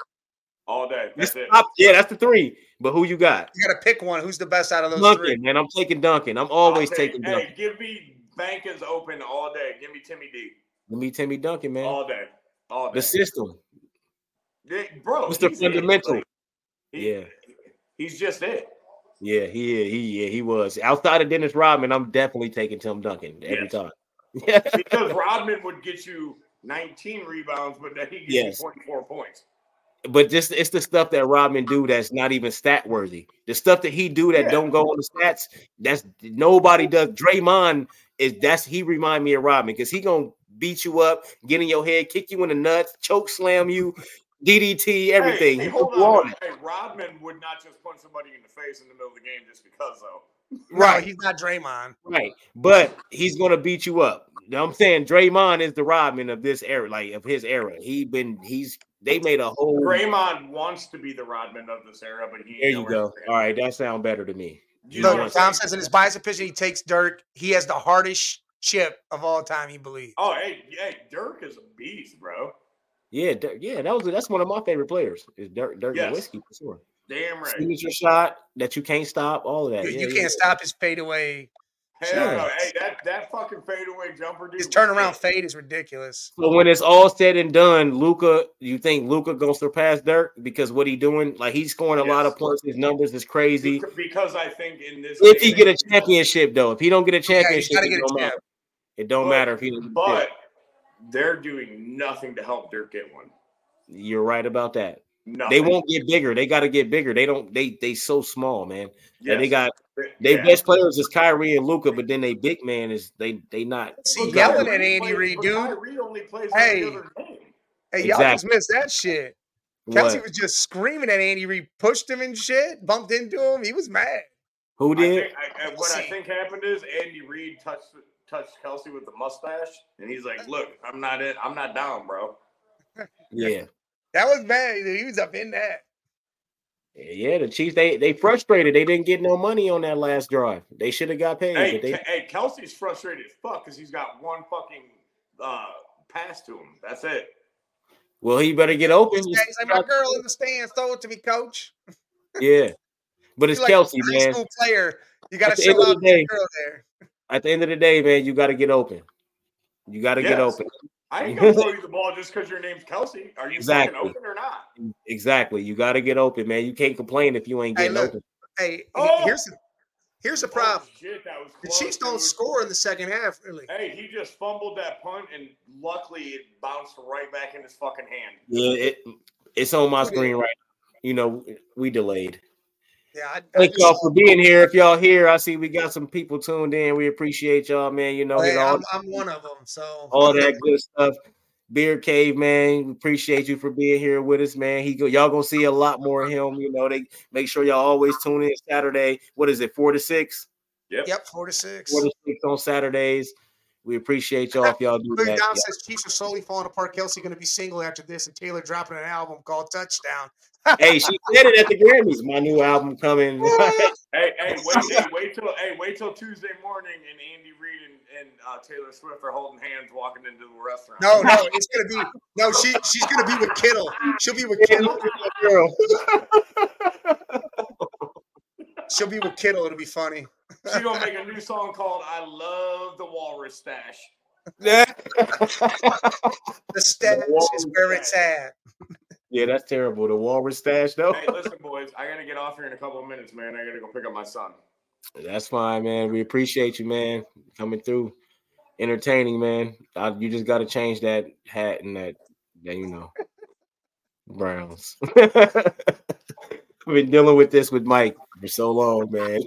Speaker 3: All day. That's it.
Speaker 1: Stop- Yeah, that's the three. But who you got?
Speaker 2: You got to pick one. Who's the best out of those
Speaker 1: Duncan,
Speaker 2: three?
Speaker 1: man. I'm taking Duncan. I'm always
Speaker 3: I'll take-
Speaker 1: taking Duncan.
Speaker 3: Hey, give me Bankers open all day. Give me Timmy D
Speaker 1: Let me Timmy Duncan, man.
Speaker 3: all day. All
Speaker 1: the
Speaker 3: day.
Speaker 1: system.
Speaker 3: They- bro,
Speaker 1: Mr.
Speaker 3: Oh, he's it.
Speaker 1: Fundamental.
Speaker 3: He-
Speaker 1: Yeah.
Speaker 3: He's just it.
Speaker 1: Yeah, he he yeah, he was. Outside of Dennis Rodman, I'm definitely taking Tim Duncan every
Speaker 3: Yes.
Speaker 1: time.
Speaker 3: Because Rodman would get you 19 rebounds, but then he gets
Speaker 1: Yes.
Speaker 3: you 24 points.
Speaker 1: But just it's the stuff that Rodman do that's not even stat worthy. The stuff that he do that
Speaker 3: Yeah.
Speaker 1: don't go on the stats, that's nobody does. Draymond is that's he remind me of Rodman because he gonna beat you up, get in your head, kick you in the nuts, choke slam you, DDT, everything.
Speaker 3: Hey,
Speaker 1: He
Speaker 3: hey, hold
Speaker 1: put you on
Speaker 3: on.
Speaker 1: it.
Speaker 3: Hey, Rodman would not just punch somebody in the face in the middle of the game just because, though.
Speaker 2: Right. he's not Draymond.
Speaker 1: Right. But he's gonna beat you up. You know what I'm saying Draymond is the Rodman of this era, like of his era. He been he's they made a whole
Speaker 3: Draymond wants to be the Rodman of this era, but he ain't
Speaker 1: there you
Speaker 3: nowhere
Speaker 1: go.
Speaker 3: near.
Speaker 1: All right, that sound better to me.
Speaker 3: You know what
Speaker 2: Look,
Speaker 3: I'm
Speaker 2: Tom
Speaker 3: saying?
Speaker 2: says in his bias opinion, he takes Dirk. He has the hardest chip of all time, he believes.
Speaker 3: Oh, hey, hey, Dirk is a beast, bro.
Speaker 1: Yeah, Dirk- yeah, that was that's one of my favorite players. Is Dirk Dirk
Speaker 3: Yes.
Speaker 1: Nowitzki for sure.
Speaker 3: Damn right.
Speaker 1: Signature shot that you can't stop, all of that.
Speaker 2: You,
Speaker 1: Yeah,
Speaker 2: you
Speaker 1: yeah,
Speaker 2: can't stop his fadeaway.
Speaker 3: Hell
Speaker 1: Sure.
Speaker 3: no. Hey, that, that fucking fadeaway jumper, dude.
Speaker 2: His
Speaker 3: was
Speaker 2: turnaround
Speaker 3: sick.
Speaker 2: fade is ridiculous.
Speaker 1: So when it's all said and done, Luca, you think Luca gonna surpass Dirk because what he doing? Like he's scoring a lot
Speaker 3: Yes.
Speaker 1: of points. His numbers is crazy.
Speaker 3: Because I think in this.
Speaker 1: If
Speaker 3: day
Speaker 1: he
Speaker 3: and
Speaker 1: get a
Speaker 3: age-
Speaker 1: championship, though, if he don't get a
Speaker 2: he's
Speaker 1: championship,
Speaker 2: gotta
Speaker 1: it,
Speaker 2: get a
Speaker 1: don't matter.
Speaker 2: champ.
Speaker 1: it don't
Speaker 3: But-
Speaker 1: matter if he. doesn't- yeah.
Speaker 3: But they're doing nothing to help Dirk get one.
Speaker 1: You're right about that.
Speaker 3: Nothing.
Speaker 1: They won't get bigger. They got to get bigger. They don't. They they so small, man. And they
Speaker 3: Yes.
Speaker 1: got they
Speaker 3: Yeah.
Speaker 1: best players is Kyrie and Luca, but then they big man is they they not.
Speaker 2: See,
Speaker 3: But
Speaker 2: yelling
Speaker 3: Kyrie
Speaker 2: at Andy
Speaker 3: plays-
Speaker 2: Reid,
Speaker 3: but
Speaker 2: dude.
Speaker 3: Kyrie only plays
Speaker 2: Hey.
Speaker 3: every other game.
Speaker 2: Hey, y'all just missed that shit. Kelsey
Speaker 1: What?
Speaker 2: was just screaming at Andy Reid, pushed him and shit, bumped into him. He was mad.
Speaker 1: Who
Speaker 3: I
Speaker 1: did?
Speaker 3: think, I, I, what I think happened is Andy Reid touched touched Kelsey with the mustache, and he's like, "Look, I'm not it. I'm not down, bro."
Speaker 1: Yeah,
Speaker 2: That was bad. He was up in that.
Speaker 1: yeah. The Chiefs they they frustrated. They didn't get no money on that last drive. They should have got paid.
Speaker 3: Hey,
Speaker 1: but they,
Speaker 3: Ke- hey, Kelsey's frustrated as fuck because he's got one fucking uh, pass to him. That's it.
Speaker 1: well, he better get open.
Speaker 2: He's like, he's like, my girl in the stands throw it to me, coach.
Speaker 1: Yeah, but it's
Speaker 2: You're like
Speaker 1: Kelsey,
Speaker 2: a high
Speaker 1: man.
Speaker 2: school player. You got
Speaker 1: At
Speaker 2: to
Speaker 1: the
Speaker 2: show
Speaker 1: end of the
Speaker 2: up your
Speaker 1: day-
Speaker 2: girl there.
Speaker 1: At the end of the day, man, you got to get open. You got to get
Speaker 3: Yes.
Speaker 1: open.
Speaker 3: I ain't gonna throw you the ball just because your name's Kelsey. Are you
Speaker 1: Exactly.
Speaker 3: fucking open or not?
Speaker 1: Exactly. You got to get open, man. You can't complain if you ain't
Speaker 2: Hey,
Speaker 1: getting
Speaker 2: look,
Speaker 1: open.
Speaker 2: Hey, he-
Speaker 3: Oh!
Speaker 2: here's the, here's the problem.
Speaker 3: Oh, shit, that was
Speaker 2: The
Speaker 3: close,
Speaker 2: Chiefs don't
Speaker 3: dude.
Speaker 2: score in the second half, really.
Speaker 3: Hey, he just fumbled that punt, and luckily it bounced right back in his fucking hand.
Speaker 1: Yeah, it, it's on my
Speaker 2: Okay.
Speaker 1: screen right. now. You know, we delayed.
Speaker 2: Yeah, I, I
Speaker 1: Thank
Speaker 2: just-
Speaker 1: y'all for being here. If y'all here, I see we got some people tuned in. We appreciate y'all, man. You know,
Speaker 2: hey,
Speaker 1: that all,
Speaker 2: I'm, I'm one of them. So
Speaker 1: all that good stuff. Beer Cave, man. we Appreciate you for being here with us, man. He go, y'all gonna see a lot more of him. You know, they make sure y'all always tune in Saturday. What is it, four to six?
Speaker 2: Yep, four to six.
Speaker 1: Four to six on Saturdays. We appreciate y'all if y'all do
Speaker 2: Lou
Speaker 1: that.
Speaker 2: Dom says Chiefs are slowly falling apart. Kelsey going to be single after this, and Taylor dropping an album called Touchdown.
Speaker 1: Hey, she said it at the Grammys. My new album coming.
Speaker 3: Hey, hey, wait, hey, wait till hey, wait till Tuesday morning, and Andy Reid and, and uh, Taylor Swift are holding hands walking into the restaurant.
Speaker 2: No, no, it's going to be no. She she's going to be with Kittle. She'll be with Kittle.
Speaker 1: Girl.
Speaker 2: She'll be with Kittle. It'll be funny.
Speaker 3: she's gonna make a new song called "I Love the Walrus Stash."
Speaker 2: The stash
Speaker 1: wall
Speaker 2: is where it's at.
Speaker 1: Yeah, that's terrible. The walrus stash though.
Speaker 3: Hey, listen, boys, I gotta get off here in a couple of minutes, man. I gotta go pick up my son.
Speaker 1: That's fine, man. We appreciate you, man, coming through, entertaining, man. I, you just got to change that hat and that, that you know, Browns. I've been dealing with this with Mike for so long, man.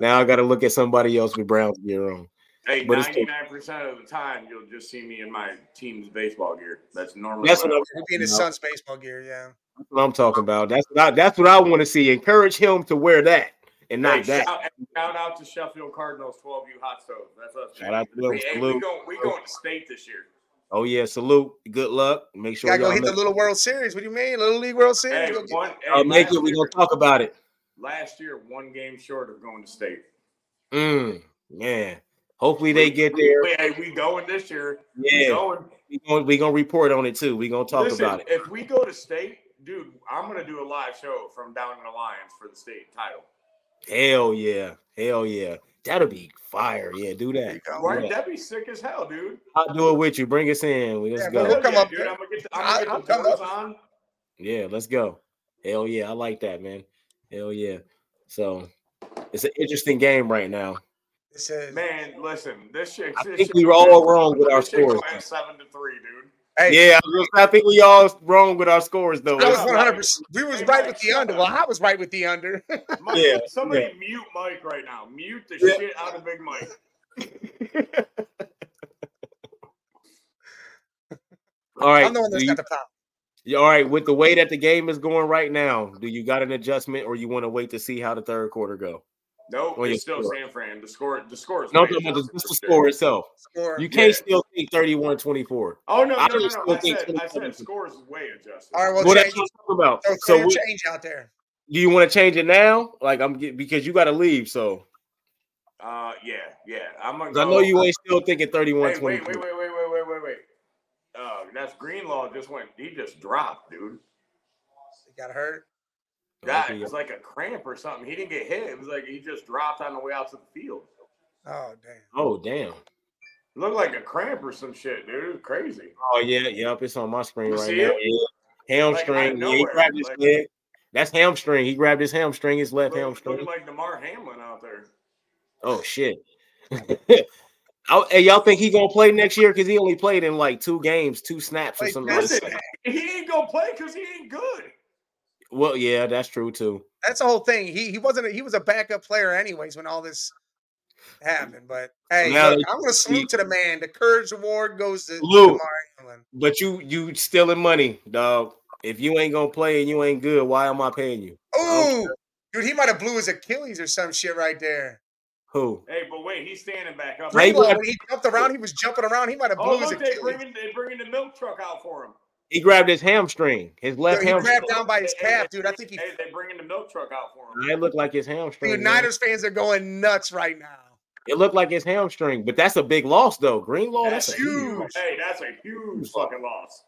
Speaker 1: Now I got to look at somebody else with Browns gear on.
Speaker 3: Hey,
Speaker 1: But it's-
Speaker 3: ninety-nine percent of the time, you'll just see me in my team's baseball gear. That's normally
Speaker 1: That's what
Speaker 3: I-
Speaker 1: I'm.
Speaker 2: It'll be in his
Speaker 1: No.
Speaker 2: son's baseball gear. Yeah.
Speaker 1: That's what I'm talking about. That's what I, that's what I want to see. Encourage him to wear that and not
Speaker 3: Hey,
Speaker 1: that.
Speaker 3: Shout, and shout out to Sheffield Cardinals 12U Hot Stove. That's us.
Speaker 1: Shout out to them.
Speaker 3: Hey, hey, we
Speaker 1: Salute.
Speaker 3: going we going to state this year.
Speaker 1: Oh yeah, salute. Good luck. Make sure
Speaker 2: Gotta
Speaker 1: y'all
Speaker 2: go hit
Speaker 1: make,
Speaker 2: the Little World Series. What do you mean, Little League World Series?
Speaker 3: Hey,
Speaker 2: Go get-
Speaker 3: one, hey,
Speaker 1: y'all make
Speaker 3: last
Speaker 1: it. We're
Speaker 3: year-
Speaker 1: gonna talk about it.
Speaker 3: Last year, one game short of going to state.
Speaker 1: Mm, man. Hopefully they get there.
Speaker 3: We- Hey, we going this year. We
Speaker 1: Yeah,
Speaker 3: going.
Speaker 1: we're gonna, we gonna report on it too. We're gonna talk
Speaker 3: Listen,
Speaker 1: about it.
Speaker 3: If we go to state, dude, I'm gonna do a live show from down in the Lions for the state title.
Speaker 1: Hell yeah. Hell yeah. That'll be fire. Yeah, do
Speaker 2: there
Speaker 1: that.
Speaker 2: you go.
Speaker 3: Right?
Speaker 1: Yeah.
Speaker 3: That'd be sick as hell, dude.
Speaker 1: I'll do it with you. Bring us in. Let's
Speaker 2: Yeah,
Speaker 1: go.
Speaker 2: we'll come
Speaker 3: yeah,
Speaker 2: up
Speaker 3: dude.
Speaker 2: there.
Speaker 3: I'm gonna get the, I'm
Speaker 2: I-
Speaker 3: gonna
Speaker 2: I'll
Speaker 3: get the
Speaker 2: come up.
Speaker 3: doors on.
Speaker 1: Yeah, let's go. Hell yeah, I like that, man. Hell yeah. So it's an interesting game right now.
Speaker 2: This is,
Speaker 3: Man, listen, this shit.
Speaker 1: I
Speaker 3: this
Speaker 1: think
Speaker 3: shit-
Speaker 1: we were all wrong with our
Speaker 3: this shit
Speaker 1: scores.
Speaker 3: went Seven to three, dude.
Speaker 2: hey,
Speaker 1: Yeah, I was- I think we all wrong with our scores though.
Speaker 2: I was
Speaker 3: Hey,
Speaker 2: 100. percent We was
Speaker 3: Hey,
Speaker 2: right
Speaker 3: Mike,
Speaker 2: with the
Speaker 3: shut
Speaker 2: under.
Speaker 3: up.
Speaker 2: Well, I was right with the under.
Speaker 3: Mike,
Speaker 1: Yeah,
Speaker 3: somebody mute Mike right now. Mute the
Speaker 1: Yeah.
Speaker 3: shit out of Big Mike.
Speaker 1: All right,
Speaker 2: I'm the one that's
Speaker 1: do
Speaker 2: got the power.
Speaker 1: you- all right. With the way that the game is going right now, do you got an adjustment, or you want to wait to see how the third quarter go?
Speaker 3: No,
Speaker 1: Oh,
Speaker 3: it's
Speaker 1: yeah,
Speaker 3: still
Speaker 1: sure.
Speaker 3: San Fran. The score, the score is.
Speaker 1: No,
Speaker 3: way
Speaker 1: no, no,
Speaker 3: down
Speaker 1: just the
Speaker 3: for sure.
Speaker 1: score itself.
Speaker 2: Score.
Speaker 1: You can't
Speaker 3: Yeah.
Speaker 1: still think 31-24.
Speaker 3: Oh no, no,
Speaker 1: I
Speaker 3: no,
Speaker 1: just
Speaker 3: no,
Speaker 1: don't
Speaker 3: I
Speaker 1: think
Speaker 3: said, I
Speaker 1: 27.
Speaker 3: said score is way adjusted.
Speaker 2: All right, well,
Speaker 1: Well,
Speaker 2: change,
Speaker 1: that's what I'm talking about.
Speaker 2: so
Speaker 1: So,
Speaker 2: clear
Speaker 1: we-
Speaker 2: change out there.
Speaker 1: do you want to change it now? Like I'm get, because you got to leave. So
Speaker 3: Uh, yeah, yeah. I'm gonna.
Speaker 1: 'Cause I know
Speaker 3: go-
Speaker 1: you ain't still thinking
Speaker 3: Hey, wait,
Speaker 1: 31-24.
Speaker 3: wait, wait, wait, wait, wait, wait, wait. Uh, that's Greenlaw just went. He just dropped, dude.
Speaker 2: It got hurt.
Speaker 3: That
Speaker 1: Okay.
Speaker 3: it was like a cramp or something. He didn't get hit. It was like he just dropped on the way out to the field.
Speaker 2: Oh damn.
Speaker 1: Oh damn.
Speaker 3: It looked like a cramp or some shit, dude. It was crazy.
Speaker 1: Oh yeah, yep. It's on my screen
Speaker 3: You
Speaker 1: right
Speaker 3: see
Speaker 1: now.
Speaker 3: it?
Speaker 1: Yeah.
Speaker 3: Like, out of
Speaker 1: Hamstring. yeah, he
Speaker 3: nowhere,
Speaker 1: grabbed his
Speaker 3: like-
Speaker 1: leg. That's hamstring. He grabbed his hamstring, his left
Speaker 3: Looked,
Speaker 1: hamstring.
Speaker 3: looked like Demar Hamlin out there.
Speaker 1: Oh shit. I, hey, y'all think he gonna play next year? Because he only played in like two games, two snaps or
Speaker 2: Like,
Speaker 1: something. Like
Speaker 2: that's,
Speaker 1: that.
Speaker 3: Listen, he ain't gonna play because he ain't good.
Speaker 1: Well, yeah, that's true too.
Speaker 2: that's the whole thing. He he wasn't. A, he was a backup player anyways when all this happened. But hey,
Speaker 1: Now
Speaker 2: look,
Speaker 1: they-
Speaker 2: I'm gonna salute to the man. The Courage Award goes to
Speaker 1: Salute.
Speaker 2: Damari Hamlin.
Speaker 1: But you, you stealing money, dog. If you ain't gonna play and you ain't good, why am I paying you? don't
Speaker 2: Ooh, dude, he might have blew his Achilles or some shit right there.
Speaker 1: Who?
Speaker 3: Hey, but wait, he's standing back up.
Speaker 1: Maybe-
Speaker 2: Greenlaw, when he jumped around, he was jumping around. He might have blew
Speaker 3: Oh,
Speaker 2: his
Speaker 3: look, they
Speaker 2: Achilles.
Speaker 3: bringing they bringing the milk truck out for him.
Speaker 1: He grabbed his hamstring, his
Speaker 2: Dude,
Speaker 1: left
Speaker 2: he
Speaker 1: hamstring.
Speaker 2: grabbed down by his
Speaker 3: Hey, hey,
Speaker 2: calf,
Speaker 3: hey,
Speaker 2: dude. I think he.
Speaker 3: Hey, they bringing the milk truck out for him.
Speaker 1: It looked like his hamstring.
Speaker 2: Dude,
Speaker 1: man.
Speaker 2: Niners fans are going nuts right now.
Speaker 1: It looked like his hamstring, but that's a big loss though. Greenlaw, Oh, that's,
Speaker 3: That's
Speaker 1: a huge.
Speaker 2: Huge.
Speaker 3: Hey, that's a huge fucking loss.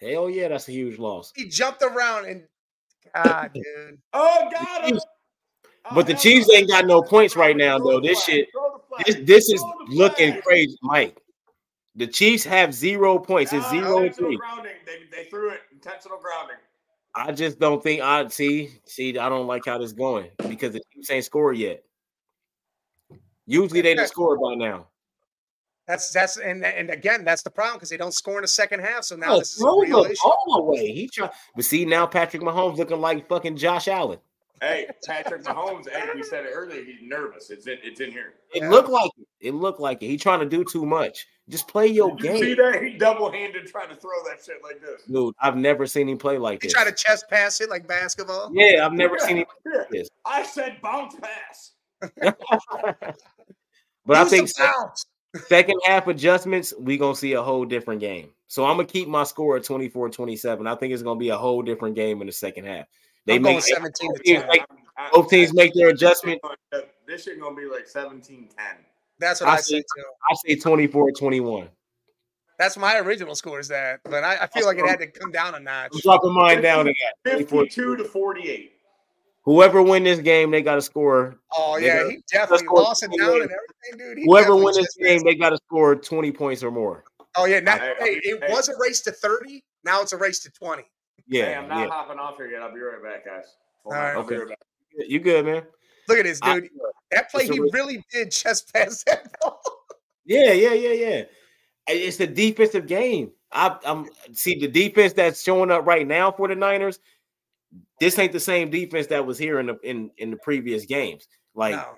Speaker 1: Hell yeah, that's a huge loss.
Speaker 2: He jumped around and God, dude.
Speaker 3: Oh, got him.
Speaker 1: Chiefs- But the Chiefs ain't got no points right now though. This shit, this, this is looking crazy, Mike. The Chiefs have zero points. It's zero and
Speaker 3: Uh, intentional
Speaker 1: three.
Speaker 3: grounding. They, they threw it intentional grounding.
Speaker 1: I just don't think I see. See, I don't like how this going because the Chiefs ain't scored yet. Usually they didn't score by now.
Speaker 2: That's that's and and again, that's the problem because they don't score in the second half. So now
Speaker 1: Oh,
Speaker 2: this is a
Speaker 1: throw
Speaker 2: real
Speaker 1: the
Speaker 2: issue.
Speaker 1: ball away. He tried, but see now Patrick Mahomes looking like fucking Josh Allen.
Speaker 3: Hey, Patrick Mahomes. hey, we said it earlier. He's nervous. It's in, it's in here.
Speaker 1: It
Speaker 2: Yeah.
Speaker 1: looked like it. It looked like it. He trying to do too much. Just play your
Speaker 3: You see
Speaker 1: game,
Speaker 3: that? He double handed trying to throw that shit like this.
Speaker 1: dude. I've never seen him play like
Speaker 2: He
Speaker 1: this.
Speaker 2: tried to chest pass it like basketball.
Speaker 1: yeah, I've never seen him.
Speaker 3: Yeah.
Speaker 1: Yes.
Speaker 3: I said bounce pass.
Speaker 1: But I
Speaker 2: Use the
Speaker 1: think se-
Speaker 2: bounce.
Speaker 1: second half adjustments, we gonna see a whole different game. So I'm gonna keep my score at 24-27. I think it's gonna be a whole different game in the second half. They
Speaker 2: I'm going
Speaker 1: make
Speaker 2: 17 to
Speaker 1: teams
Speaker 2: 10.
Speaker 1: make-
Speaker 3: I-
Speaker 1: both teams
Speaker 3: I-
Speaker 1: make their
Speaker 3: this shit
Speaker 1: adjustment.
Speaker 3: gonna- This shit gonna be like 17 10.
Speaker 2: That's what
Speaker 1: I
Speaker 2: I said
Speaker 1: see.
Speaker 2: too.
Speaker 1: I say 24-21.
Speaker 2: That's my original score is that, but I, I feel like it had to come down a notch.
Speaker 1: I'm dropping mine down to that. 24.
Speaker 3: 52 to 48.
Speaker 1: Whoever win this game, they gotta score.
Speaker 2: Oh
Speaker 1: They
Speaker 2: yeah,
Speaker 1: got-
Speaker 2: he definitely
Speaker 1: score
Speaker 2: lost it
Speaker 1: 28.
Speaker 2: down and everything, dude. He
Speaker 1: Whoever
Speaker 2: definitely
Speaker 1: win this
Speaker 2: chest
Speaker 1: game,
Speaker 2: passed
Speaker 1: they gotta score 20 points or more.
Speaker 2: it. Oh yeah, now
Speaker 3: Hey,
Speaker 2: hey, it
Speaker 3: hey.
Speaker 2: was a race to 30. Now it's a race to 20.
Speaker 1: Yeah,
Speaker 3: hey, I'm not
Speaker 1: yeah.
Speaker 3: hopping off here yet. I'll be right back, guys. Hold
Speaker 2: All
Speaker 3: on,
Speaker 2: right.
Speaker 3: I'll be
Speaker 1: Okay.
Speaker 3: right back.
Speaker 1: You good, man?
Speaker 2: Look at this,
Speaker 1: I-
Speaker 2: dude. that play,
Speaker 1: it's a
Speaker 2: he
Speaker 1: race.
Speaker 2: really did chest pass that ball.
Speaker 1: Yeah, yeah, yeah, yeah. I- It's the defensive game. I, I'm see the defense that's showing up right now for the Niners. This ain't the same defense that was here in the in, in the previous games. Like
Speaker 2: No.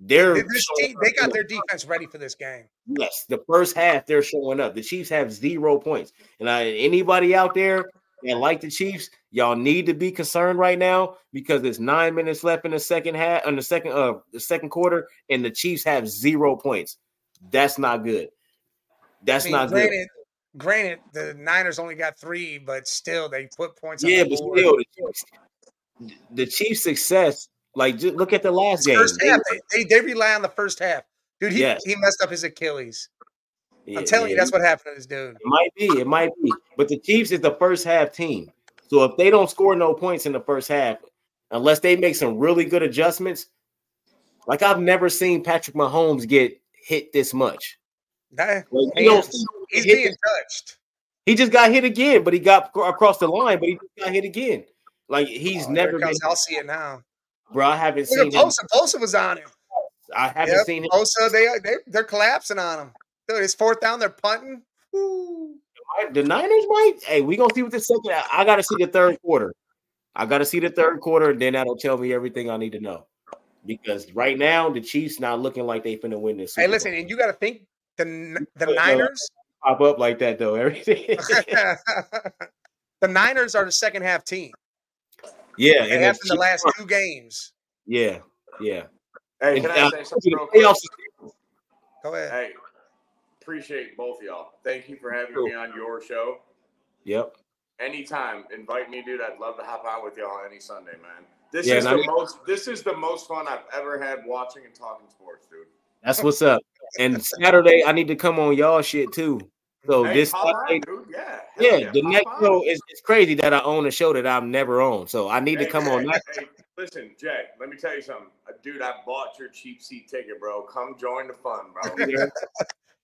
Speaker 1: they're
Speaker 2: This
Speaker 1: showing
Speaker 2: team, they
Speaker 1: up in
Speaker 2: got
Speaker 1: the-
Speaker 2: their defense ready for this game.
Speaker 1: yes, the first half they're showing up. The Chiefs have zero points, and I, anybody out there and like the Chiefs, y'all need to be concerned right now because there's nine minutes left in the second half, in the second uh the second quarter, and the Chiefs have zero points. That's not good. That's
Speaker 2: I mean,
Speaker 1: not good.
Speaker 2: granted, Granted, the Niners only got three, but still they put points.
Speaker 1: Yeah,
Speaker 2: on the
Speaker 1: but
Speaker 2: board.
Speaker 1: still, the Chiefs, the Chiefs' success. Like, just look at the last game.
Speaker 2: first half they, they, they rely on the first half. Dude, he,
Speaker 1: Yes.
Speaker 2: he messed up his Achilles.
Speaker 1: Yeah,
Speaker 2: I'm telling you,
Speaker 1: yeah.
Speaker 2: that's what happened to this dude.
Speaker 1: It might be. It might be. But the Chiefs is the first half team. So if they don't score no points in the first half, unless they make some really good adjustments, like I've never seen Patrick Mahomes get hit this much.
Speaker 2: That-
Speaker 1: Like, you don't-
Speaker 2: Hands. he's
Speaker 1: hit
Speaker 2: being
Speaker 1: this-
Speaker 2: touched.
Speaker 1: he just got hit again, but he got ac- across the line, but he just got hit again. Like he's
Speaker 2: Oh, here
Speaker 1: never
Speaker 2: it
Speaker 1: been,
Speaker 2: comes. I'll see it now.
Speaker 1: bro. I haven't
Speaker 2: Look
Speaker 1: seen
Speaker 2: at
Speaker 1: him.
Speaker 2: Bosa. Bosa was on him.
Speaker 1: I haven't
Speaker 2: Yep.
Speaker 1: seen him.
Speaker 2: Bosa, they, they, they're collapsing on him. Dude, it's fourth down. They're punting. Woo.
Speaker 1: The Niners might. Hey, we gonna see what the second. I, I gotta see the third quarter. I gotta see the third quarter, and then that'll tell me everything I need to know. Because right now the Chiefs not looking like they finna win this.
Speaker 2: Hey,
Speaker 1: Super
Speaker 2: listen,
Speaker 1: Bowl.
Speaker 2: and you got to think the, N- the
Speaker 1: Uh,
Speaker 2: Niners.
Speaker 1: pop up like that though. Everything.
Speaker 2: the Niners are the second half team.
Speaker 1: yeah,
Speaker 2: They
Speaker 1: and
Speaker 2: have
Speaker 1: the
Speaker 2: in the
Speaker 1: Chiefs-
Speaker 2: last two games.
Speaker 1: Yeah, yeah.
Speaker 3: Hey,
Speaker 1: And,
Speaker 3: can
Speaker 1: uh,
Speaker 3: I say something real quick?
Speaker 1: playoffs-
Speaker 2: Go
Speaker 1: Uh,
Speaker 2: ahead.
Speaker 3: Hey, appreciate both of y'all. Thank you for having
Speaker 1: Cool.
Speaker 3: me on your show.
Speaker 1: Yep.
Speaker 3: Anytime, invite me, dude. I'd love to hop on with y'all any Sunday, man. This
Speaker 1: Yeah,
Speaker 3: is the
Speaker 1: and
Speaker 3: most. This is the most fun I've ever had watching and talking sports, dude.
Speaker 1: That's what's up. And Saturday I need to come on y'all shit too. So
Speaker 3: Hey,
Speaker 1: Oh, this
Speaker 3: hop on,
Speaker 1: Saturday-
Speaker 3: dude. Yeah, hell
Speaker 1: yeah, the
Speaker 3: hop
Speaker 1: next
Speaker 3: on.
Speaker 1: show is it's crazy that I own a show that I've never owned. So I need to
Speaker 3: Hey,
Speaker 1: come on
Speaker 3: Jay,
Speaker 1: that.
Speaker 3: Hey, listen, Jay, let me tell you something. Uh, Dude, I bought your cheap seat ticket, bro. Come join the fun, bro.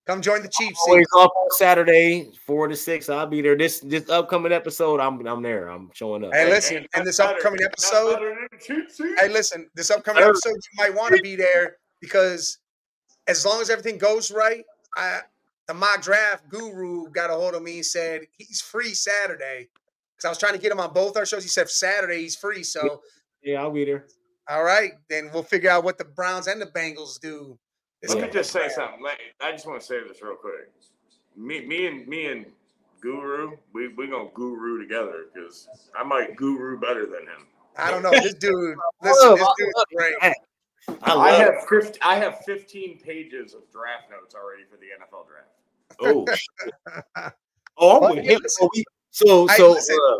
Speaker 2: Come join the Chiefs.
Speaker 1: Always up on Saturday, four to six. I'll be there. This this upcoming episode, I'm I'm there. I'm showing up.
Speaker 2: Hey, listen,
Speaker 3: ain't
Speaker 2: in
Speaker 3: nothing
Speaker 2: this
Speaker 3: better-
Speaker 2: upcoming
Speaker 3: nothing
Speaker 2: episode-
Speaker 3: better than a cheap seat.
Speaker 2: Hey, listen, this upcoming
Speaker 1: Sir.
Speaker 2: episode, you might want to be there because as long as everything goes right, I, the mock draft guru got a hold of me and said he's free Saturday. Because I was trying to get him on both our shows. He said Saturday he's free. So,
Speaker 1: Yeah, I'll be there.
Speaker 2: all right, then we'll figure out what the Browns and the Bengals do. this
Speaker 3: Let
Speaker 1: Yeah.
Speaker 3: me just say something. Like, I just want to say this real quick. Me, me and me and Guru, we we gonna guru together because I might guru better than him.
Speaker 2: I don't know. This dude, listen, this dude's great.
Speaker 1: I
Speaker 3: I
Speaker 1: love.
Speaker 3: have 15, I have 15 pages of draft notes already for the NFL draft.
Speaker 1: Oh, shit. oh, I'm with him. So, we, so,
Speaker 2: Hey,
Speaker 1: so
Speaker 2: listen.
Speaker 1: uh,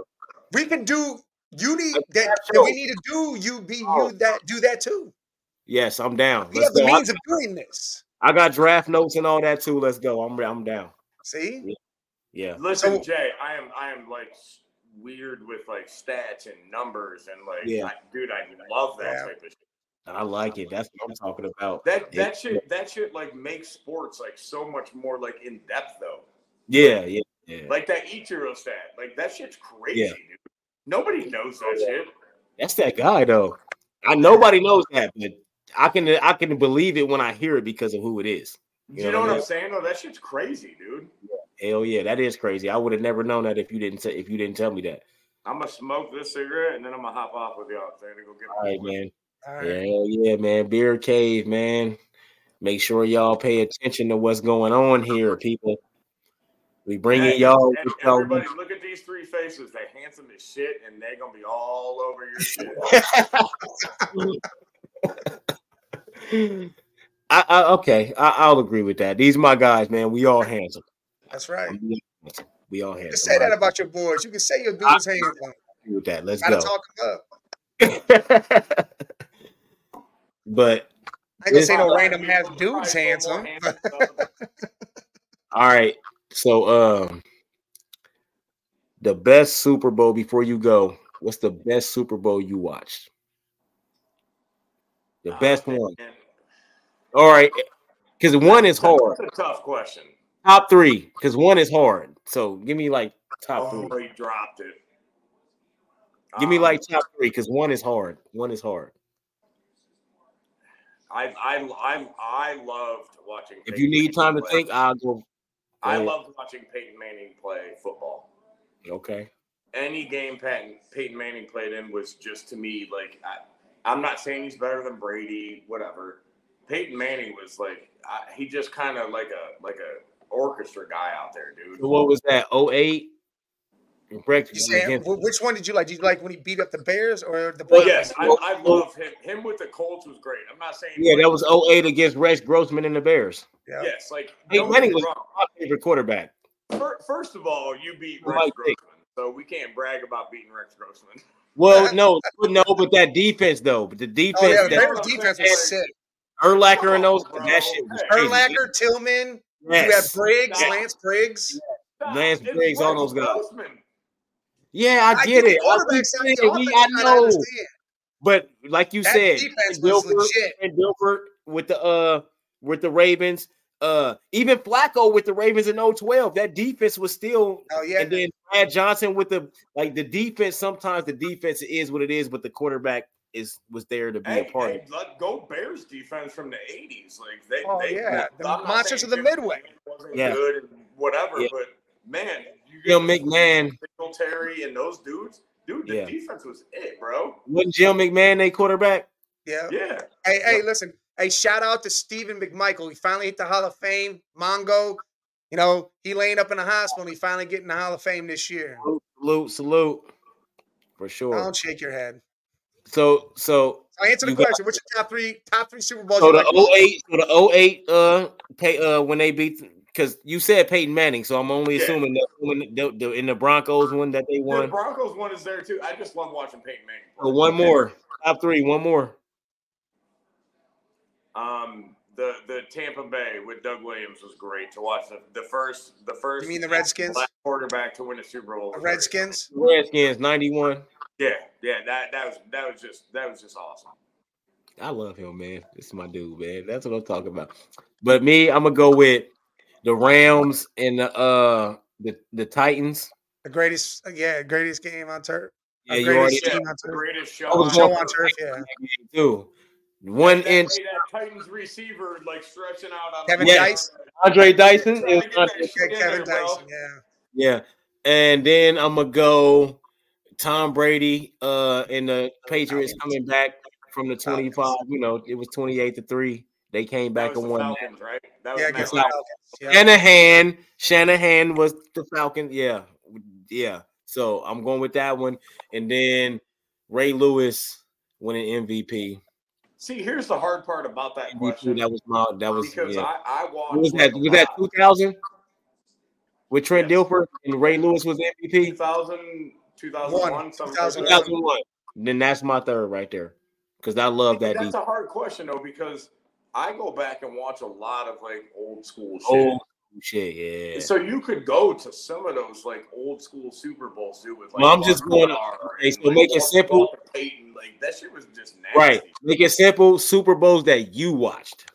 Speaker 2: We can do. You need that.
Speaker 1: sure.
Speaker 2: We need to do. You be
Speaker 1: Oh.
Speaker 2: you that do that too.
Speaker 1: yes, I'm down.
Speaker 2: We
Speaker 1: Let's
Speaker 2: have the
Speaker 1: go. I,
Speaker 2: means of doing this.
Speaker 1: I got draft notes and all that too. Let's go. I'm I'm down.
Speaker 2: See,
Speaker 1: Yeah.
Speaker 3: Listen,
Speaker 2: So-
Speaker 3: Jay, I am I am like s- weird with like stats and numbers and like,
Speaker 1: Yeah.
Speaker 3: I, dude, I love that
Speaker 2: Yeah.
Speaker 3: type of shit.
Speaker 1: I like it. That's what I'm talking about.
Speaker 3: That
Speaker 1: Yeah.
Speaker 3: that shit that shit like makes sports like so much more like in depth though.
Speaker 1: Yeah, yeah, yeah.
Speaker 3: Like that Ichiro stat, like that shit's crazy,
Speaker 1: Yeah.
Speaker 3: dude. Nobody knows that shit.
Speaker 1: That's that guy though. I nobody knows that, but I can I can believe it when I hear it because of who it is.
Speaker 3: You, know, what I'm saying? though? that shit's crazy, dude.
Speaker 1: Hell yeah, that is crazy. I would have never known that if you didn't t- if you didn't tell me that.
Speaker 3: I'm gonna smoke this cigarette and then I'm gonna hop off with y'all. I'm to go get
Speaker 1: All
Speaker 3: my
Speaker 1: right, man.
Speaker 2: all right.
Speaker 1: Yeah, hell yeah, man. Beer cave, man. Make sure y'all pay attention to what's going on here, people. We bringing
Speaker 3: Hey,
Speaker 2: e-,
Speaker 1: y'all.
Speaker 3: Hey, E, everybody, look at these three faces. They're handsome as shit, and they're gonna be all over your shit.
Speaker 1: I, I okay, I, I'll agree with that. These my guys, man. We all handsome.
Speaker 2: That's right.
Speaker 1: We all
Speaker 2: Just
Speaker 1: handsome.
Speaker 2: say that
Speaker 1: I
Speaker 2: about your boys. You can say your dude's hands on.
Speaker 1: agree with that. Let's
Speaker 2: Gotta
Speaker 1: go.
Speaker 2: talk 'em up.
Speaker 1: but
Speaker 2: I ain't gonna say
Speaker 1: Listen-
Speaker 2: no random half
Speaker 3: Probably
Speaker 2: dudes
Speaker 3: more
Speaker 2: hands on.
Speaker 3: handsome stuff.
Speaker 1: all right, so um, the best Super Bowl before you go. What's the best Super Bowl you watched? The best one.
Speaker 3: Ah, Man,
Speaker 1: All right, because one is hard.
Speaker 3: That's a tough question.
Speaker 1: Top three, because one is hard. So give me like top
Speaker 3: Oh,
Speaker 1: three.
Speaker 3: he dropped it.
Speaker 1: Give me
Speaker 3: Um,
Speaker 1: like top three, because one is hard. One is hard.
Speaker 3: I I I I loved watching.
Speaker 1: If
Speaker 3: Peyton
Speaker 1: you need time to
Speaker 3: Manning
Speaker 1: think,
Speaker 3: play.
Speaker 1: I'll go.
Speaker 3: I
Speaker 1: ahead.
Speaker 3: loved watching Peyton Manning play football.
Speaker 1: Okay.
Speaker 3: any game Peyton, Peyton Manning played in was just to me like I, I'm not saying he's better than Brady, whatever. Peyton Manning was like I, he just kind of like a like a orchestra guy out there, dude.
Speaker 1: oh So what was that? 08? Breck,
Speaker 2: You say, wh- which one did you like? Did you like when he beat up the Bears or the
Speaker 3: Well,
Speaker 2: Browns?
Speaker 3: yes, I, I love him. Him with the Colts was great. I'm not saying
Speaker 1: yeah, that was 08 against Rex Grossman and the Bears.
Speaker 2: Yeah.
Speaker 3: Yes, like
Speaker 1: Hey,
Speaker 3: don't
Speaker 1: Lenny
Speaker 3: get me
Speaker 1: was-
Speaker 3: wrong.
Speaker 1: My favorite quarterback.
Speaker 3: Fir- First of all, you beat
Speaker 1: Who
Speaker 3: Rex
Speaker 1: might
Speaker 3: Grossman,
Speaker 1: pick?
Speaker 3: so we can't brag about beating Rex Grossman.
Speaker 1: Well, no, no, but that defense though, but the defense
Speaker 2: Oh yeah, the
Speaker 1: that
Speaker 2: Bears defense was sick.
Speaker 1: Erlacher and those
Speaker 3: Bro,
Speaker 1: that shit was
Speaker 3: hey.
Speaker 1: crazy.
Speaker 2: Erlacher, Tillman, you had
Speaker 1: Yes.
Speaker 2: Briggs,
Speaker 3: Yeah.
Speaker 2: Lance Briggs.
Speaker 1: Lance
Speaker 3: It's
Speaker 1: Briggs, all those
Speaker 3: Rex
Speaker 1: guys.
Speaker 3: Grossman.
Speaker 1: Yeah, I get
Speaker 2: the
Speaker 1: it. I keep
Speaker 2: quarterback side,
Speaker 1: saying,
Speaker 2: the
Speaker 1: we, I
Speaker 2: offense side,
Speaker 1: know,
Speaker 2: understand.
Speaker 1: but like you
Speaker 2: That
Speaker 1: said,
Speaker 2: defense
Speaker 1: Trent
Speaker 2: was
Speaker 1: Dilfer-
Speaker 2: legit.
Speaker 1: Trent Dilfer with the uh with the Ravens, uh even Flacco with the Ravens in 012, that defense was still
Speaker 2: Oh yeah,
Speaker 1: and then Brad Johnson with the like the defense. Sometimes the defense is what it is, but the quarterback is was there to be
Speaker 3: Hey,
Speaker 1: a part of.
Speaker 3: hey, let go Bears defense from the '80s. Like they,
Speaker 2: Oh,
Speaker 3: they
Speaker 2: yeah, the
Speaker 3: I'm not
Speaker 2: monsters
Speaker 3: saying
Speaker 2: of the
Speaker 3: Jimmy
Speaker 2: Midway.
Speaker 3: Graham wasn't
Speaker 1: Yeah.
Speaker 3: good and whatever,
Speaker 1: Yeah.
Speaker 3: but man, you
Speaker 1: Jim McMahon
Speaker 3: Terry and those dudes, dude, the
Speaker 1: Yeah.
Speaker 3: defense was it, bro.
Speaker 1: wasn't Jim McMahon they quarterback.
Speaker 2: yeah.
Speaker 3: Yeah,
Speaker 2: Hey, hey, listen. Hey, shout out to Stephen McMichael. He finally hit the Hall of Fame. Mongo, you know, he laying up in the hospital. and He finally getting the Hall of Fame this year.
Speaker 1: Salute, salute, for sure.
Speaker 2: Don't shake your head.
Speaker 1: So, so,
Speaker 2: So answer the
Speaker 1: You got-
Speaker 2: question. What's your top three? Top three Super Bowls?
Speaker 1: so
Speaker 2: you
Speaker 1: the
Speaker 2: like?
Speaker 1: 08, so the 08, uh, pay, uh, when they beat because you said Peyton Manning, so I'm only
Speaker 3: Yeah.
Speaker 1: assuming that when the, the, in the Broncos one that they
Speaker 3: the
Speaker 1: won.
Speaker 3: Broncos one is there too. I just love watching Peyton Manning.
Speaker 1: So
Speaker 3: play.
Speaker 1: one more top three, one more.
Speaker 3: Um, the the Tampa Bay with Doug Williams was great to watch. The, the first, the first.
Speaker 2: You mean the Redskins?
Speaker 3: black quarterback to win a Super Bowl.
Speaker 2: The
Speaker 3: was great.
Speaker 2: Redskins.
Speaker 1: Redskins 91.
Speaker 3: Yeah, yeah. That that was that was just that was just awesome.
Speaker 1: I love him, man. This is my dude, man. That's what I'm talking about. But me, I'm gonna go with the Rams and the uh the, the Titans.
Speaker 2: The greatest. Yeah, greatest game on turf.
Speaker 1: Yeah,
Speaker 2: The Oh,
Speaker 1: you already
Speaker 2: greatest
Speaker 3: yeah.
Speaker 2: team on turf.
Speaker 3: Greatest show.
Speaker 1: I was
Speaker 2: Show
Speaker 1: going-
Speaker 2: on turf. Yeah.
Speaker 1: do. One
Speaker 3: That,
Speaker 1: inch
Speaker 3: way that Titans receiver like stretching out on
Speaker 2: Kevin
Speaker 3: the-
Speaker 2: Yes.
Speaker 1: Andre Dyson. It was
Speaker 3: Trying to
Speaker 1: Andre-
Speaker 3: get that shit
Speaker 2: Yeah,
Speaker 3: in
Speaker 2: Kevin
Speaker 3: there, bro.
Speaker 2: Dyson. Yeah.
Speaker 1: yeah. And then I'm gonna go Tom Brady uh and the Patriots coming back from the 25. You know, it was 28 to 3. They came
Speaker 3: That
Speaker 1: back
Speaker 3: was
Speaker 1: and
Speaker 3: the
Speaker 1: won.
Speaker 3: Falcons, right? That was
Speaker 2: Yeah,
Speaker 3: Matt
Speaker 2: against the
Speaker 3: Ryan.
Speaker 2: Falcons. Yeah.
Speaker 1: Shanahan. Shanahan was the Falcon. Yeah. Yeah. So I'm going with that one. And then Ray Lewis winning MVP.
Speaker 3: See, here's the hard part about that question
Speaker 1: MVP that was my that was
Speaker 3: because
Speaker 1: yeah.
Speaker 3: I, I watched
Speaker 1: What was that?
Speaker 3: like,
Speaker 1: Was that
Speaker 3: live.
Speaker 1: 2000 with Trent
Speaker 3: Yes.
Speaker 1: Dilfer and Ray Lewis was MVP?
Speaker 3: 2000, 2001,
Speaker 2: One.
Speaker 3: something
Speaker 2: 2001.
Speaker 3: like that.
Speaker 1: 2001. Then that's my third right there because I love that
Speaker 3: That's
Speaker 1: defense.
Speaker 3: a hard question though because I go back and watch a lot of like old school shit.
Speaker 1: Old shit, Oh, yeah.
Speaker 3: So you could go to some of those like old school Super Bowls too with like.
Speaker 1: Well, I'm just
Speaker 3: Ron
Speaker 1: going-
Speaker 3: Carr
Speaker 1: okay,
Speaker 3: and,
Speaker 1: so make it
Speaker 3: Walter-
Speaker 1: simple.
Speaker 3: Walter Payton, like that shit was just nasty.
Speaker 1: Right. Make it simple. Super Bowls that you watched.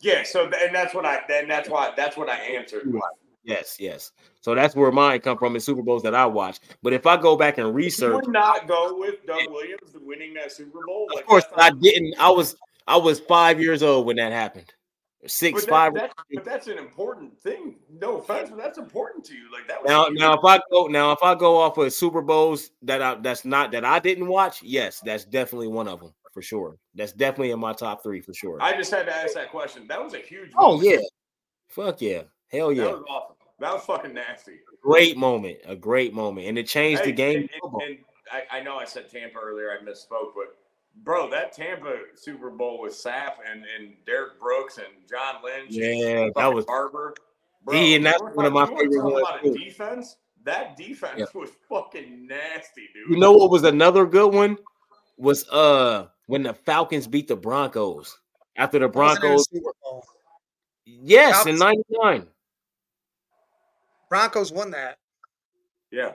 Speaker 3: Yeah. So th- and that's what I then that's why that's what I answered.
Speaker 1: Right. Yes, yes. So that's where mine come from is Super Bowls that I watched. But if I go back and
Speaker 3: You
Speaker 1: research,
Speaker 3: would not go with Doug Williams winning that Super Bowl.
Speaker 1: of
Speaker 3: Like,
Speaker 1: course
Speaker 3: that's
Speaker 1: I
Speaker 3: not-
Speaker 1: didn't. I was I was five years old when that happened.
Speaker 3: But,
Speaker 1: Six,
Speaker 3: that-
Speaker 1: five.
Speaker 3: that- but that's an important thing. No offense, but that's important to you. Like that was
Speaker 1: Now,
Speaker 3: huge.
Speaker 1: now if I go now if I go off of Super Bowls that I that's not that I didn't watch, yes, that's definitely one of them for sure. That's definitely in my top three for sure.
Speaker 3: I just had to ask that question. That was a huge.
Speaker 1: Oh
Speaker 3: moment.
Speaker 1: yeah, fuck yeah, hell Oh,
Speaker 3: That
Speaker 1: yeah,
Speaker 3: was awesome. That was fucking nasty.
Speaker 1: great moment, a great moment, and it changed
Speaker 3: Hey,
Speaker 1: the game.
Speaker 3: And, and- and I, I know I said Tampa earlier. I misspoke, but bro, that Tampa Super Bowl with Sapp and, and Derek Brooks and John Lynch.
Speaker 1: yeah,
Speaker 3: and
Speaker 1: that
Speaker 3: fucking
Speaker 1: was
Speaker 3: Barber.
Speaker 1: Yeah, and
Speaker 3: you
Speaker 1: that's
Speaker 3: wanna
Speaker 1: one of
Speaker 3: talk-
Speaker 1: my
Speaker 3: you wanna
Speaker 1: favorite
Speaker 3: talk
Speaker 1: ones,
Speaker 3: About
Speaker 1: too.
Speaker 3: a defense. That defense
Speaker 1: Yeah.
Speaker 3: was fucking nasty, dude.
Speaker 1: You know what was another good one was uh when the Falcons beat the Broncos after the
Speaker 2: Wasn't in the
Speaker 1: Broncos.
Speaker 2: Super Bowl.
Speaker 1: Yes,
Speaker 2: Falcons.
Speaker 1: in '99.
Speaker 2: Broncos won that.
Speaker 3: Yeah,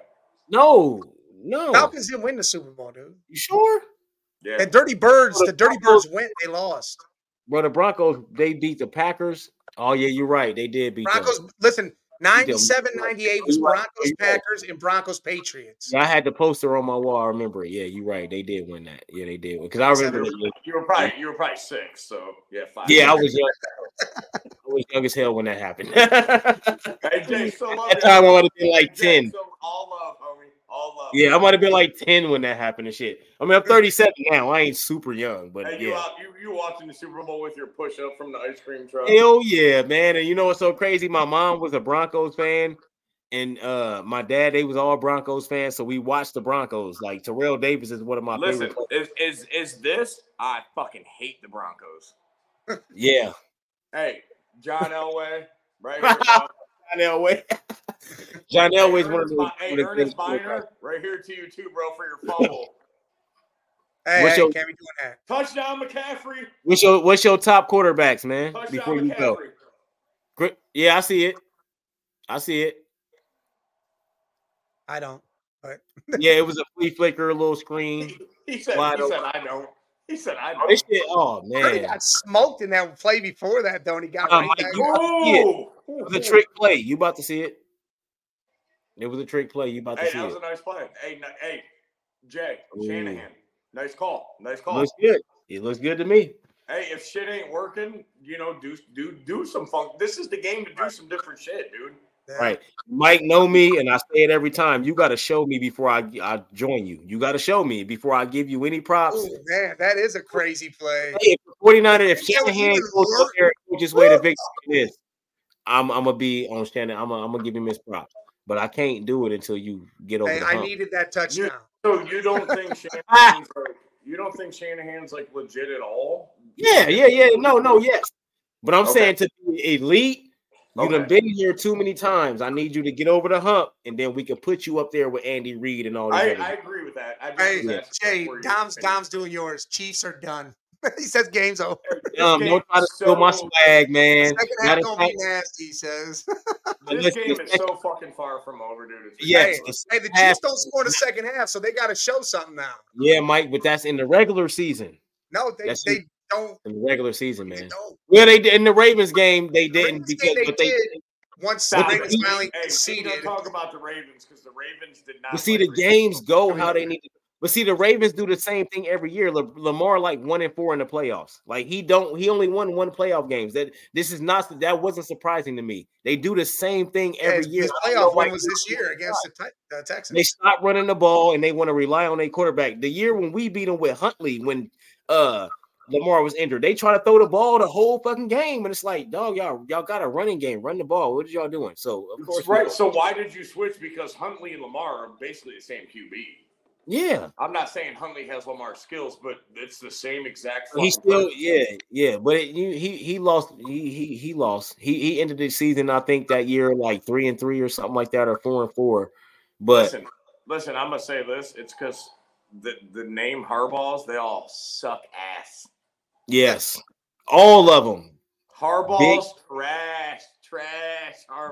Speaker 1: No, no.
Speaker 2: Falcons didn't win the Super Bowl, dude.
Speaker 1: You sure?
Speaker 3: yeah.
Speaker 2: And Dirty Birds, the Dirty
Speaker 1: Broncos-
Speaker 2: Birds went. They lost.
Speaker 1: Bro, the Broncos they beat the Packers. Oh yeah, you're right. They did beat them.
Speaker 2: Broncos, listen, 97
Speaker 1: You're right.
Speaker 2: 98 was
Speaker 1: You're right.
Speaker 2: Broncos,
Speaker 1: You're right.
Speaker 2: Packers, and Broncos, Patriots.
Speaker 1: Yeah, I had the poster on my wall. I remember it. Yeah, you're right. They did win that. Yeah, they did. Because I remember.
Speaker 3: You
Speaker 1: that.
Speaker 3: were- you were probably you were probably six, so yeah, five.
Speaker 1: Yeah, I was young. I was young as hell when that happened.
Speaker 3: Hey, Jay, so love
Speaker 1: That
Speaker 3: you.
Speaker 1: time I would have been like
Speaker 3: Jay,
Speaker 1: 10.
Speaker 3: So all love, homie. All love.
Speaker 1: Yeah, I might have been like 10 when that happened and shit. I mean, I'm 37 now. I ain't super young, but
Speaker 3: Hey, you
Speaker 1: yeah.
Speaker 3: out? You you watching the Super Bowl with your push up from the ice cream truck?
Speaker 1: Hell yeah, man. And you know what's so crazy? My mom was a Broncos fan. and uh my dad, they was all Broncos fans, so we watched the Broncos. Like Terrell Davis is one of my
Speaker 3: Listen,
Speaker 1: favorite.
Speaker 3: is, is is this? I fucking hate the Broncos.
Speaker 1: Yeah,
Speaker 3: Hey, John Elway, right here. dog.
Speaker 1: John Elway. John Elway's one of
Speaker 3: Ernest
Speaker 1: those.
Speaker 3: Bi- Hey,
Speaker 1: one of
Speaker 3: Ernest
Speaker 1: those-
Speaker 3: Biner, right here to you too, bro, for your fumble.
Speaker 2: Hey,
Speaker 1: What's
Speaker 2: hey,
Speaker 1: your-
Speaker 2: can't be doing that.
Speaker 3: Touchdown, McCaffrey.
Speaker 1: What's your What's your top quarterbacks, man? Before
Speaker 3: Touchdown,
Speaker 1: you go,
Speaker 3: McCaffrey.
Speaker 1: Gr- yeah, I see it. I see it.
Speaker 2: I don't.
Speaker 1: Yeah, it was a flea flicker, a little screen.
Speaker 3: He said,
Speaker 1: Wide
Speaker 3: he said,
Speaker 1: open.
Speaker 3: I don't. He said, I
Speaker 1: This
Speaker 3: don't.
Speaker 1: shit, oh
Speaker 2: Purdy
Speaker 1: man,
Speaker 2: got smoked in that play before that, though, and he got
Speaker 1: Uh,
Speaker 2: right
Speaker 1: Mike,
Speaker 2: back.
Speaker 1: you-
Speaker 3: Ooh.
Speaker 1: it was a trick play. You about to see it? It was a trick play. You about to
Speaker 3: Hey,
Speaker 1: see
Speaker 3: that was
Speaker 1: it?
Speaker 3: a nice play. Hey, n- hey, Jay
Speaker 1: Ooh.
Speaker 3: Shanahan, nice call. Nice call.
Speaker 1: Looks good. It looks good to me.
Speaker 3: Hey, if shit ain't working, you know, do do do some funk. This is the game to do some different shit, dude.
Speaker 2: Yeah.
Speaker 1: Right. Mike know me, and I say it every time. You got to show me before I I join you. You got to show me before I give you any props.
Speaker 2: Ooh, Oh, man, that is a crazy play.
Speaker 1: Hey, if the 49er, if
Speaker 2: Yeah,
Speaker 1: Shanahan
Speaker 2: we
Speaker 1: goes
Speaker 2: were-
Speaker 1: out there and coaches way to victory is, I'm I'm gonna be on Shannon. I'm gonna, I'm gonna give him his props, but I can't do it until you get over.
Speaker 2: Hey,
Speaker 1: the
Speaker 2: I
Speaker 1: hump.
Speaker 2: needed that touchdown.
Speaker 3: So you don't think Shanahan's like, you don't think Shanahan's like legit at all?
Speaker 1: Yeah, yeah, yeah. No, no, yes. But I'm
Speaker 3: Okay.
Speaker 1: saying to be elite, you have
Speaker 3: Okay.
Speaker 1: been here too many times. I need you to get over the hump, and then we can put you up there with Andy Reid and all
Speaker 3: I,
Speaker 1: that.
Speaker 3: I agree with that. I just
Speaker 2: Hey,
Speaker 3: was asking
Speaker 2: Jay,
Speaker 3: for your
Speaker 2: Dom's
Speaker 3: opinion.
Speaker 2: Dom's doing yours. Chiefs are done. he says game's over.
Speaker 3: This
Speaker 1: um,
Speaker 3: game
Speaker 1: don't try to
Speaker 3: is
Speaker 1: steal my
Speaker 3: so-
Speaker 1: swag, man.
Speaker 2: Second
Speaker 1: Not
Speaker 2: half
Speaker 1: a
Speaker 2: gonna be
Speaker 1: fact-
Speaker 2: nasty. He says.
Speaker 1: but
Speaker 3: This
Speaker 1: listen,
Speaker 3: game
Speaker 1: the
Speaker 3: is
Speaker 1: second-
Speaker 3: so fucking far from over, dude. It's
Speaker 1: yes,
Speaker 2: Hey,
Speaker 1: the second
Speaker 2: hey, the
Speaker 1: half-
Speaker 2: Chiefs don't score in the second half, so they got to show something now.
Speaker 1: yeah, Mike, but that's in the regular season.
Speaker 2: No, they
Speaker 1: That's
Speaker 2: they don't.
Speaker 1: In the regular season,
Speaker 2: They
Speaker 1: man.
Speaker 2: don't.
Speaker 1: Well, they did in the Ravens game. They didn't
Speaker 2: Ravens
Speaker 1: because
Speaker 2: game they
Speaker 1: but they,
Speaker 2: did. Once the
Speaker 3: Stop
Speaker 2: Ravens
Speaker 3: it.
Speaker 2: finally
Speaker 3: Hey, we
Speaker 2: conceded,
Speaker 3: don't talk about the Ravens because the Ravens did not.
Speaker 1: but see
Speaker 3: play
Speaker 1: the
Speaker 3: great.
Speaker 1: games go how they need to. But see the Ravens do the same thing every year. La- Lamar like one and four in the playoffs. Like he don't he only won one playoff games. That this is not that wasn't surprising to me. They do the same thing
Speaker 2: yeah,
Speaker 1: every
Speaker 2: his,
Speaker 1: year.
Speaker 2: his
Speaker 1: I don't know
Speaker 2: playoff
Speaker 1: why
Speaker 2: one was
Speaker 1: they-
Speaker 2: this year against the, Ti- the Texans.
Speaker 1: They stop running the ball and they want to rely on a quarterback. The year when we beat them with Huntley when uh Lamar was injured, they try to throw the ball the whole fucking game, and it's like, dog, y'all y'all got a running game, run the ball. What is y'all doing? So of course, we-
Speaker 3: Right. So why did you switch? Because Huntley and Lamar are basically the same QB.
Speaker 1: yeah.
Speaker 3: I'm not saying Huntley has Lamar's skills, but it's the same exact.
Speaker 1: he
Speaker 3: fucking
Speaker 1: still
Speaker 3: person.
Speaker 1: yeah yeah but it, you, he he lost he he he lost he he ended the season i think that year like three and three or something like that or four and four but
Speaker 3: Listen, listen. I'm gonna say this. It's because the the name Harbaughs they all suck ass.
Speaker 1: yes all of them
Speaker 3: Harbaughs trash, trash.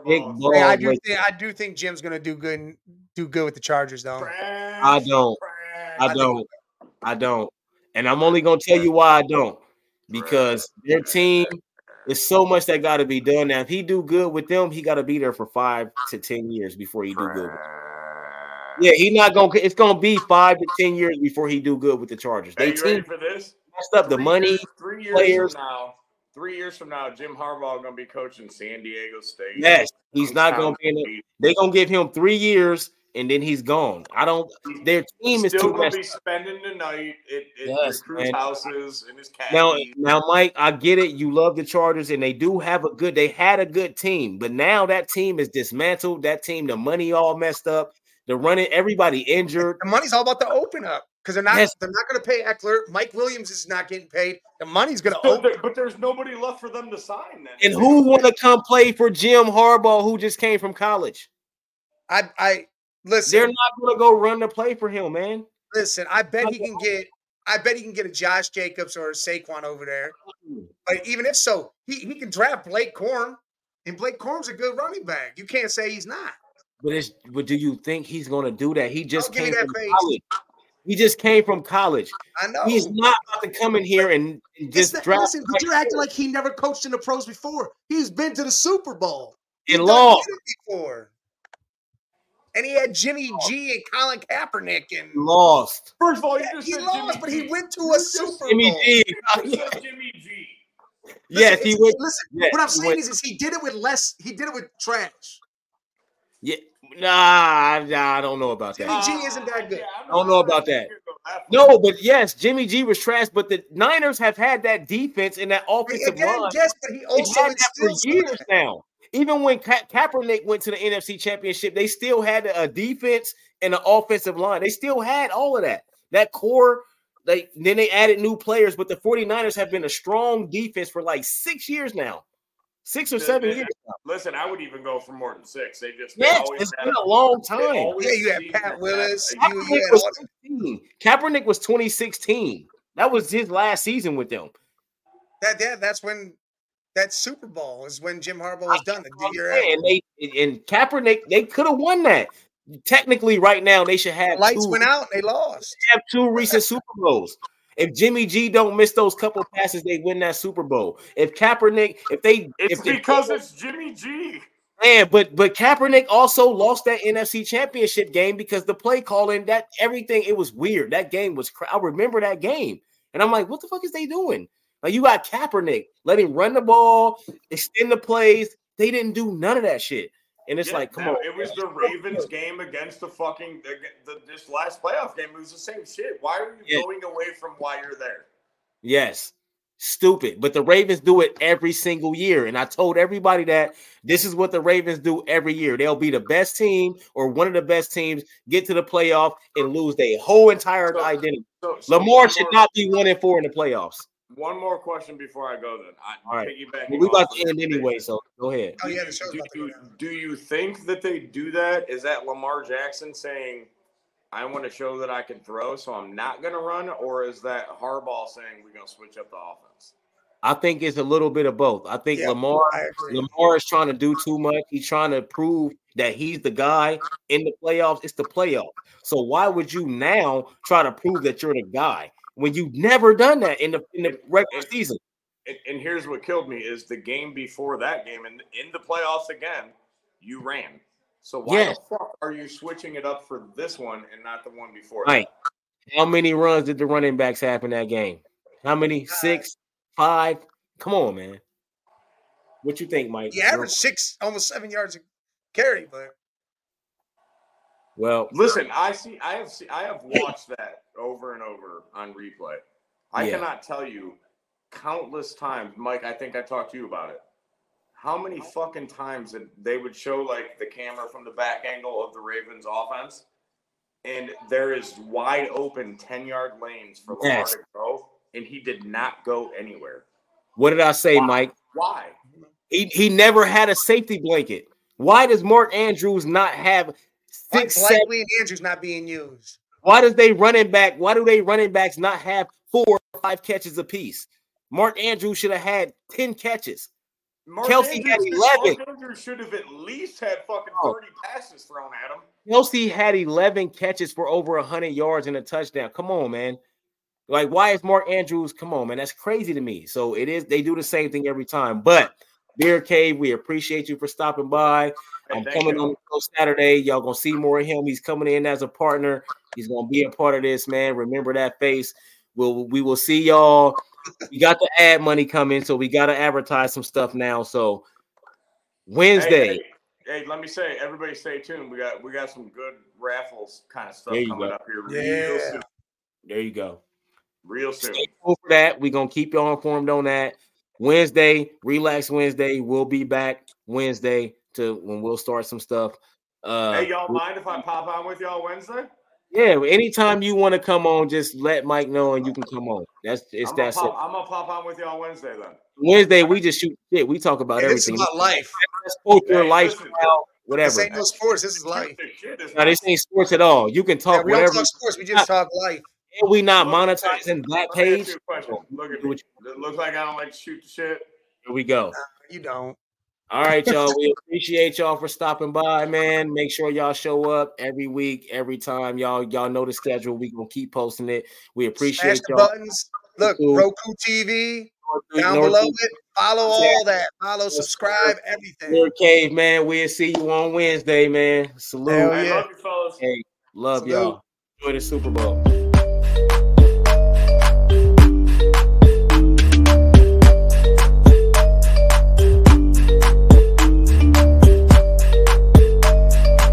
Speaker 1: big
Speaker 3: Harbaughs
Speaker 1: balls
Speaker 2: Hey, I do
Speaker 1: like,
Speaker 2: think I do think Jim's gonna do good and do good with the Chargers though.
Speaker 3: trash.
Speaker 1: i don't
Speaker 3: trash.
Speaker 1: i don't i don't and i'm only gonna tell you why i don't because their team is so much that got to be done now if he do good with them he got to be there for five to ten years before he do good yeah, he not gonna. It's gonna be five to ten years before he do good with the Chargers.
Speaker 3: Are
Speaker 1: They
Speaker 3: you ready
Speaker 1: team
Speaker 3: for this?
Speaker 1: messed up the
Speaker 3: Three
Speaker 1: money.
Speaker 3: years- three years
Speaker 1: players.
Speaker 3: from now. Three years from now, Jim Harbaugh gonna be coaching San Diego State.
Speaker 1: Yes, he's
Speaker 3: I'm
Speaker 1: not gonna
Speaker 3: telling
Speaker 1: be. In it.
Speaker 3: you,
Speaker 1: They gonna give him three years and then he's gone. I don't. Their
Speaker 3: he's
Speaker 1: team is
Speaker 3: still
Speaker 1: too
Speaker 3: gonna
Speaker 1: messed.
Speaker 3: be spending the night at, at
Speaker 1: Yes,
Speaker 3: recruits'
Speaker 1: man.
Speaker 3: houses and his cat.
Speaker 1: Now, now, Mike, I get it. You love the Chargers, and they do have a good. They had a good team, but now that team is dismantled. That team, the money all messed up. The running, everybody injured.
Speaker 2: The money's all about the open up because they're not
Speaker 1: Yes.
Speaker 2: they're not gonna pay Eckler. Mike Williams is not getting paid. The money's gonna
Speaker 3: So
Speaker 2: open.
Speaker 3: there- but there's nobody left for them to sign then.
Speaker 1: And who want to come play for Jim Harbaugh, who just came from college?
Speaker 2: I I listen.
Speaker 1: They're not gonna go run to play for him, man.
Speaker 2: Listen, I bet
Speaker 1: not
Speaker 2: he can get. I bet he can get a Josh Jacobs or a Saquon over there. But even if so, he, he can draft Blake Corn, and Blake Corn's a good running back. You can't say he's not.
Speaker 1: But it's but do you think he's gonna do that? He just
Speaker 2: give
Speaker 1: came
Speaker 2: you that
Speaker 1: from
Speaker 2: face.
Speaker 1: college. He just came from college.
Speaker 2: I know.
Speaker 1: He's not about to come in here and, and
Speaker 2: Oh. It's
Speaker 1: just
Speaker 2: not-
Speaker 1: draft
Speaker 2: listen, but you're acting like he never coached in the pros before. He's been to the Super Bowl. He's
Speaker 1: and
Speaker 2: done
Speaker 1: law.
Speaker 2: did it before. And he had Jimmy G and Colin Kaepernick and
Speaker 1: Lost.
Speaker 3: First of all, you
Speaker 2: Yeah,
Speaker 3: just
Speaker 2: he
Speaker 3: said
Speaker 2: lost,
Speaker 3: Jimmy
Speaker 2: but
Speaker 3: G.
Speaker 2: he went to
Speaker 3: You
Speaker 2: a
Speaker 3: just
Speaker 2: Super Bowl.
Speaker 1: Jimmy E G.
Speaker 3: You said Jimmy G.
Speaker 1: yes, he
Speaker 2: it's-
Speaker 1: would.
Speaker 2: Listen,
Speaker 1: yes,
Speaker 2: what I'm
Speaker 1: he
Speaker 2: saying
Speaker 1: went-
Speaker 2: is, is he did it with less. He did it with trash.
Speaker 1: Yeah, nah, nah, I don't know about
Speaker 2: Jimmy
Speaker 1: that.
Speaker 2: G isn't that good.
Speaker 3: Uh, I
Speaker 1: Don't know about that. No, but yes, Jimmy G was trash. But the Niners have had that defense and that
Speaker 2: He-
Speaker 1: offensive
Speaker 2: Again,
Speaker 1: line.
Speaker 2: yes, but he
Speaker 1: They've
Speaker 2: also
Speaker 1: had that for
Speaker 2: instills
Speaker 1: years now. Even when Ka- Kaepernick went to the NFC Championship, they still had a defense and an offensive line. They still had all of that. That core. They then they added new players, but the 49ers have been a strong defense for like six years now. Six or seven
Speaker 3: And-
Speaker 1: years.
Speaker 3: Listen, I would even go for more than six. They just they
Speaker 1: Yes,
Speaker 3: always
Speaker 1: it's
Speaker 3: have-
Speaker 1: been a long
Speaker 3: they
Speaker 1: time.
Speaker 3: always
Speaker 2: Yeah, you had
Speaker 3: seem
Speaker 2: Pat
Speaker 3: to have
Speaker 2: Willis,
Speaker 3: a-
Speaker 2: you-
Speaker 1: Kaepernick
Speaker 2: had
Speaker 1: was
Speaker 2: all-
Speaker 1: 16. Kaepernick was 2016. That was his last season with them.
Speaker 2: That, that that's when that Super Bowl is when Jim Harbaugh was done. The year after.
Speaker 1: And they and Kaepernick, they could have won that. Technically, right now they should have
Speaker 2: lights
Speaker 1: two,
Speaker 2: went out. and They lost.
Speaker 1: have two recent Super Bowls. If Jimmy G don't miss those couple passes, they win that Super Bowl. If Kaepernick, if they,
Speaker 3: It's
Speaker 1: if they-
Speaker 3: because it's Jimmy G.
Speaker 1: man, but but Kaepernick also lost that NFC Championship game because the play calling, that everything, it was weird. That game was. Cra- I remember that game, and I'm like, what the fuck is they doing? Like you got Kaepernick, let him run the ball, extend the plays. They didn't do none of that shit, and it's
Speaker 3: Yeah,
Speaker 1: like, come
Speaker 3: no,
Speaker 1: on,
Speaker 3: It was the Ravens game against the fucking the, the, this last playoff game. It was the same shit. Why are you
Speaker 1: Yeah.
Speaker 3: going away from why you're there?
Speaker 1: Yes. Stupid. But the Ravens do it every single year. And I told everybody that this is what the Ravens do every year. They'll be the best team or one of the best teams, get to the playoff and lose their whole entire
Speaker 3: So-
Speaker 1: identity.
Speaker 3: So, so
Speaker 1: Lamar
Speaker 3: one
Speaker 1: should
Speaker 3: more-
Speaker 1: not be one and four in the playoffs.
Speaker 3: One more question before I go. Then I
Speaker 1: All right.
Speaker 3: piggybacking
Speaker 1: But we about
Speaker 3: off
Speaker 1: to
Speaker 3: of
Speaker 1: end
Speaker 3: that.
Speaker 1: anyway, so go ahead.
Speaker 2: Oh
Speaker 3: Do
Speaker 2: yeah, the
Speaker 3: you-
Speaker 2: show's
Speaker 3: do,
Speaker 2: about to go
Speaker 3: you,
Speaker 2: down.
Speaker 3: do you think that they do that? Is that Lamar Jackson saying, I want to show that I can throw, so I'm not going to run? Or is that Harbaugh saying, we're going to switch up the offense?
Speaker 1: I think it's a little bit of both. I think
Speaker 2: Yeah,
Speaker 1: Lamar
Speaker 2: I agree.
Speaker 1: Lamar is trying to do too much. He's trying to prove that he's the guy in the playoffs. It's the playoff. So why would you now try to prove that you're the guy when you've never done that in the in the regular season?
Speaker 3: And, and here's what killed me is the game before that game, and in the playoffs again, you ran. So why
Speaker 1: Yes.
Speaker 3: the fuck are you switching it up for this one and not the one before?
Speaker 1: Right. How many runs did the running backs have in that game? How many? Six, five? Come on, man. What you think, Mike?
Speaker 2: He averaged six, almost seven yards a carry, but
Speaker 1: Well,
Speaker 3: Listen, I see. I have see, I have watched that over and over on replay. I
Speaker 1: Yeah.
Speaker 3: cannot tell you countless times, Mike. I think I talked to you about it. How many fucking times that they would show like the camera from the back angle of the Ravens' offense, and there is wide open ten yard lanes for Lamar
Speaker 1: Yes.
Speaker 3: to go, and he did not go anywhere.
Speaker 1: what did I say, Mike?
Speaker 3: Why?
Speaker 1: He he never had a safety blanket. Why does Mark Andrews not have
Speaker 2: Mike
Speaker 1: six, seven?
Speaker 2: Blakely and Andrews not being used.
Speaker 1: Why does they running back? Why do they running backs not have four or five catches apiece? Mark Andrews should have had 10 catches.
Speaker 3: Mark
Speaker 1: Kelsey had
Speaker 3: Andrews-
Speaker 1: 11.
Speaker 3: Mark Andrews should have at least had fucking
Speaker 1: Oh.
Speaker 3: thirty passes thrown at him.
Speaker 1: Kelsey had 11 catches for over 100 yards and a touchdown. Come on, man. Like, why is Mark Andrews? Come on, man. That's crazy to me. So it is, they do the same thing every time. But Beer Cave, we appreciate you for stopping by.
Speaker 3: Hey,
Speaker 1: I'm
Speaker 3: thank
Speaker 1: coming
Speaker 3: you.
Speaker 1: on the show Saturday. Y'all gonna see more of him. He's coming in as a partner. He's gonna be a part of this, man. Remember that face. We'll we will see y'all. We got the ad money coming, so we gotta advertise some stuff now. So Wednesday,
Speaker 3: Hey, hey, hey, let me say, everybody, stay tuned. We got we got some good raffles kind of stuff
Speaker 1: There you
Speaker 3: coming
Speaker 1: go.
Speaker 3: up here real
Speaker 2: Yeah.
Speaker 3: soon.
Speaker 1: there you go.
Speaker 3: Real
Speaker 1: Stay
Speaker 3: soon.
Speaker 1: tuned for that. We're gonna keep y'all informed on that. Wednesday, relax Wednesday. We'll be back Wednesday to when we'll start some stuff. Uh
Speaker 3: hey, y'all mind if I pop on with y'all Wednesday?
Speaker 1: yeah, anytime you want to come on, just let Mike know and you can come on. That's it's
Speaker 3: I'm,
Speaker 1: that
Speaker 3: gonna
Speaker 1: simple.
Speaker 3: pop, I'm gonna pop on with y'all Wednesday then.
Speaker 1: Wednesday, we just shoot shit. We talk about
Speaker 2: Hey, this is
Speaker 1: everything.
Speaker 2: about life.
Speaker 1: That's both your
Speaker 3: Hey,
Speaker 1: lifestyle,
Speaker 3: listen.
Speaker 2: This
Speaker 1: whatever.
Speaker 2: ain't no sports. This is life.
Speaker 3: Shoot the shit, it's
Speaker 1: Now,
Speaker 3: not-
Speaker 1: this ain't sports at all. You can
Speaker 2: Yeah,
Speaker 1: talk
Speaker 2: we don't
Speaker 1: whatever.
Speaker 2: talk sports. We just talk life.
Speaker 1: and we not
Speaker 3: Look,
Speaker 1: monetizing that
Speaker 3: let me ask
Speaker 1: page.
Speaker 3: you a question. Look at
Speaker 1: Do
Speaker 3: me.
Speaker 1: what
Speaker 3: It looks like I don't like to shoot the shit.
Speaker 1: Here we go.
Speaker 2: You don't.
Speaker 1: All right, y'all. We appreciate y'all for stopping by, man. Make sure y'all show up every week, every time. Y'all, y'all know the schedule. We gonna keep posting it. We
Speaker 2: Smash
Speaker 1: appreciate
Speaker 2: the
Speaker 1: y'all.
Speaker 2: buttons. Look,
Speaker 1: Cool.
Speaker 2: Roku TV down
Speaker 1: North-
Speaker 2: below it. Follow all
Speaker 1: Exactly.
Speaker 2: that. Follow, subscribe, everything.
Speaker 1: North Cave, man. We'll see you on Wednesday, man. Salute.
Speaker 2: Hell Oh,
Speaker 3: I
Speaker 2: yeah.
Speaker 3: love you fellas.
Speaker 1: Hey, love
Speaker 2: Salute.
Speaker 1: y'all. Enjoy the Super Bowl.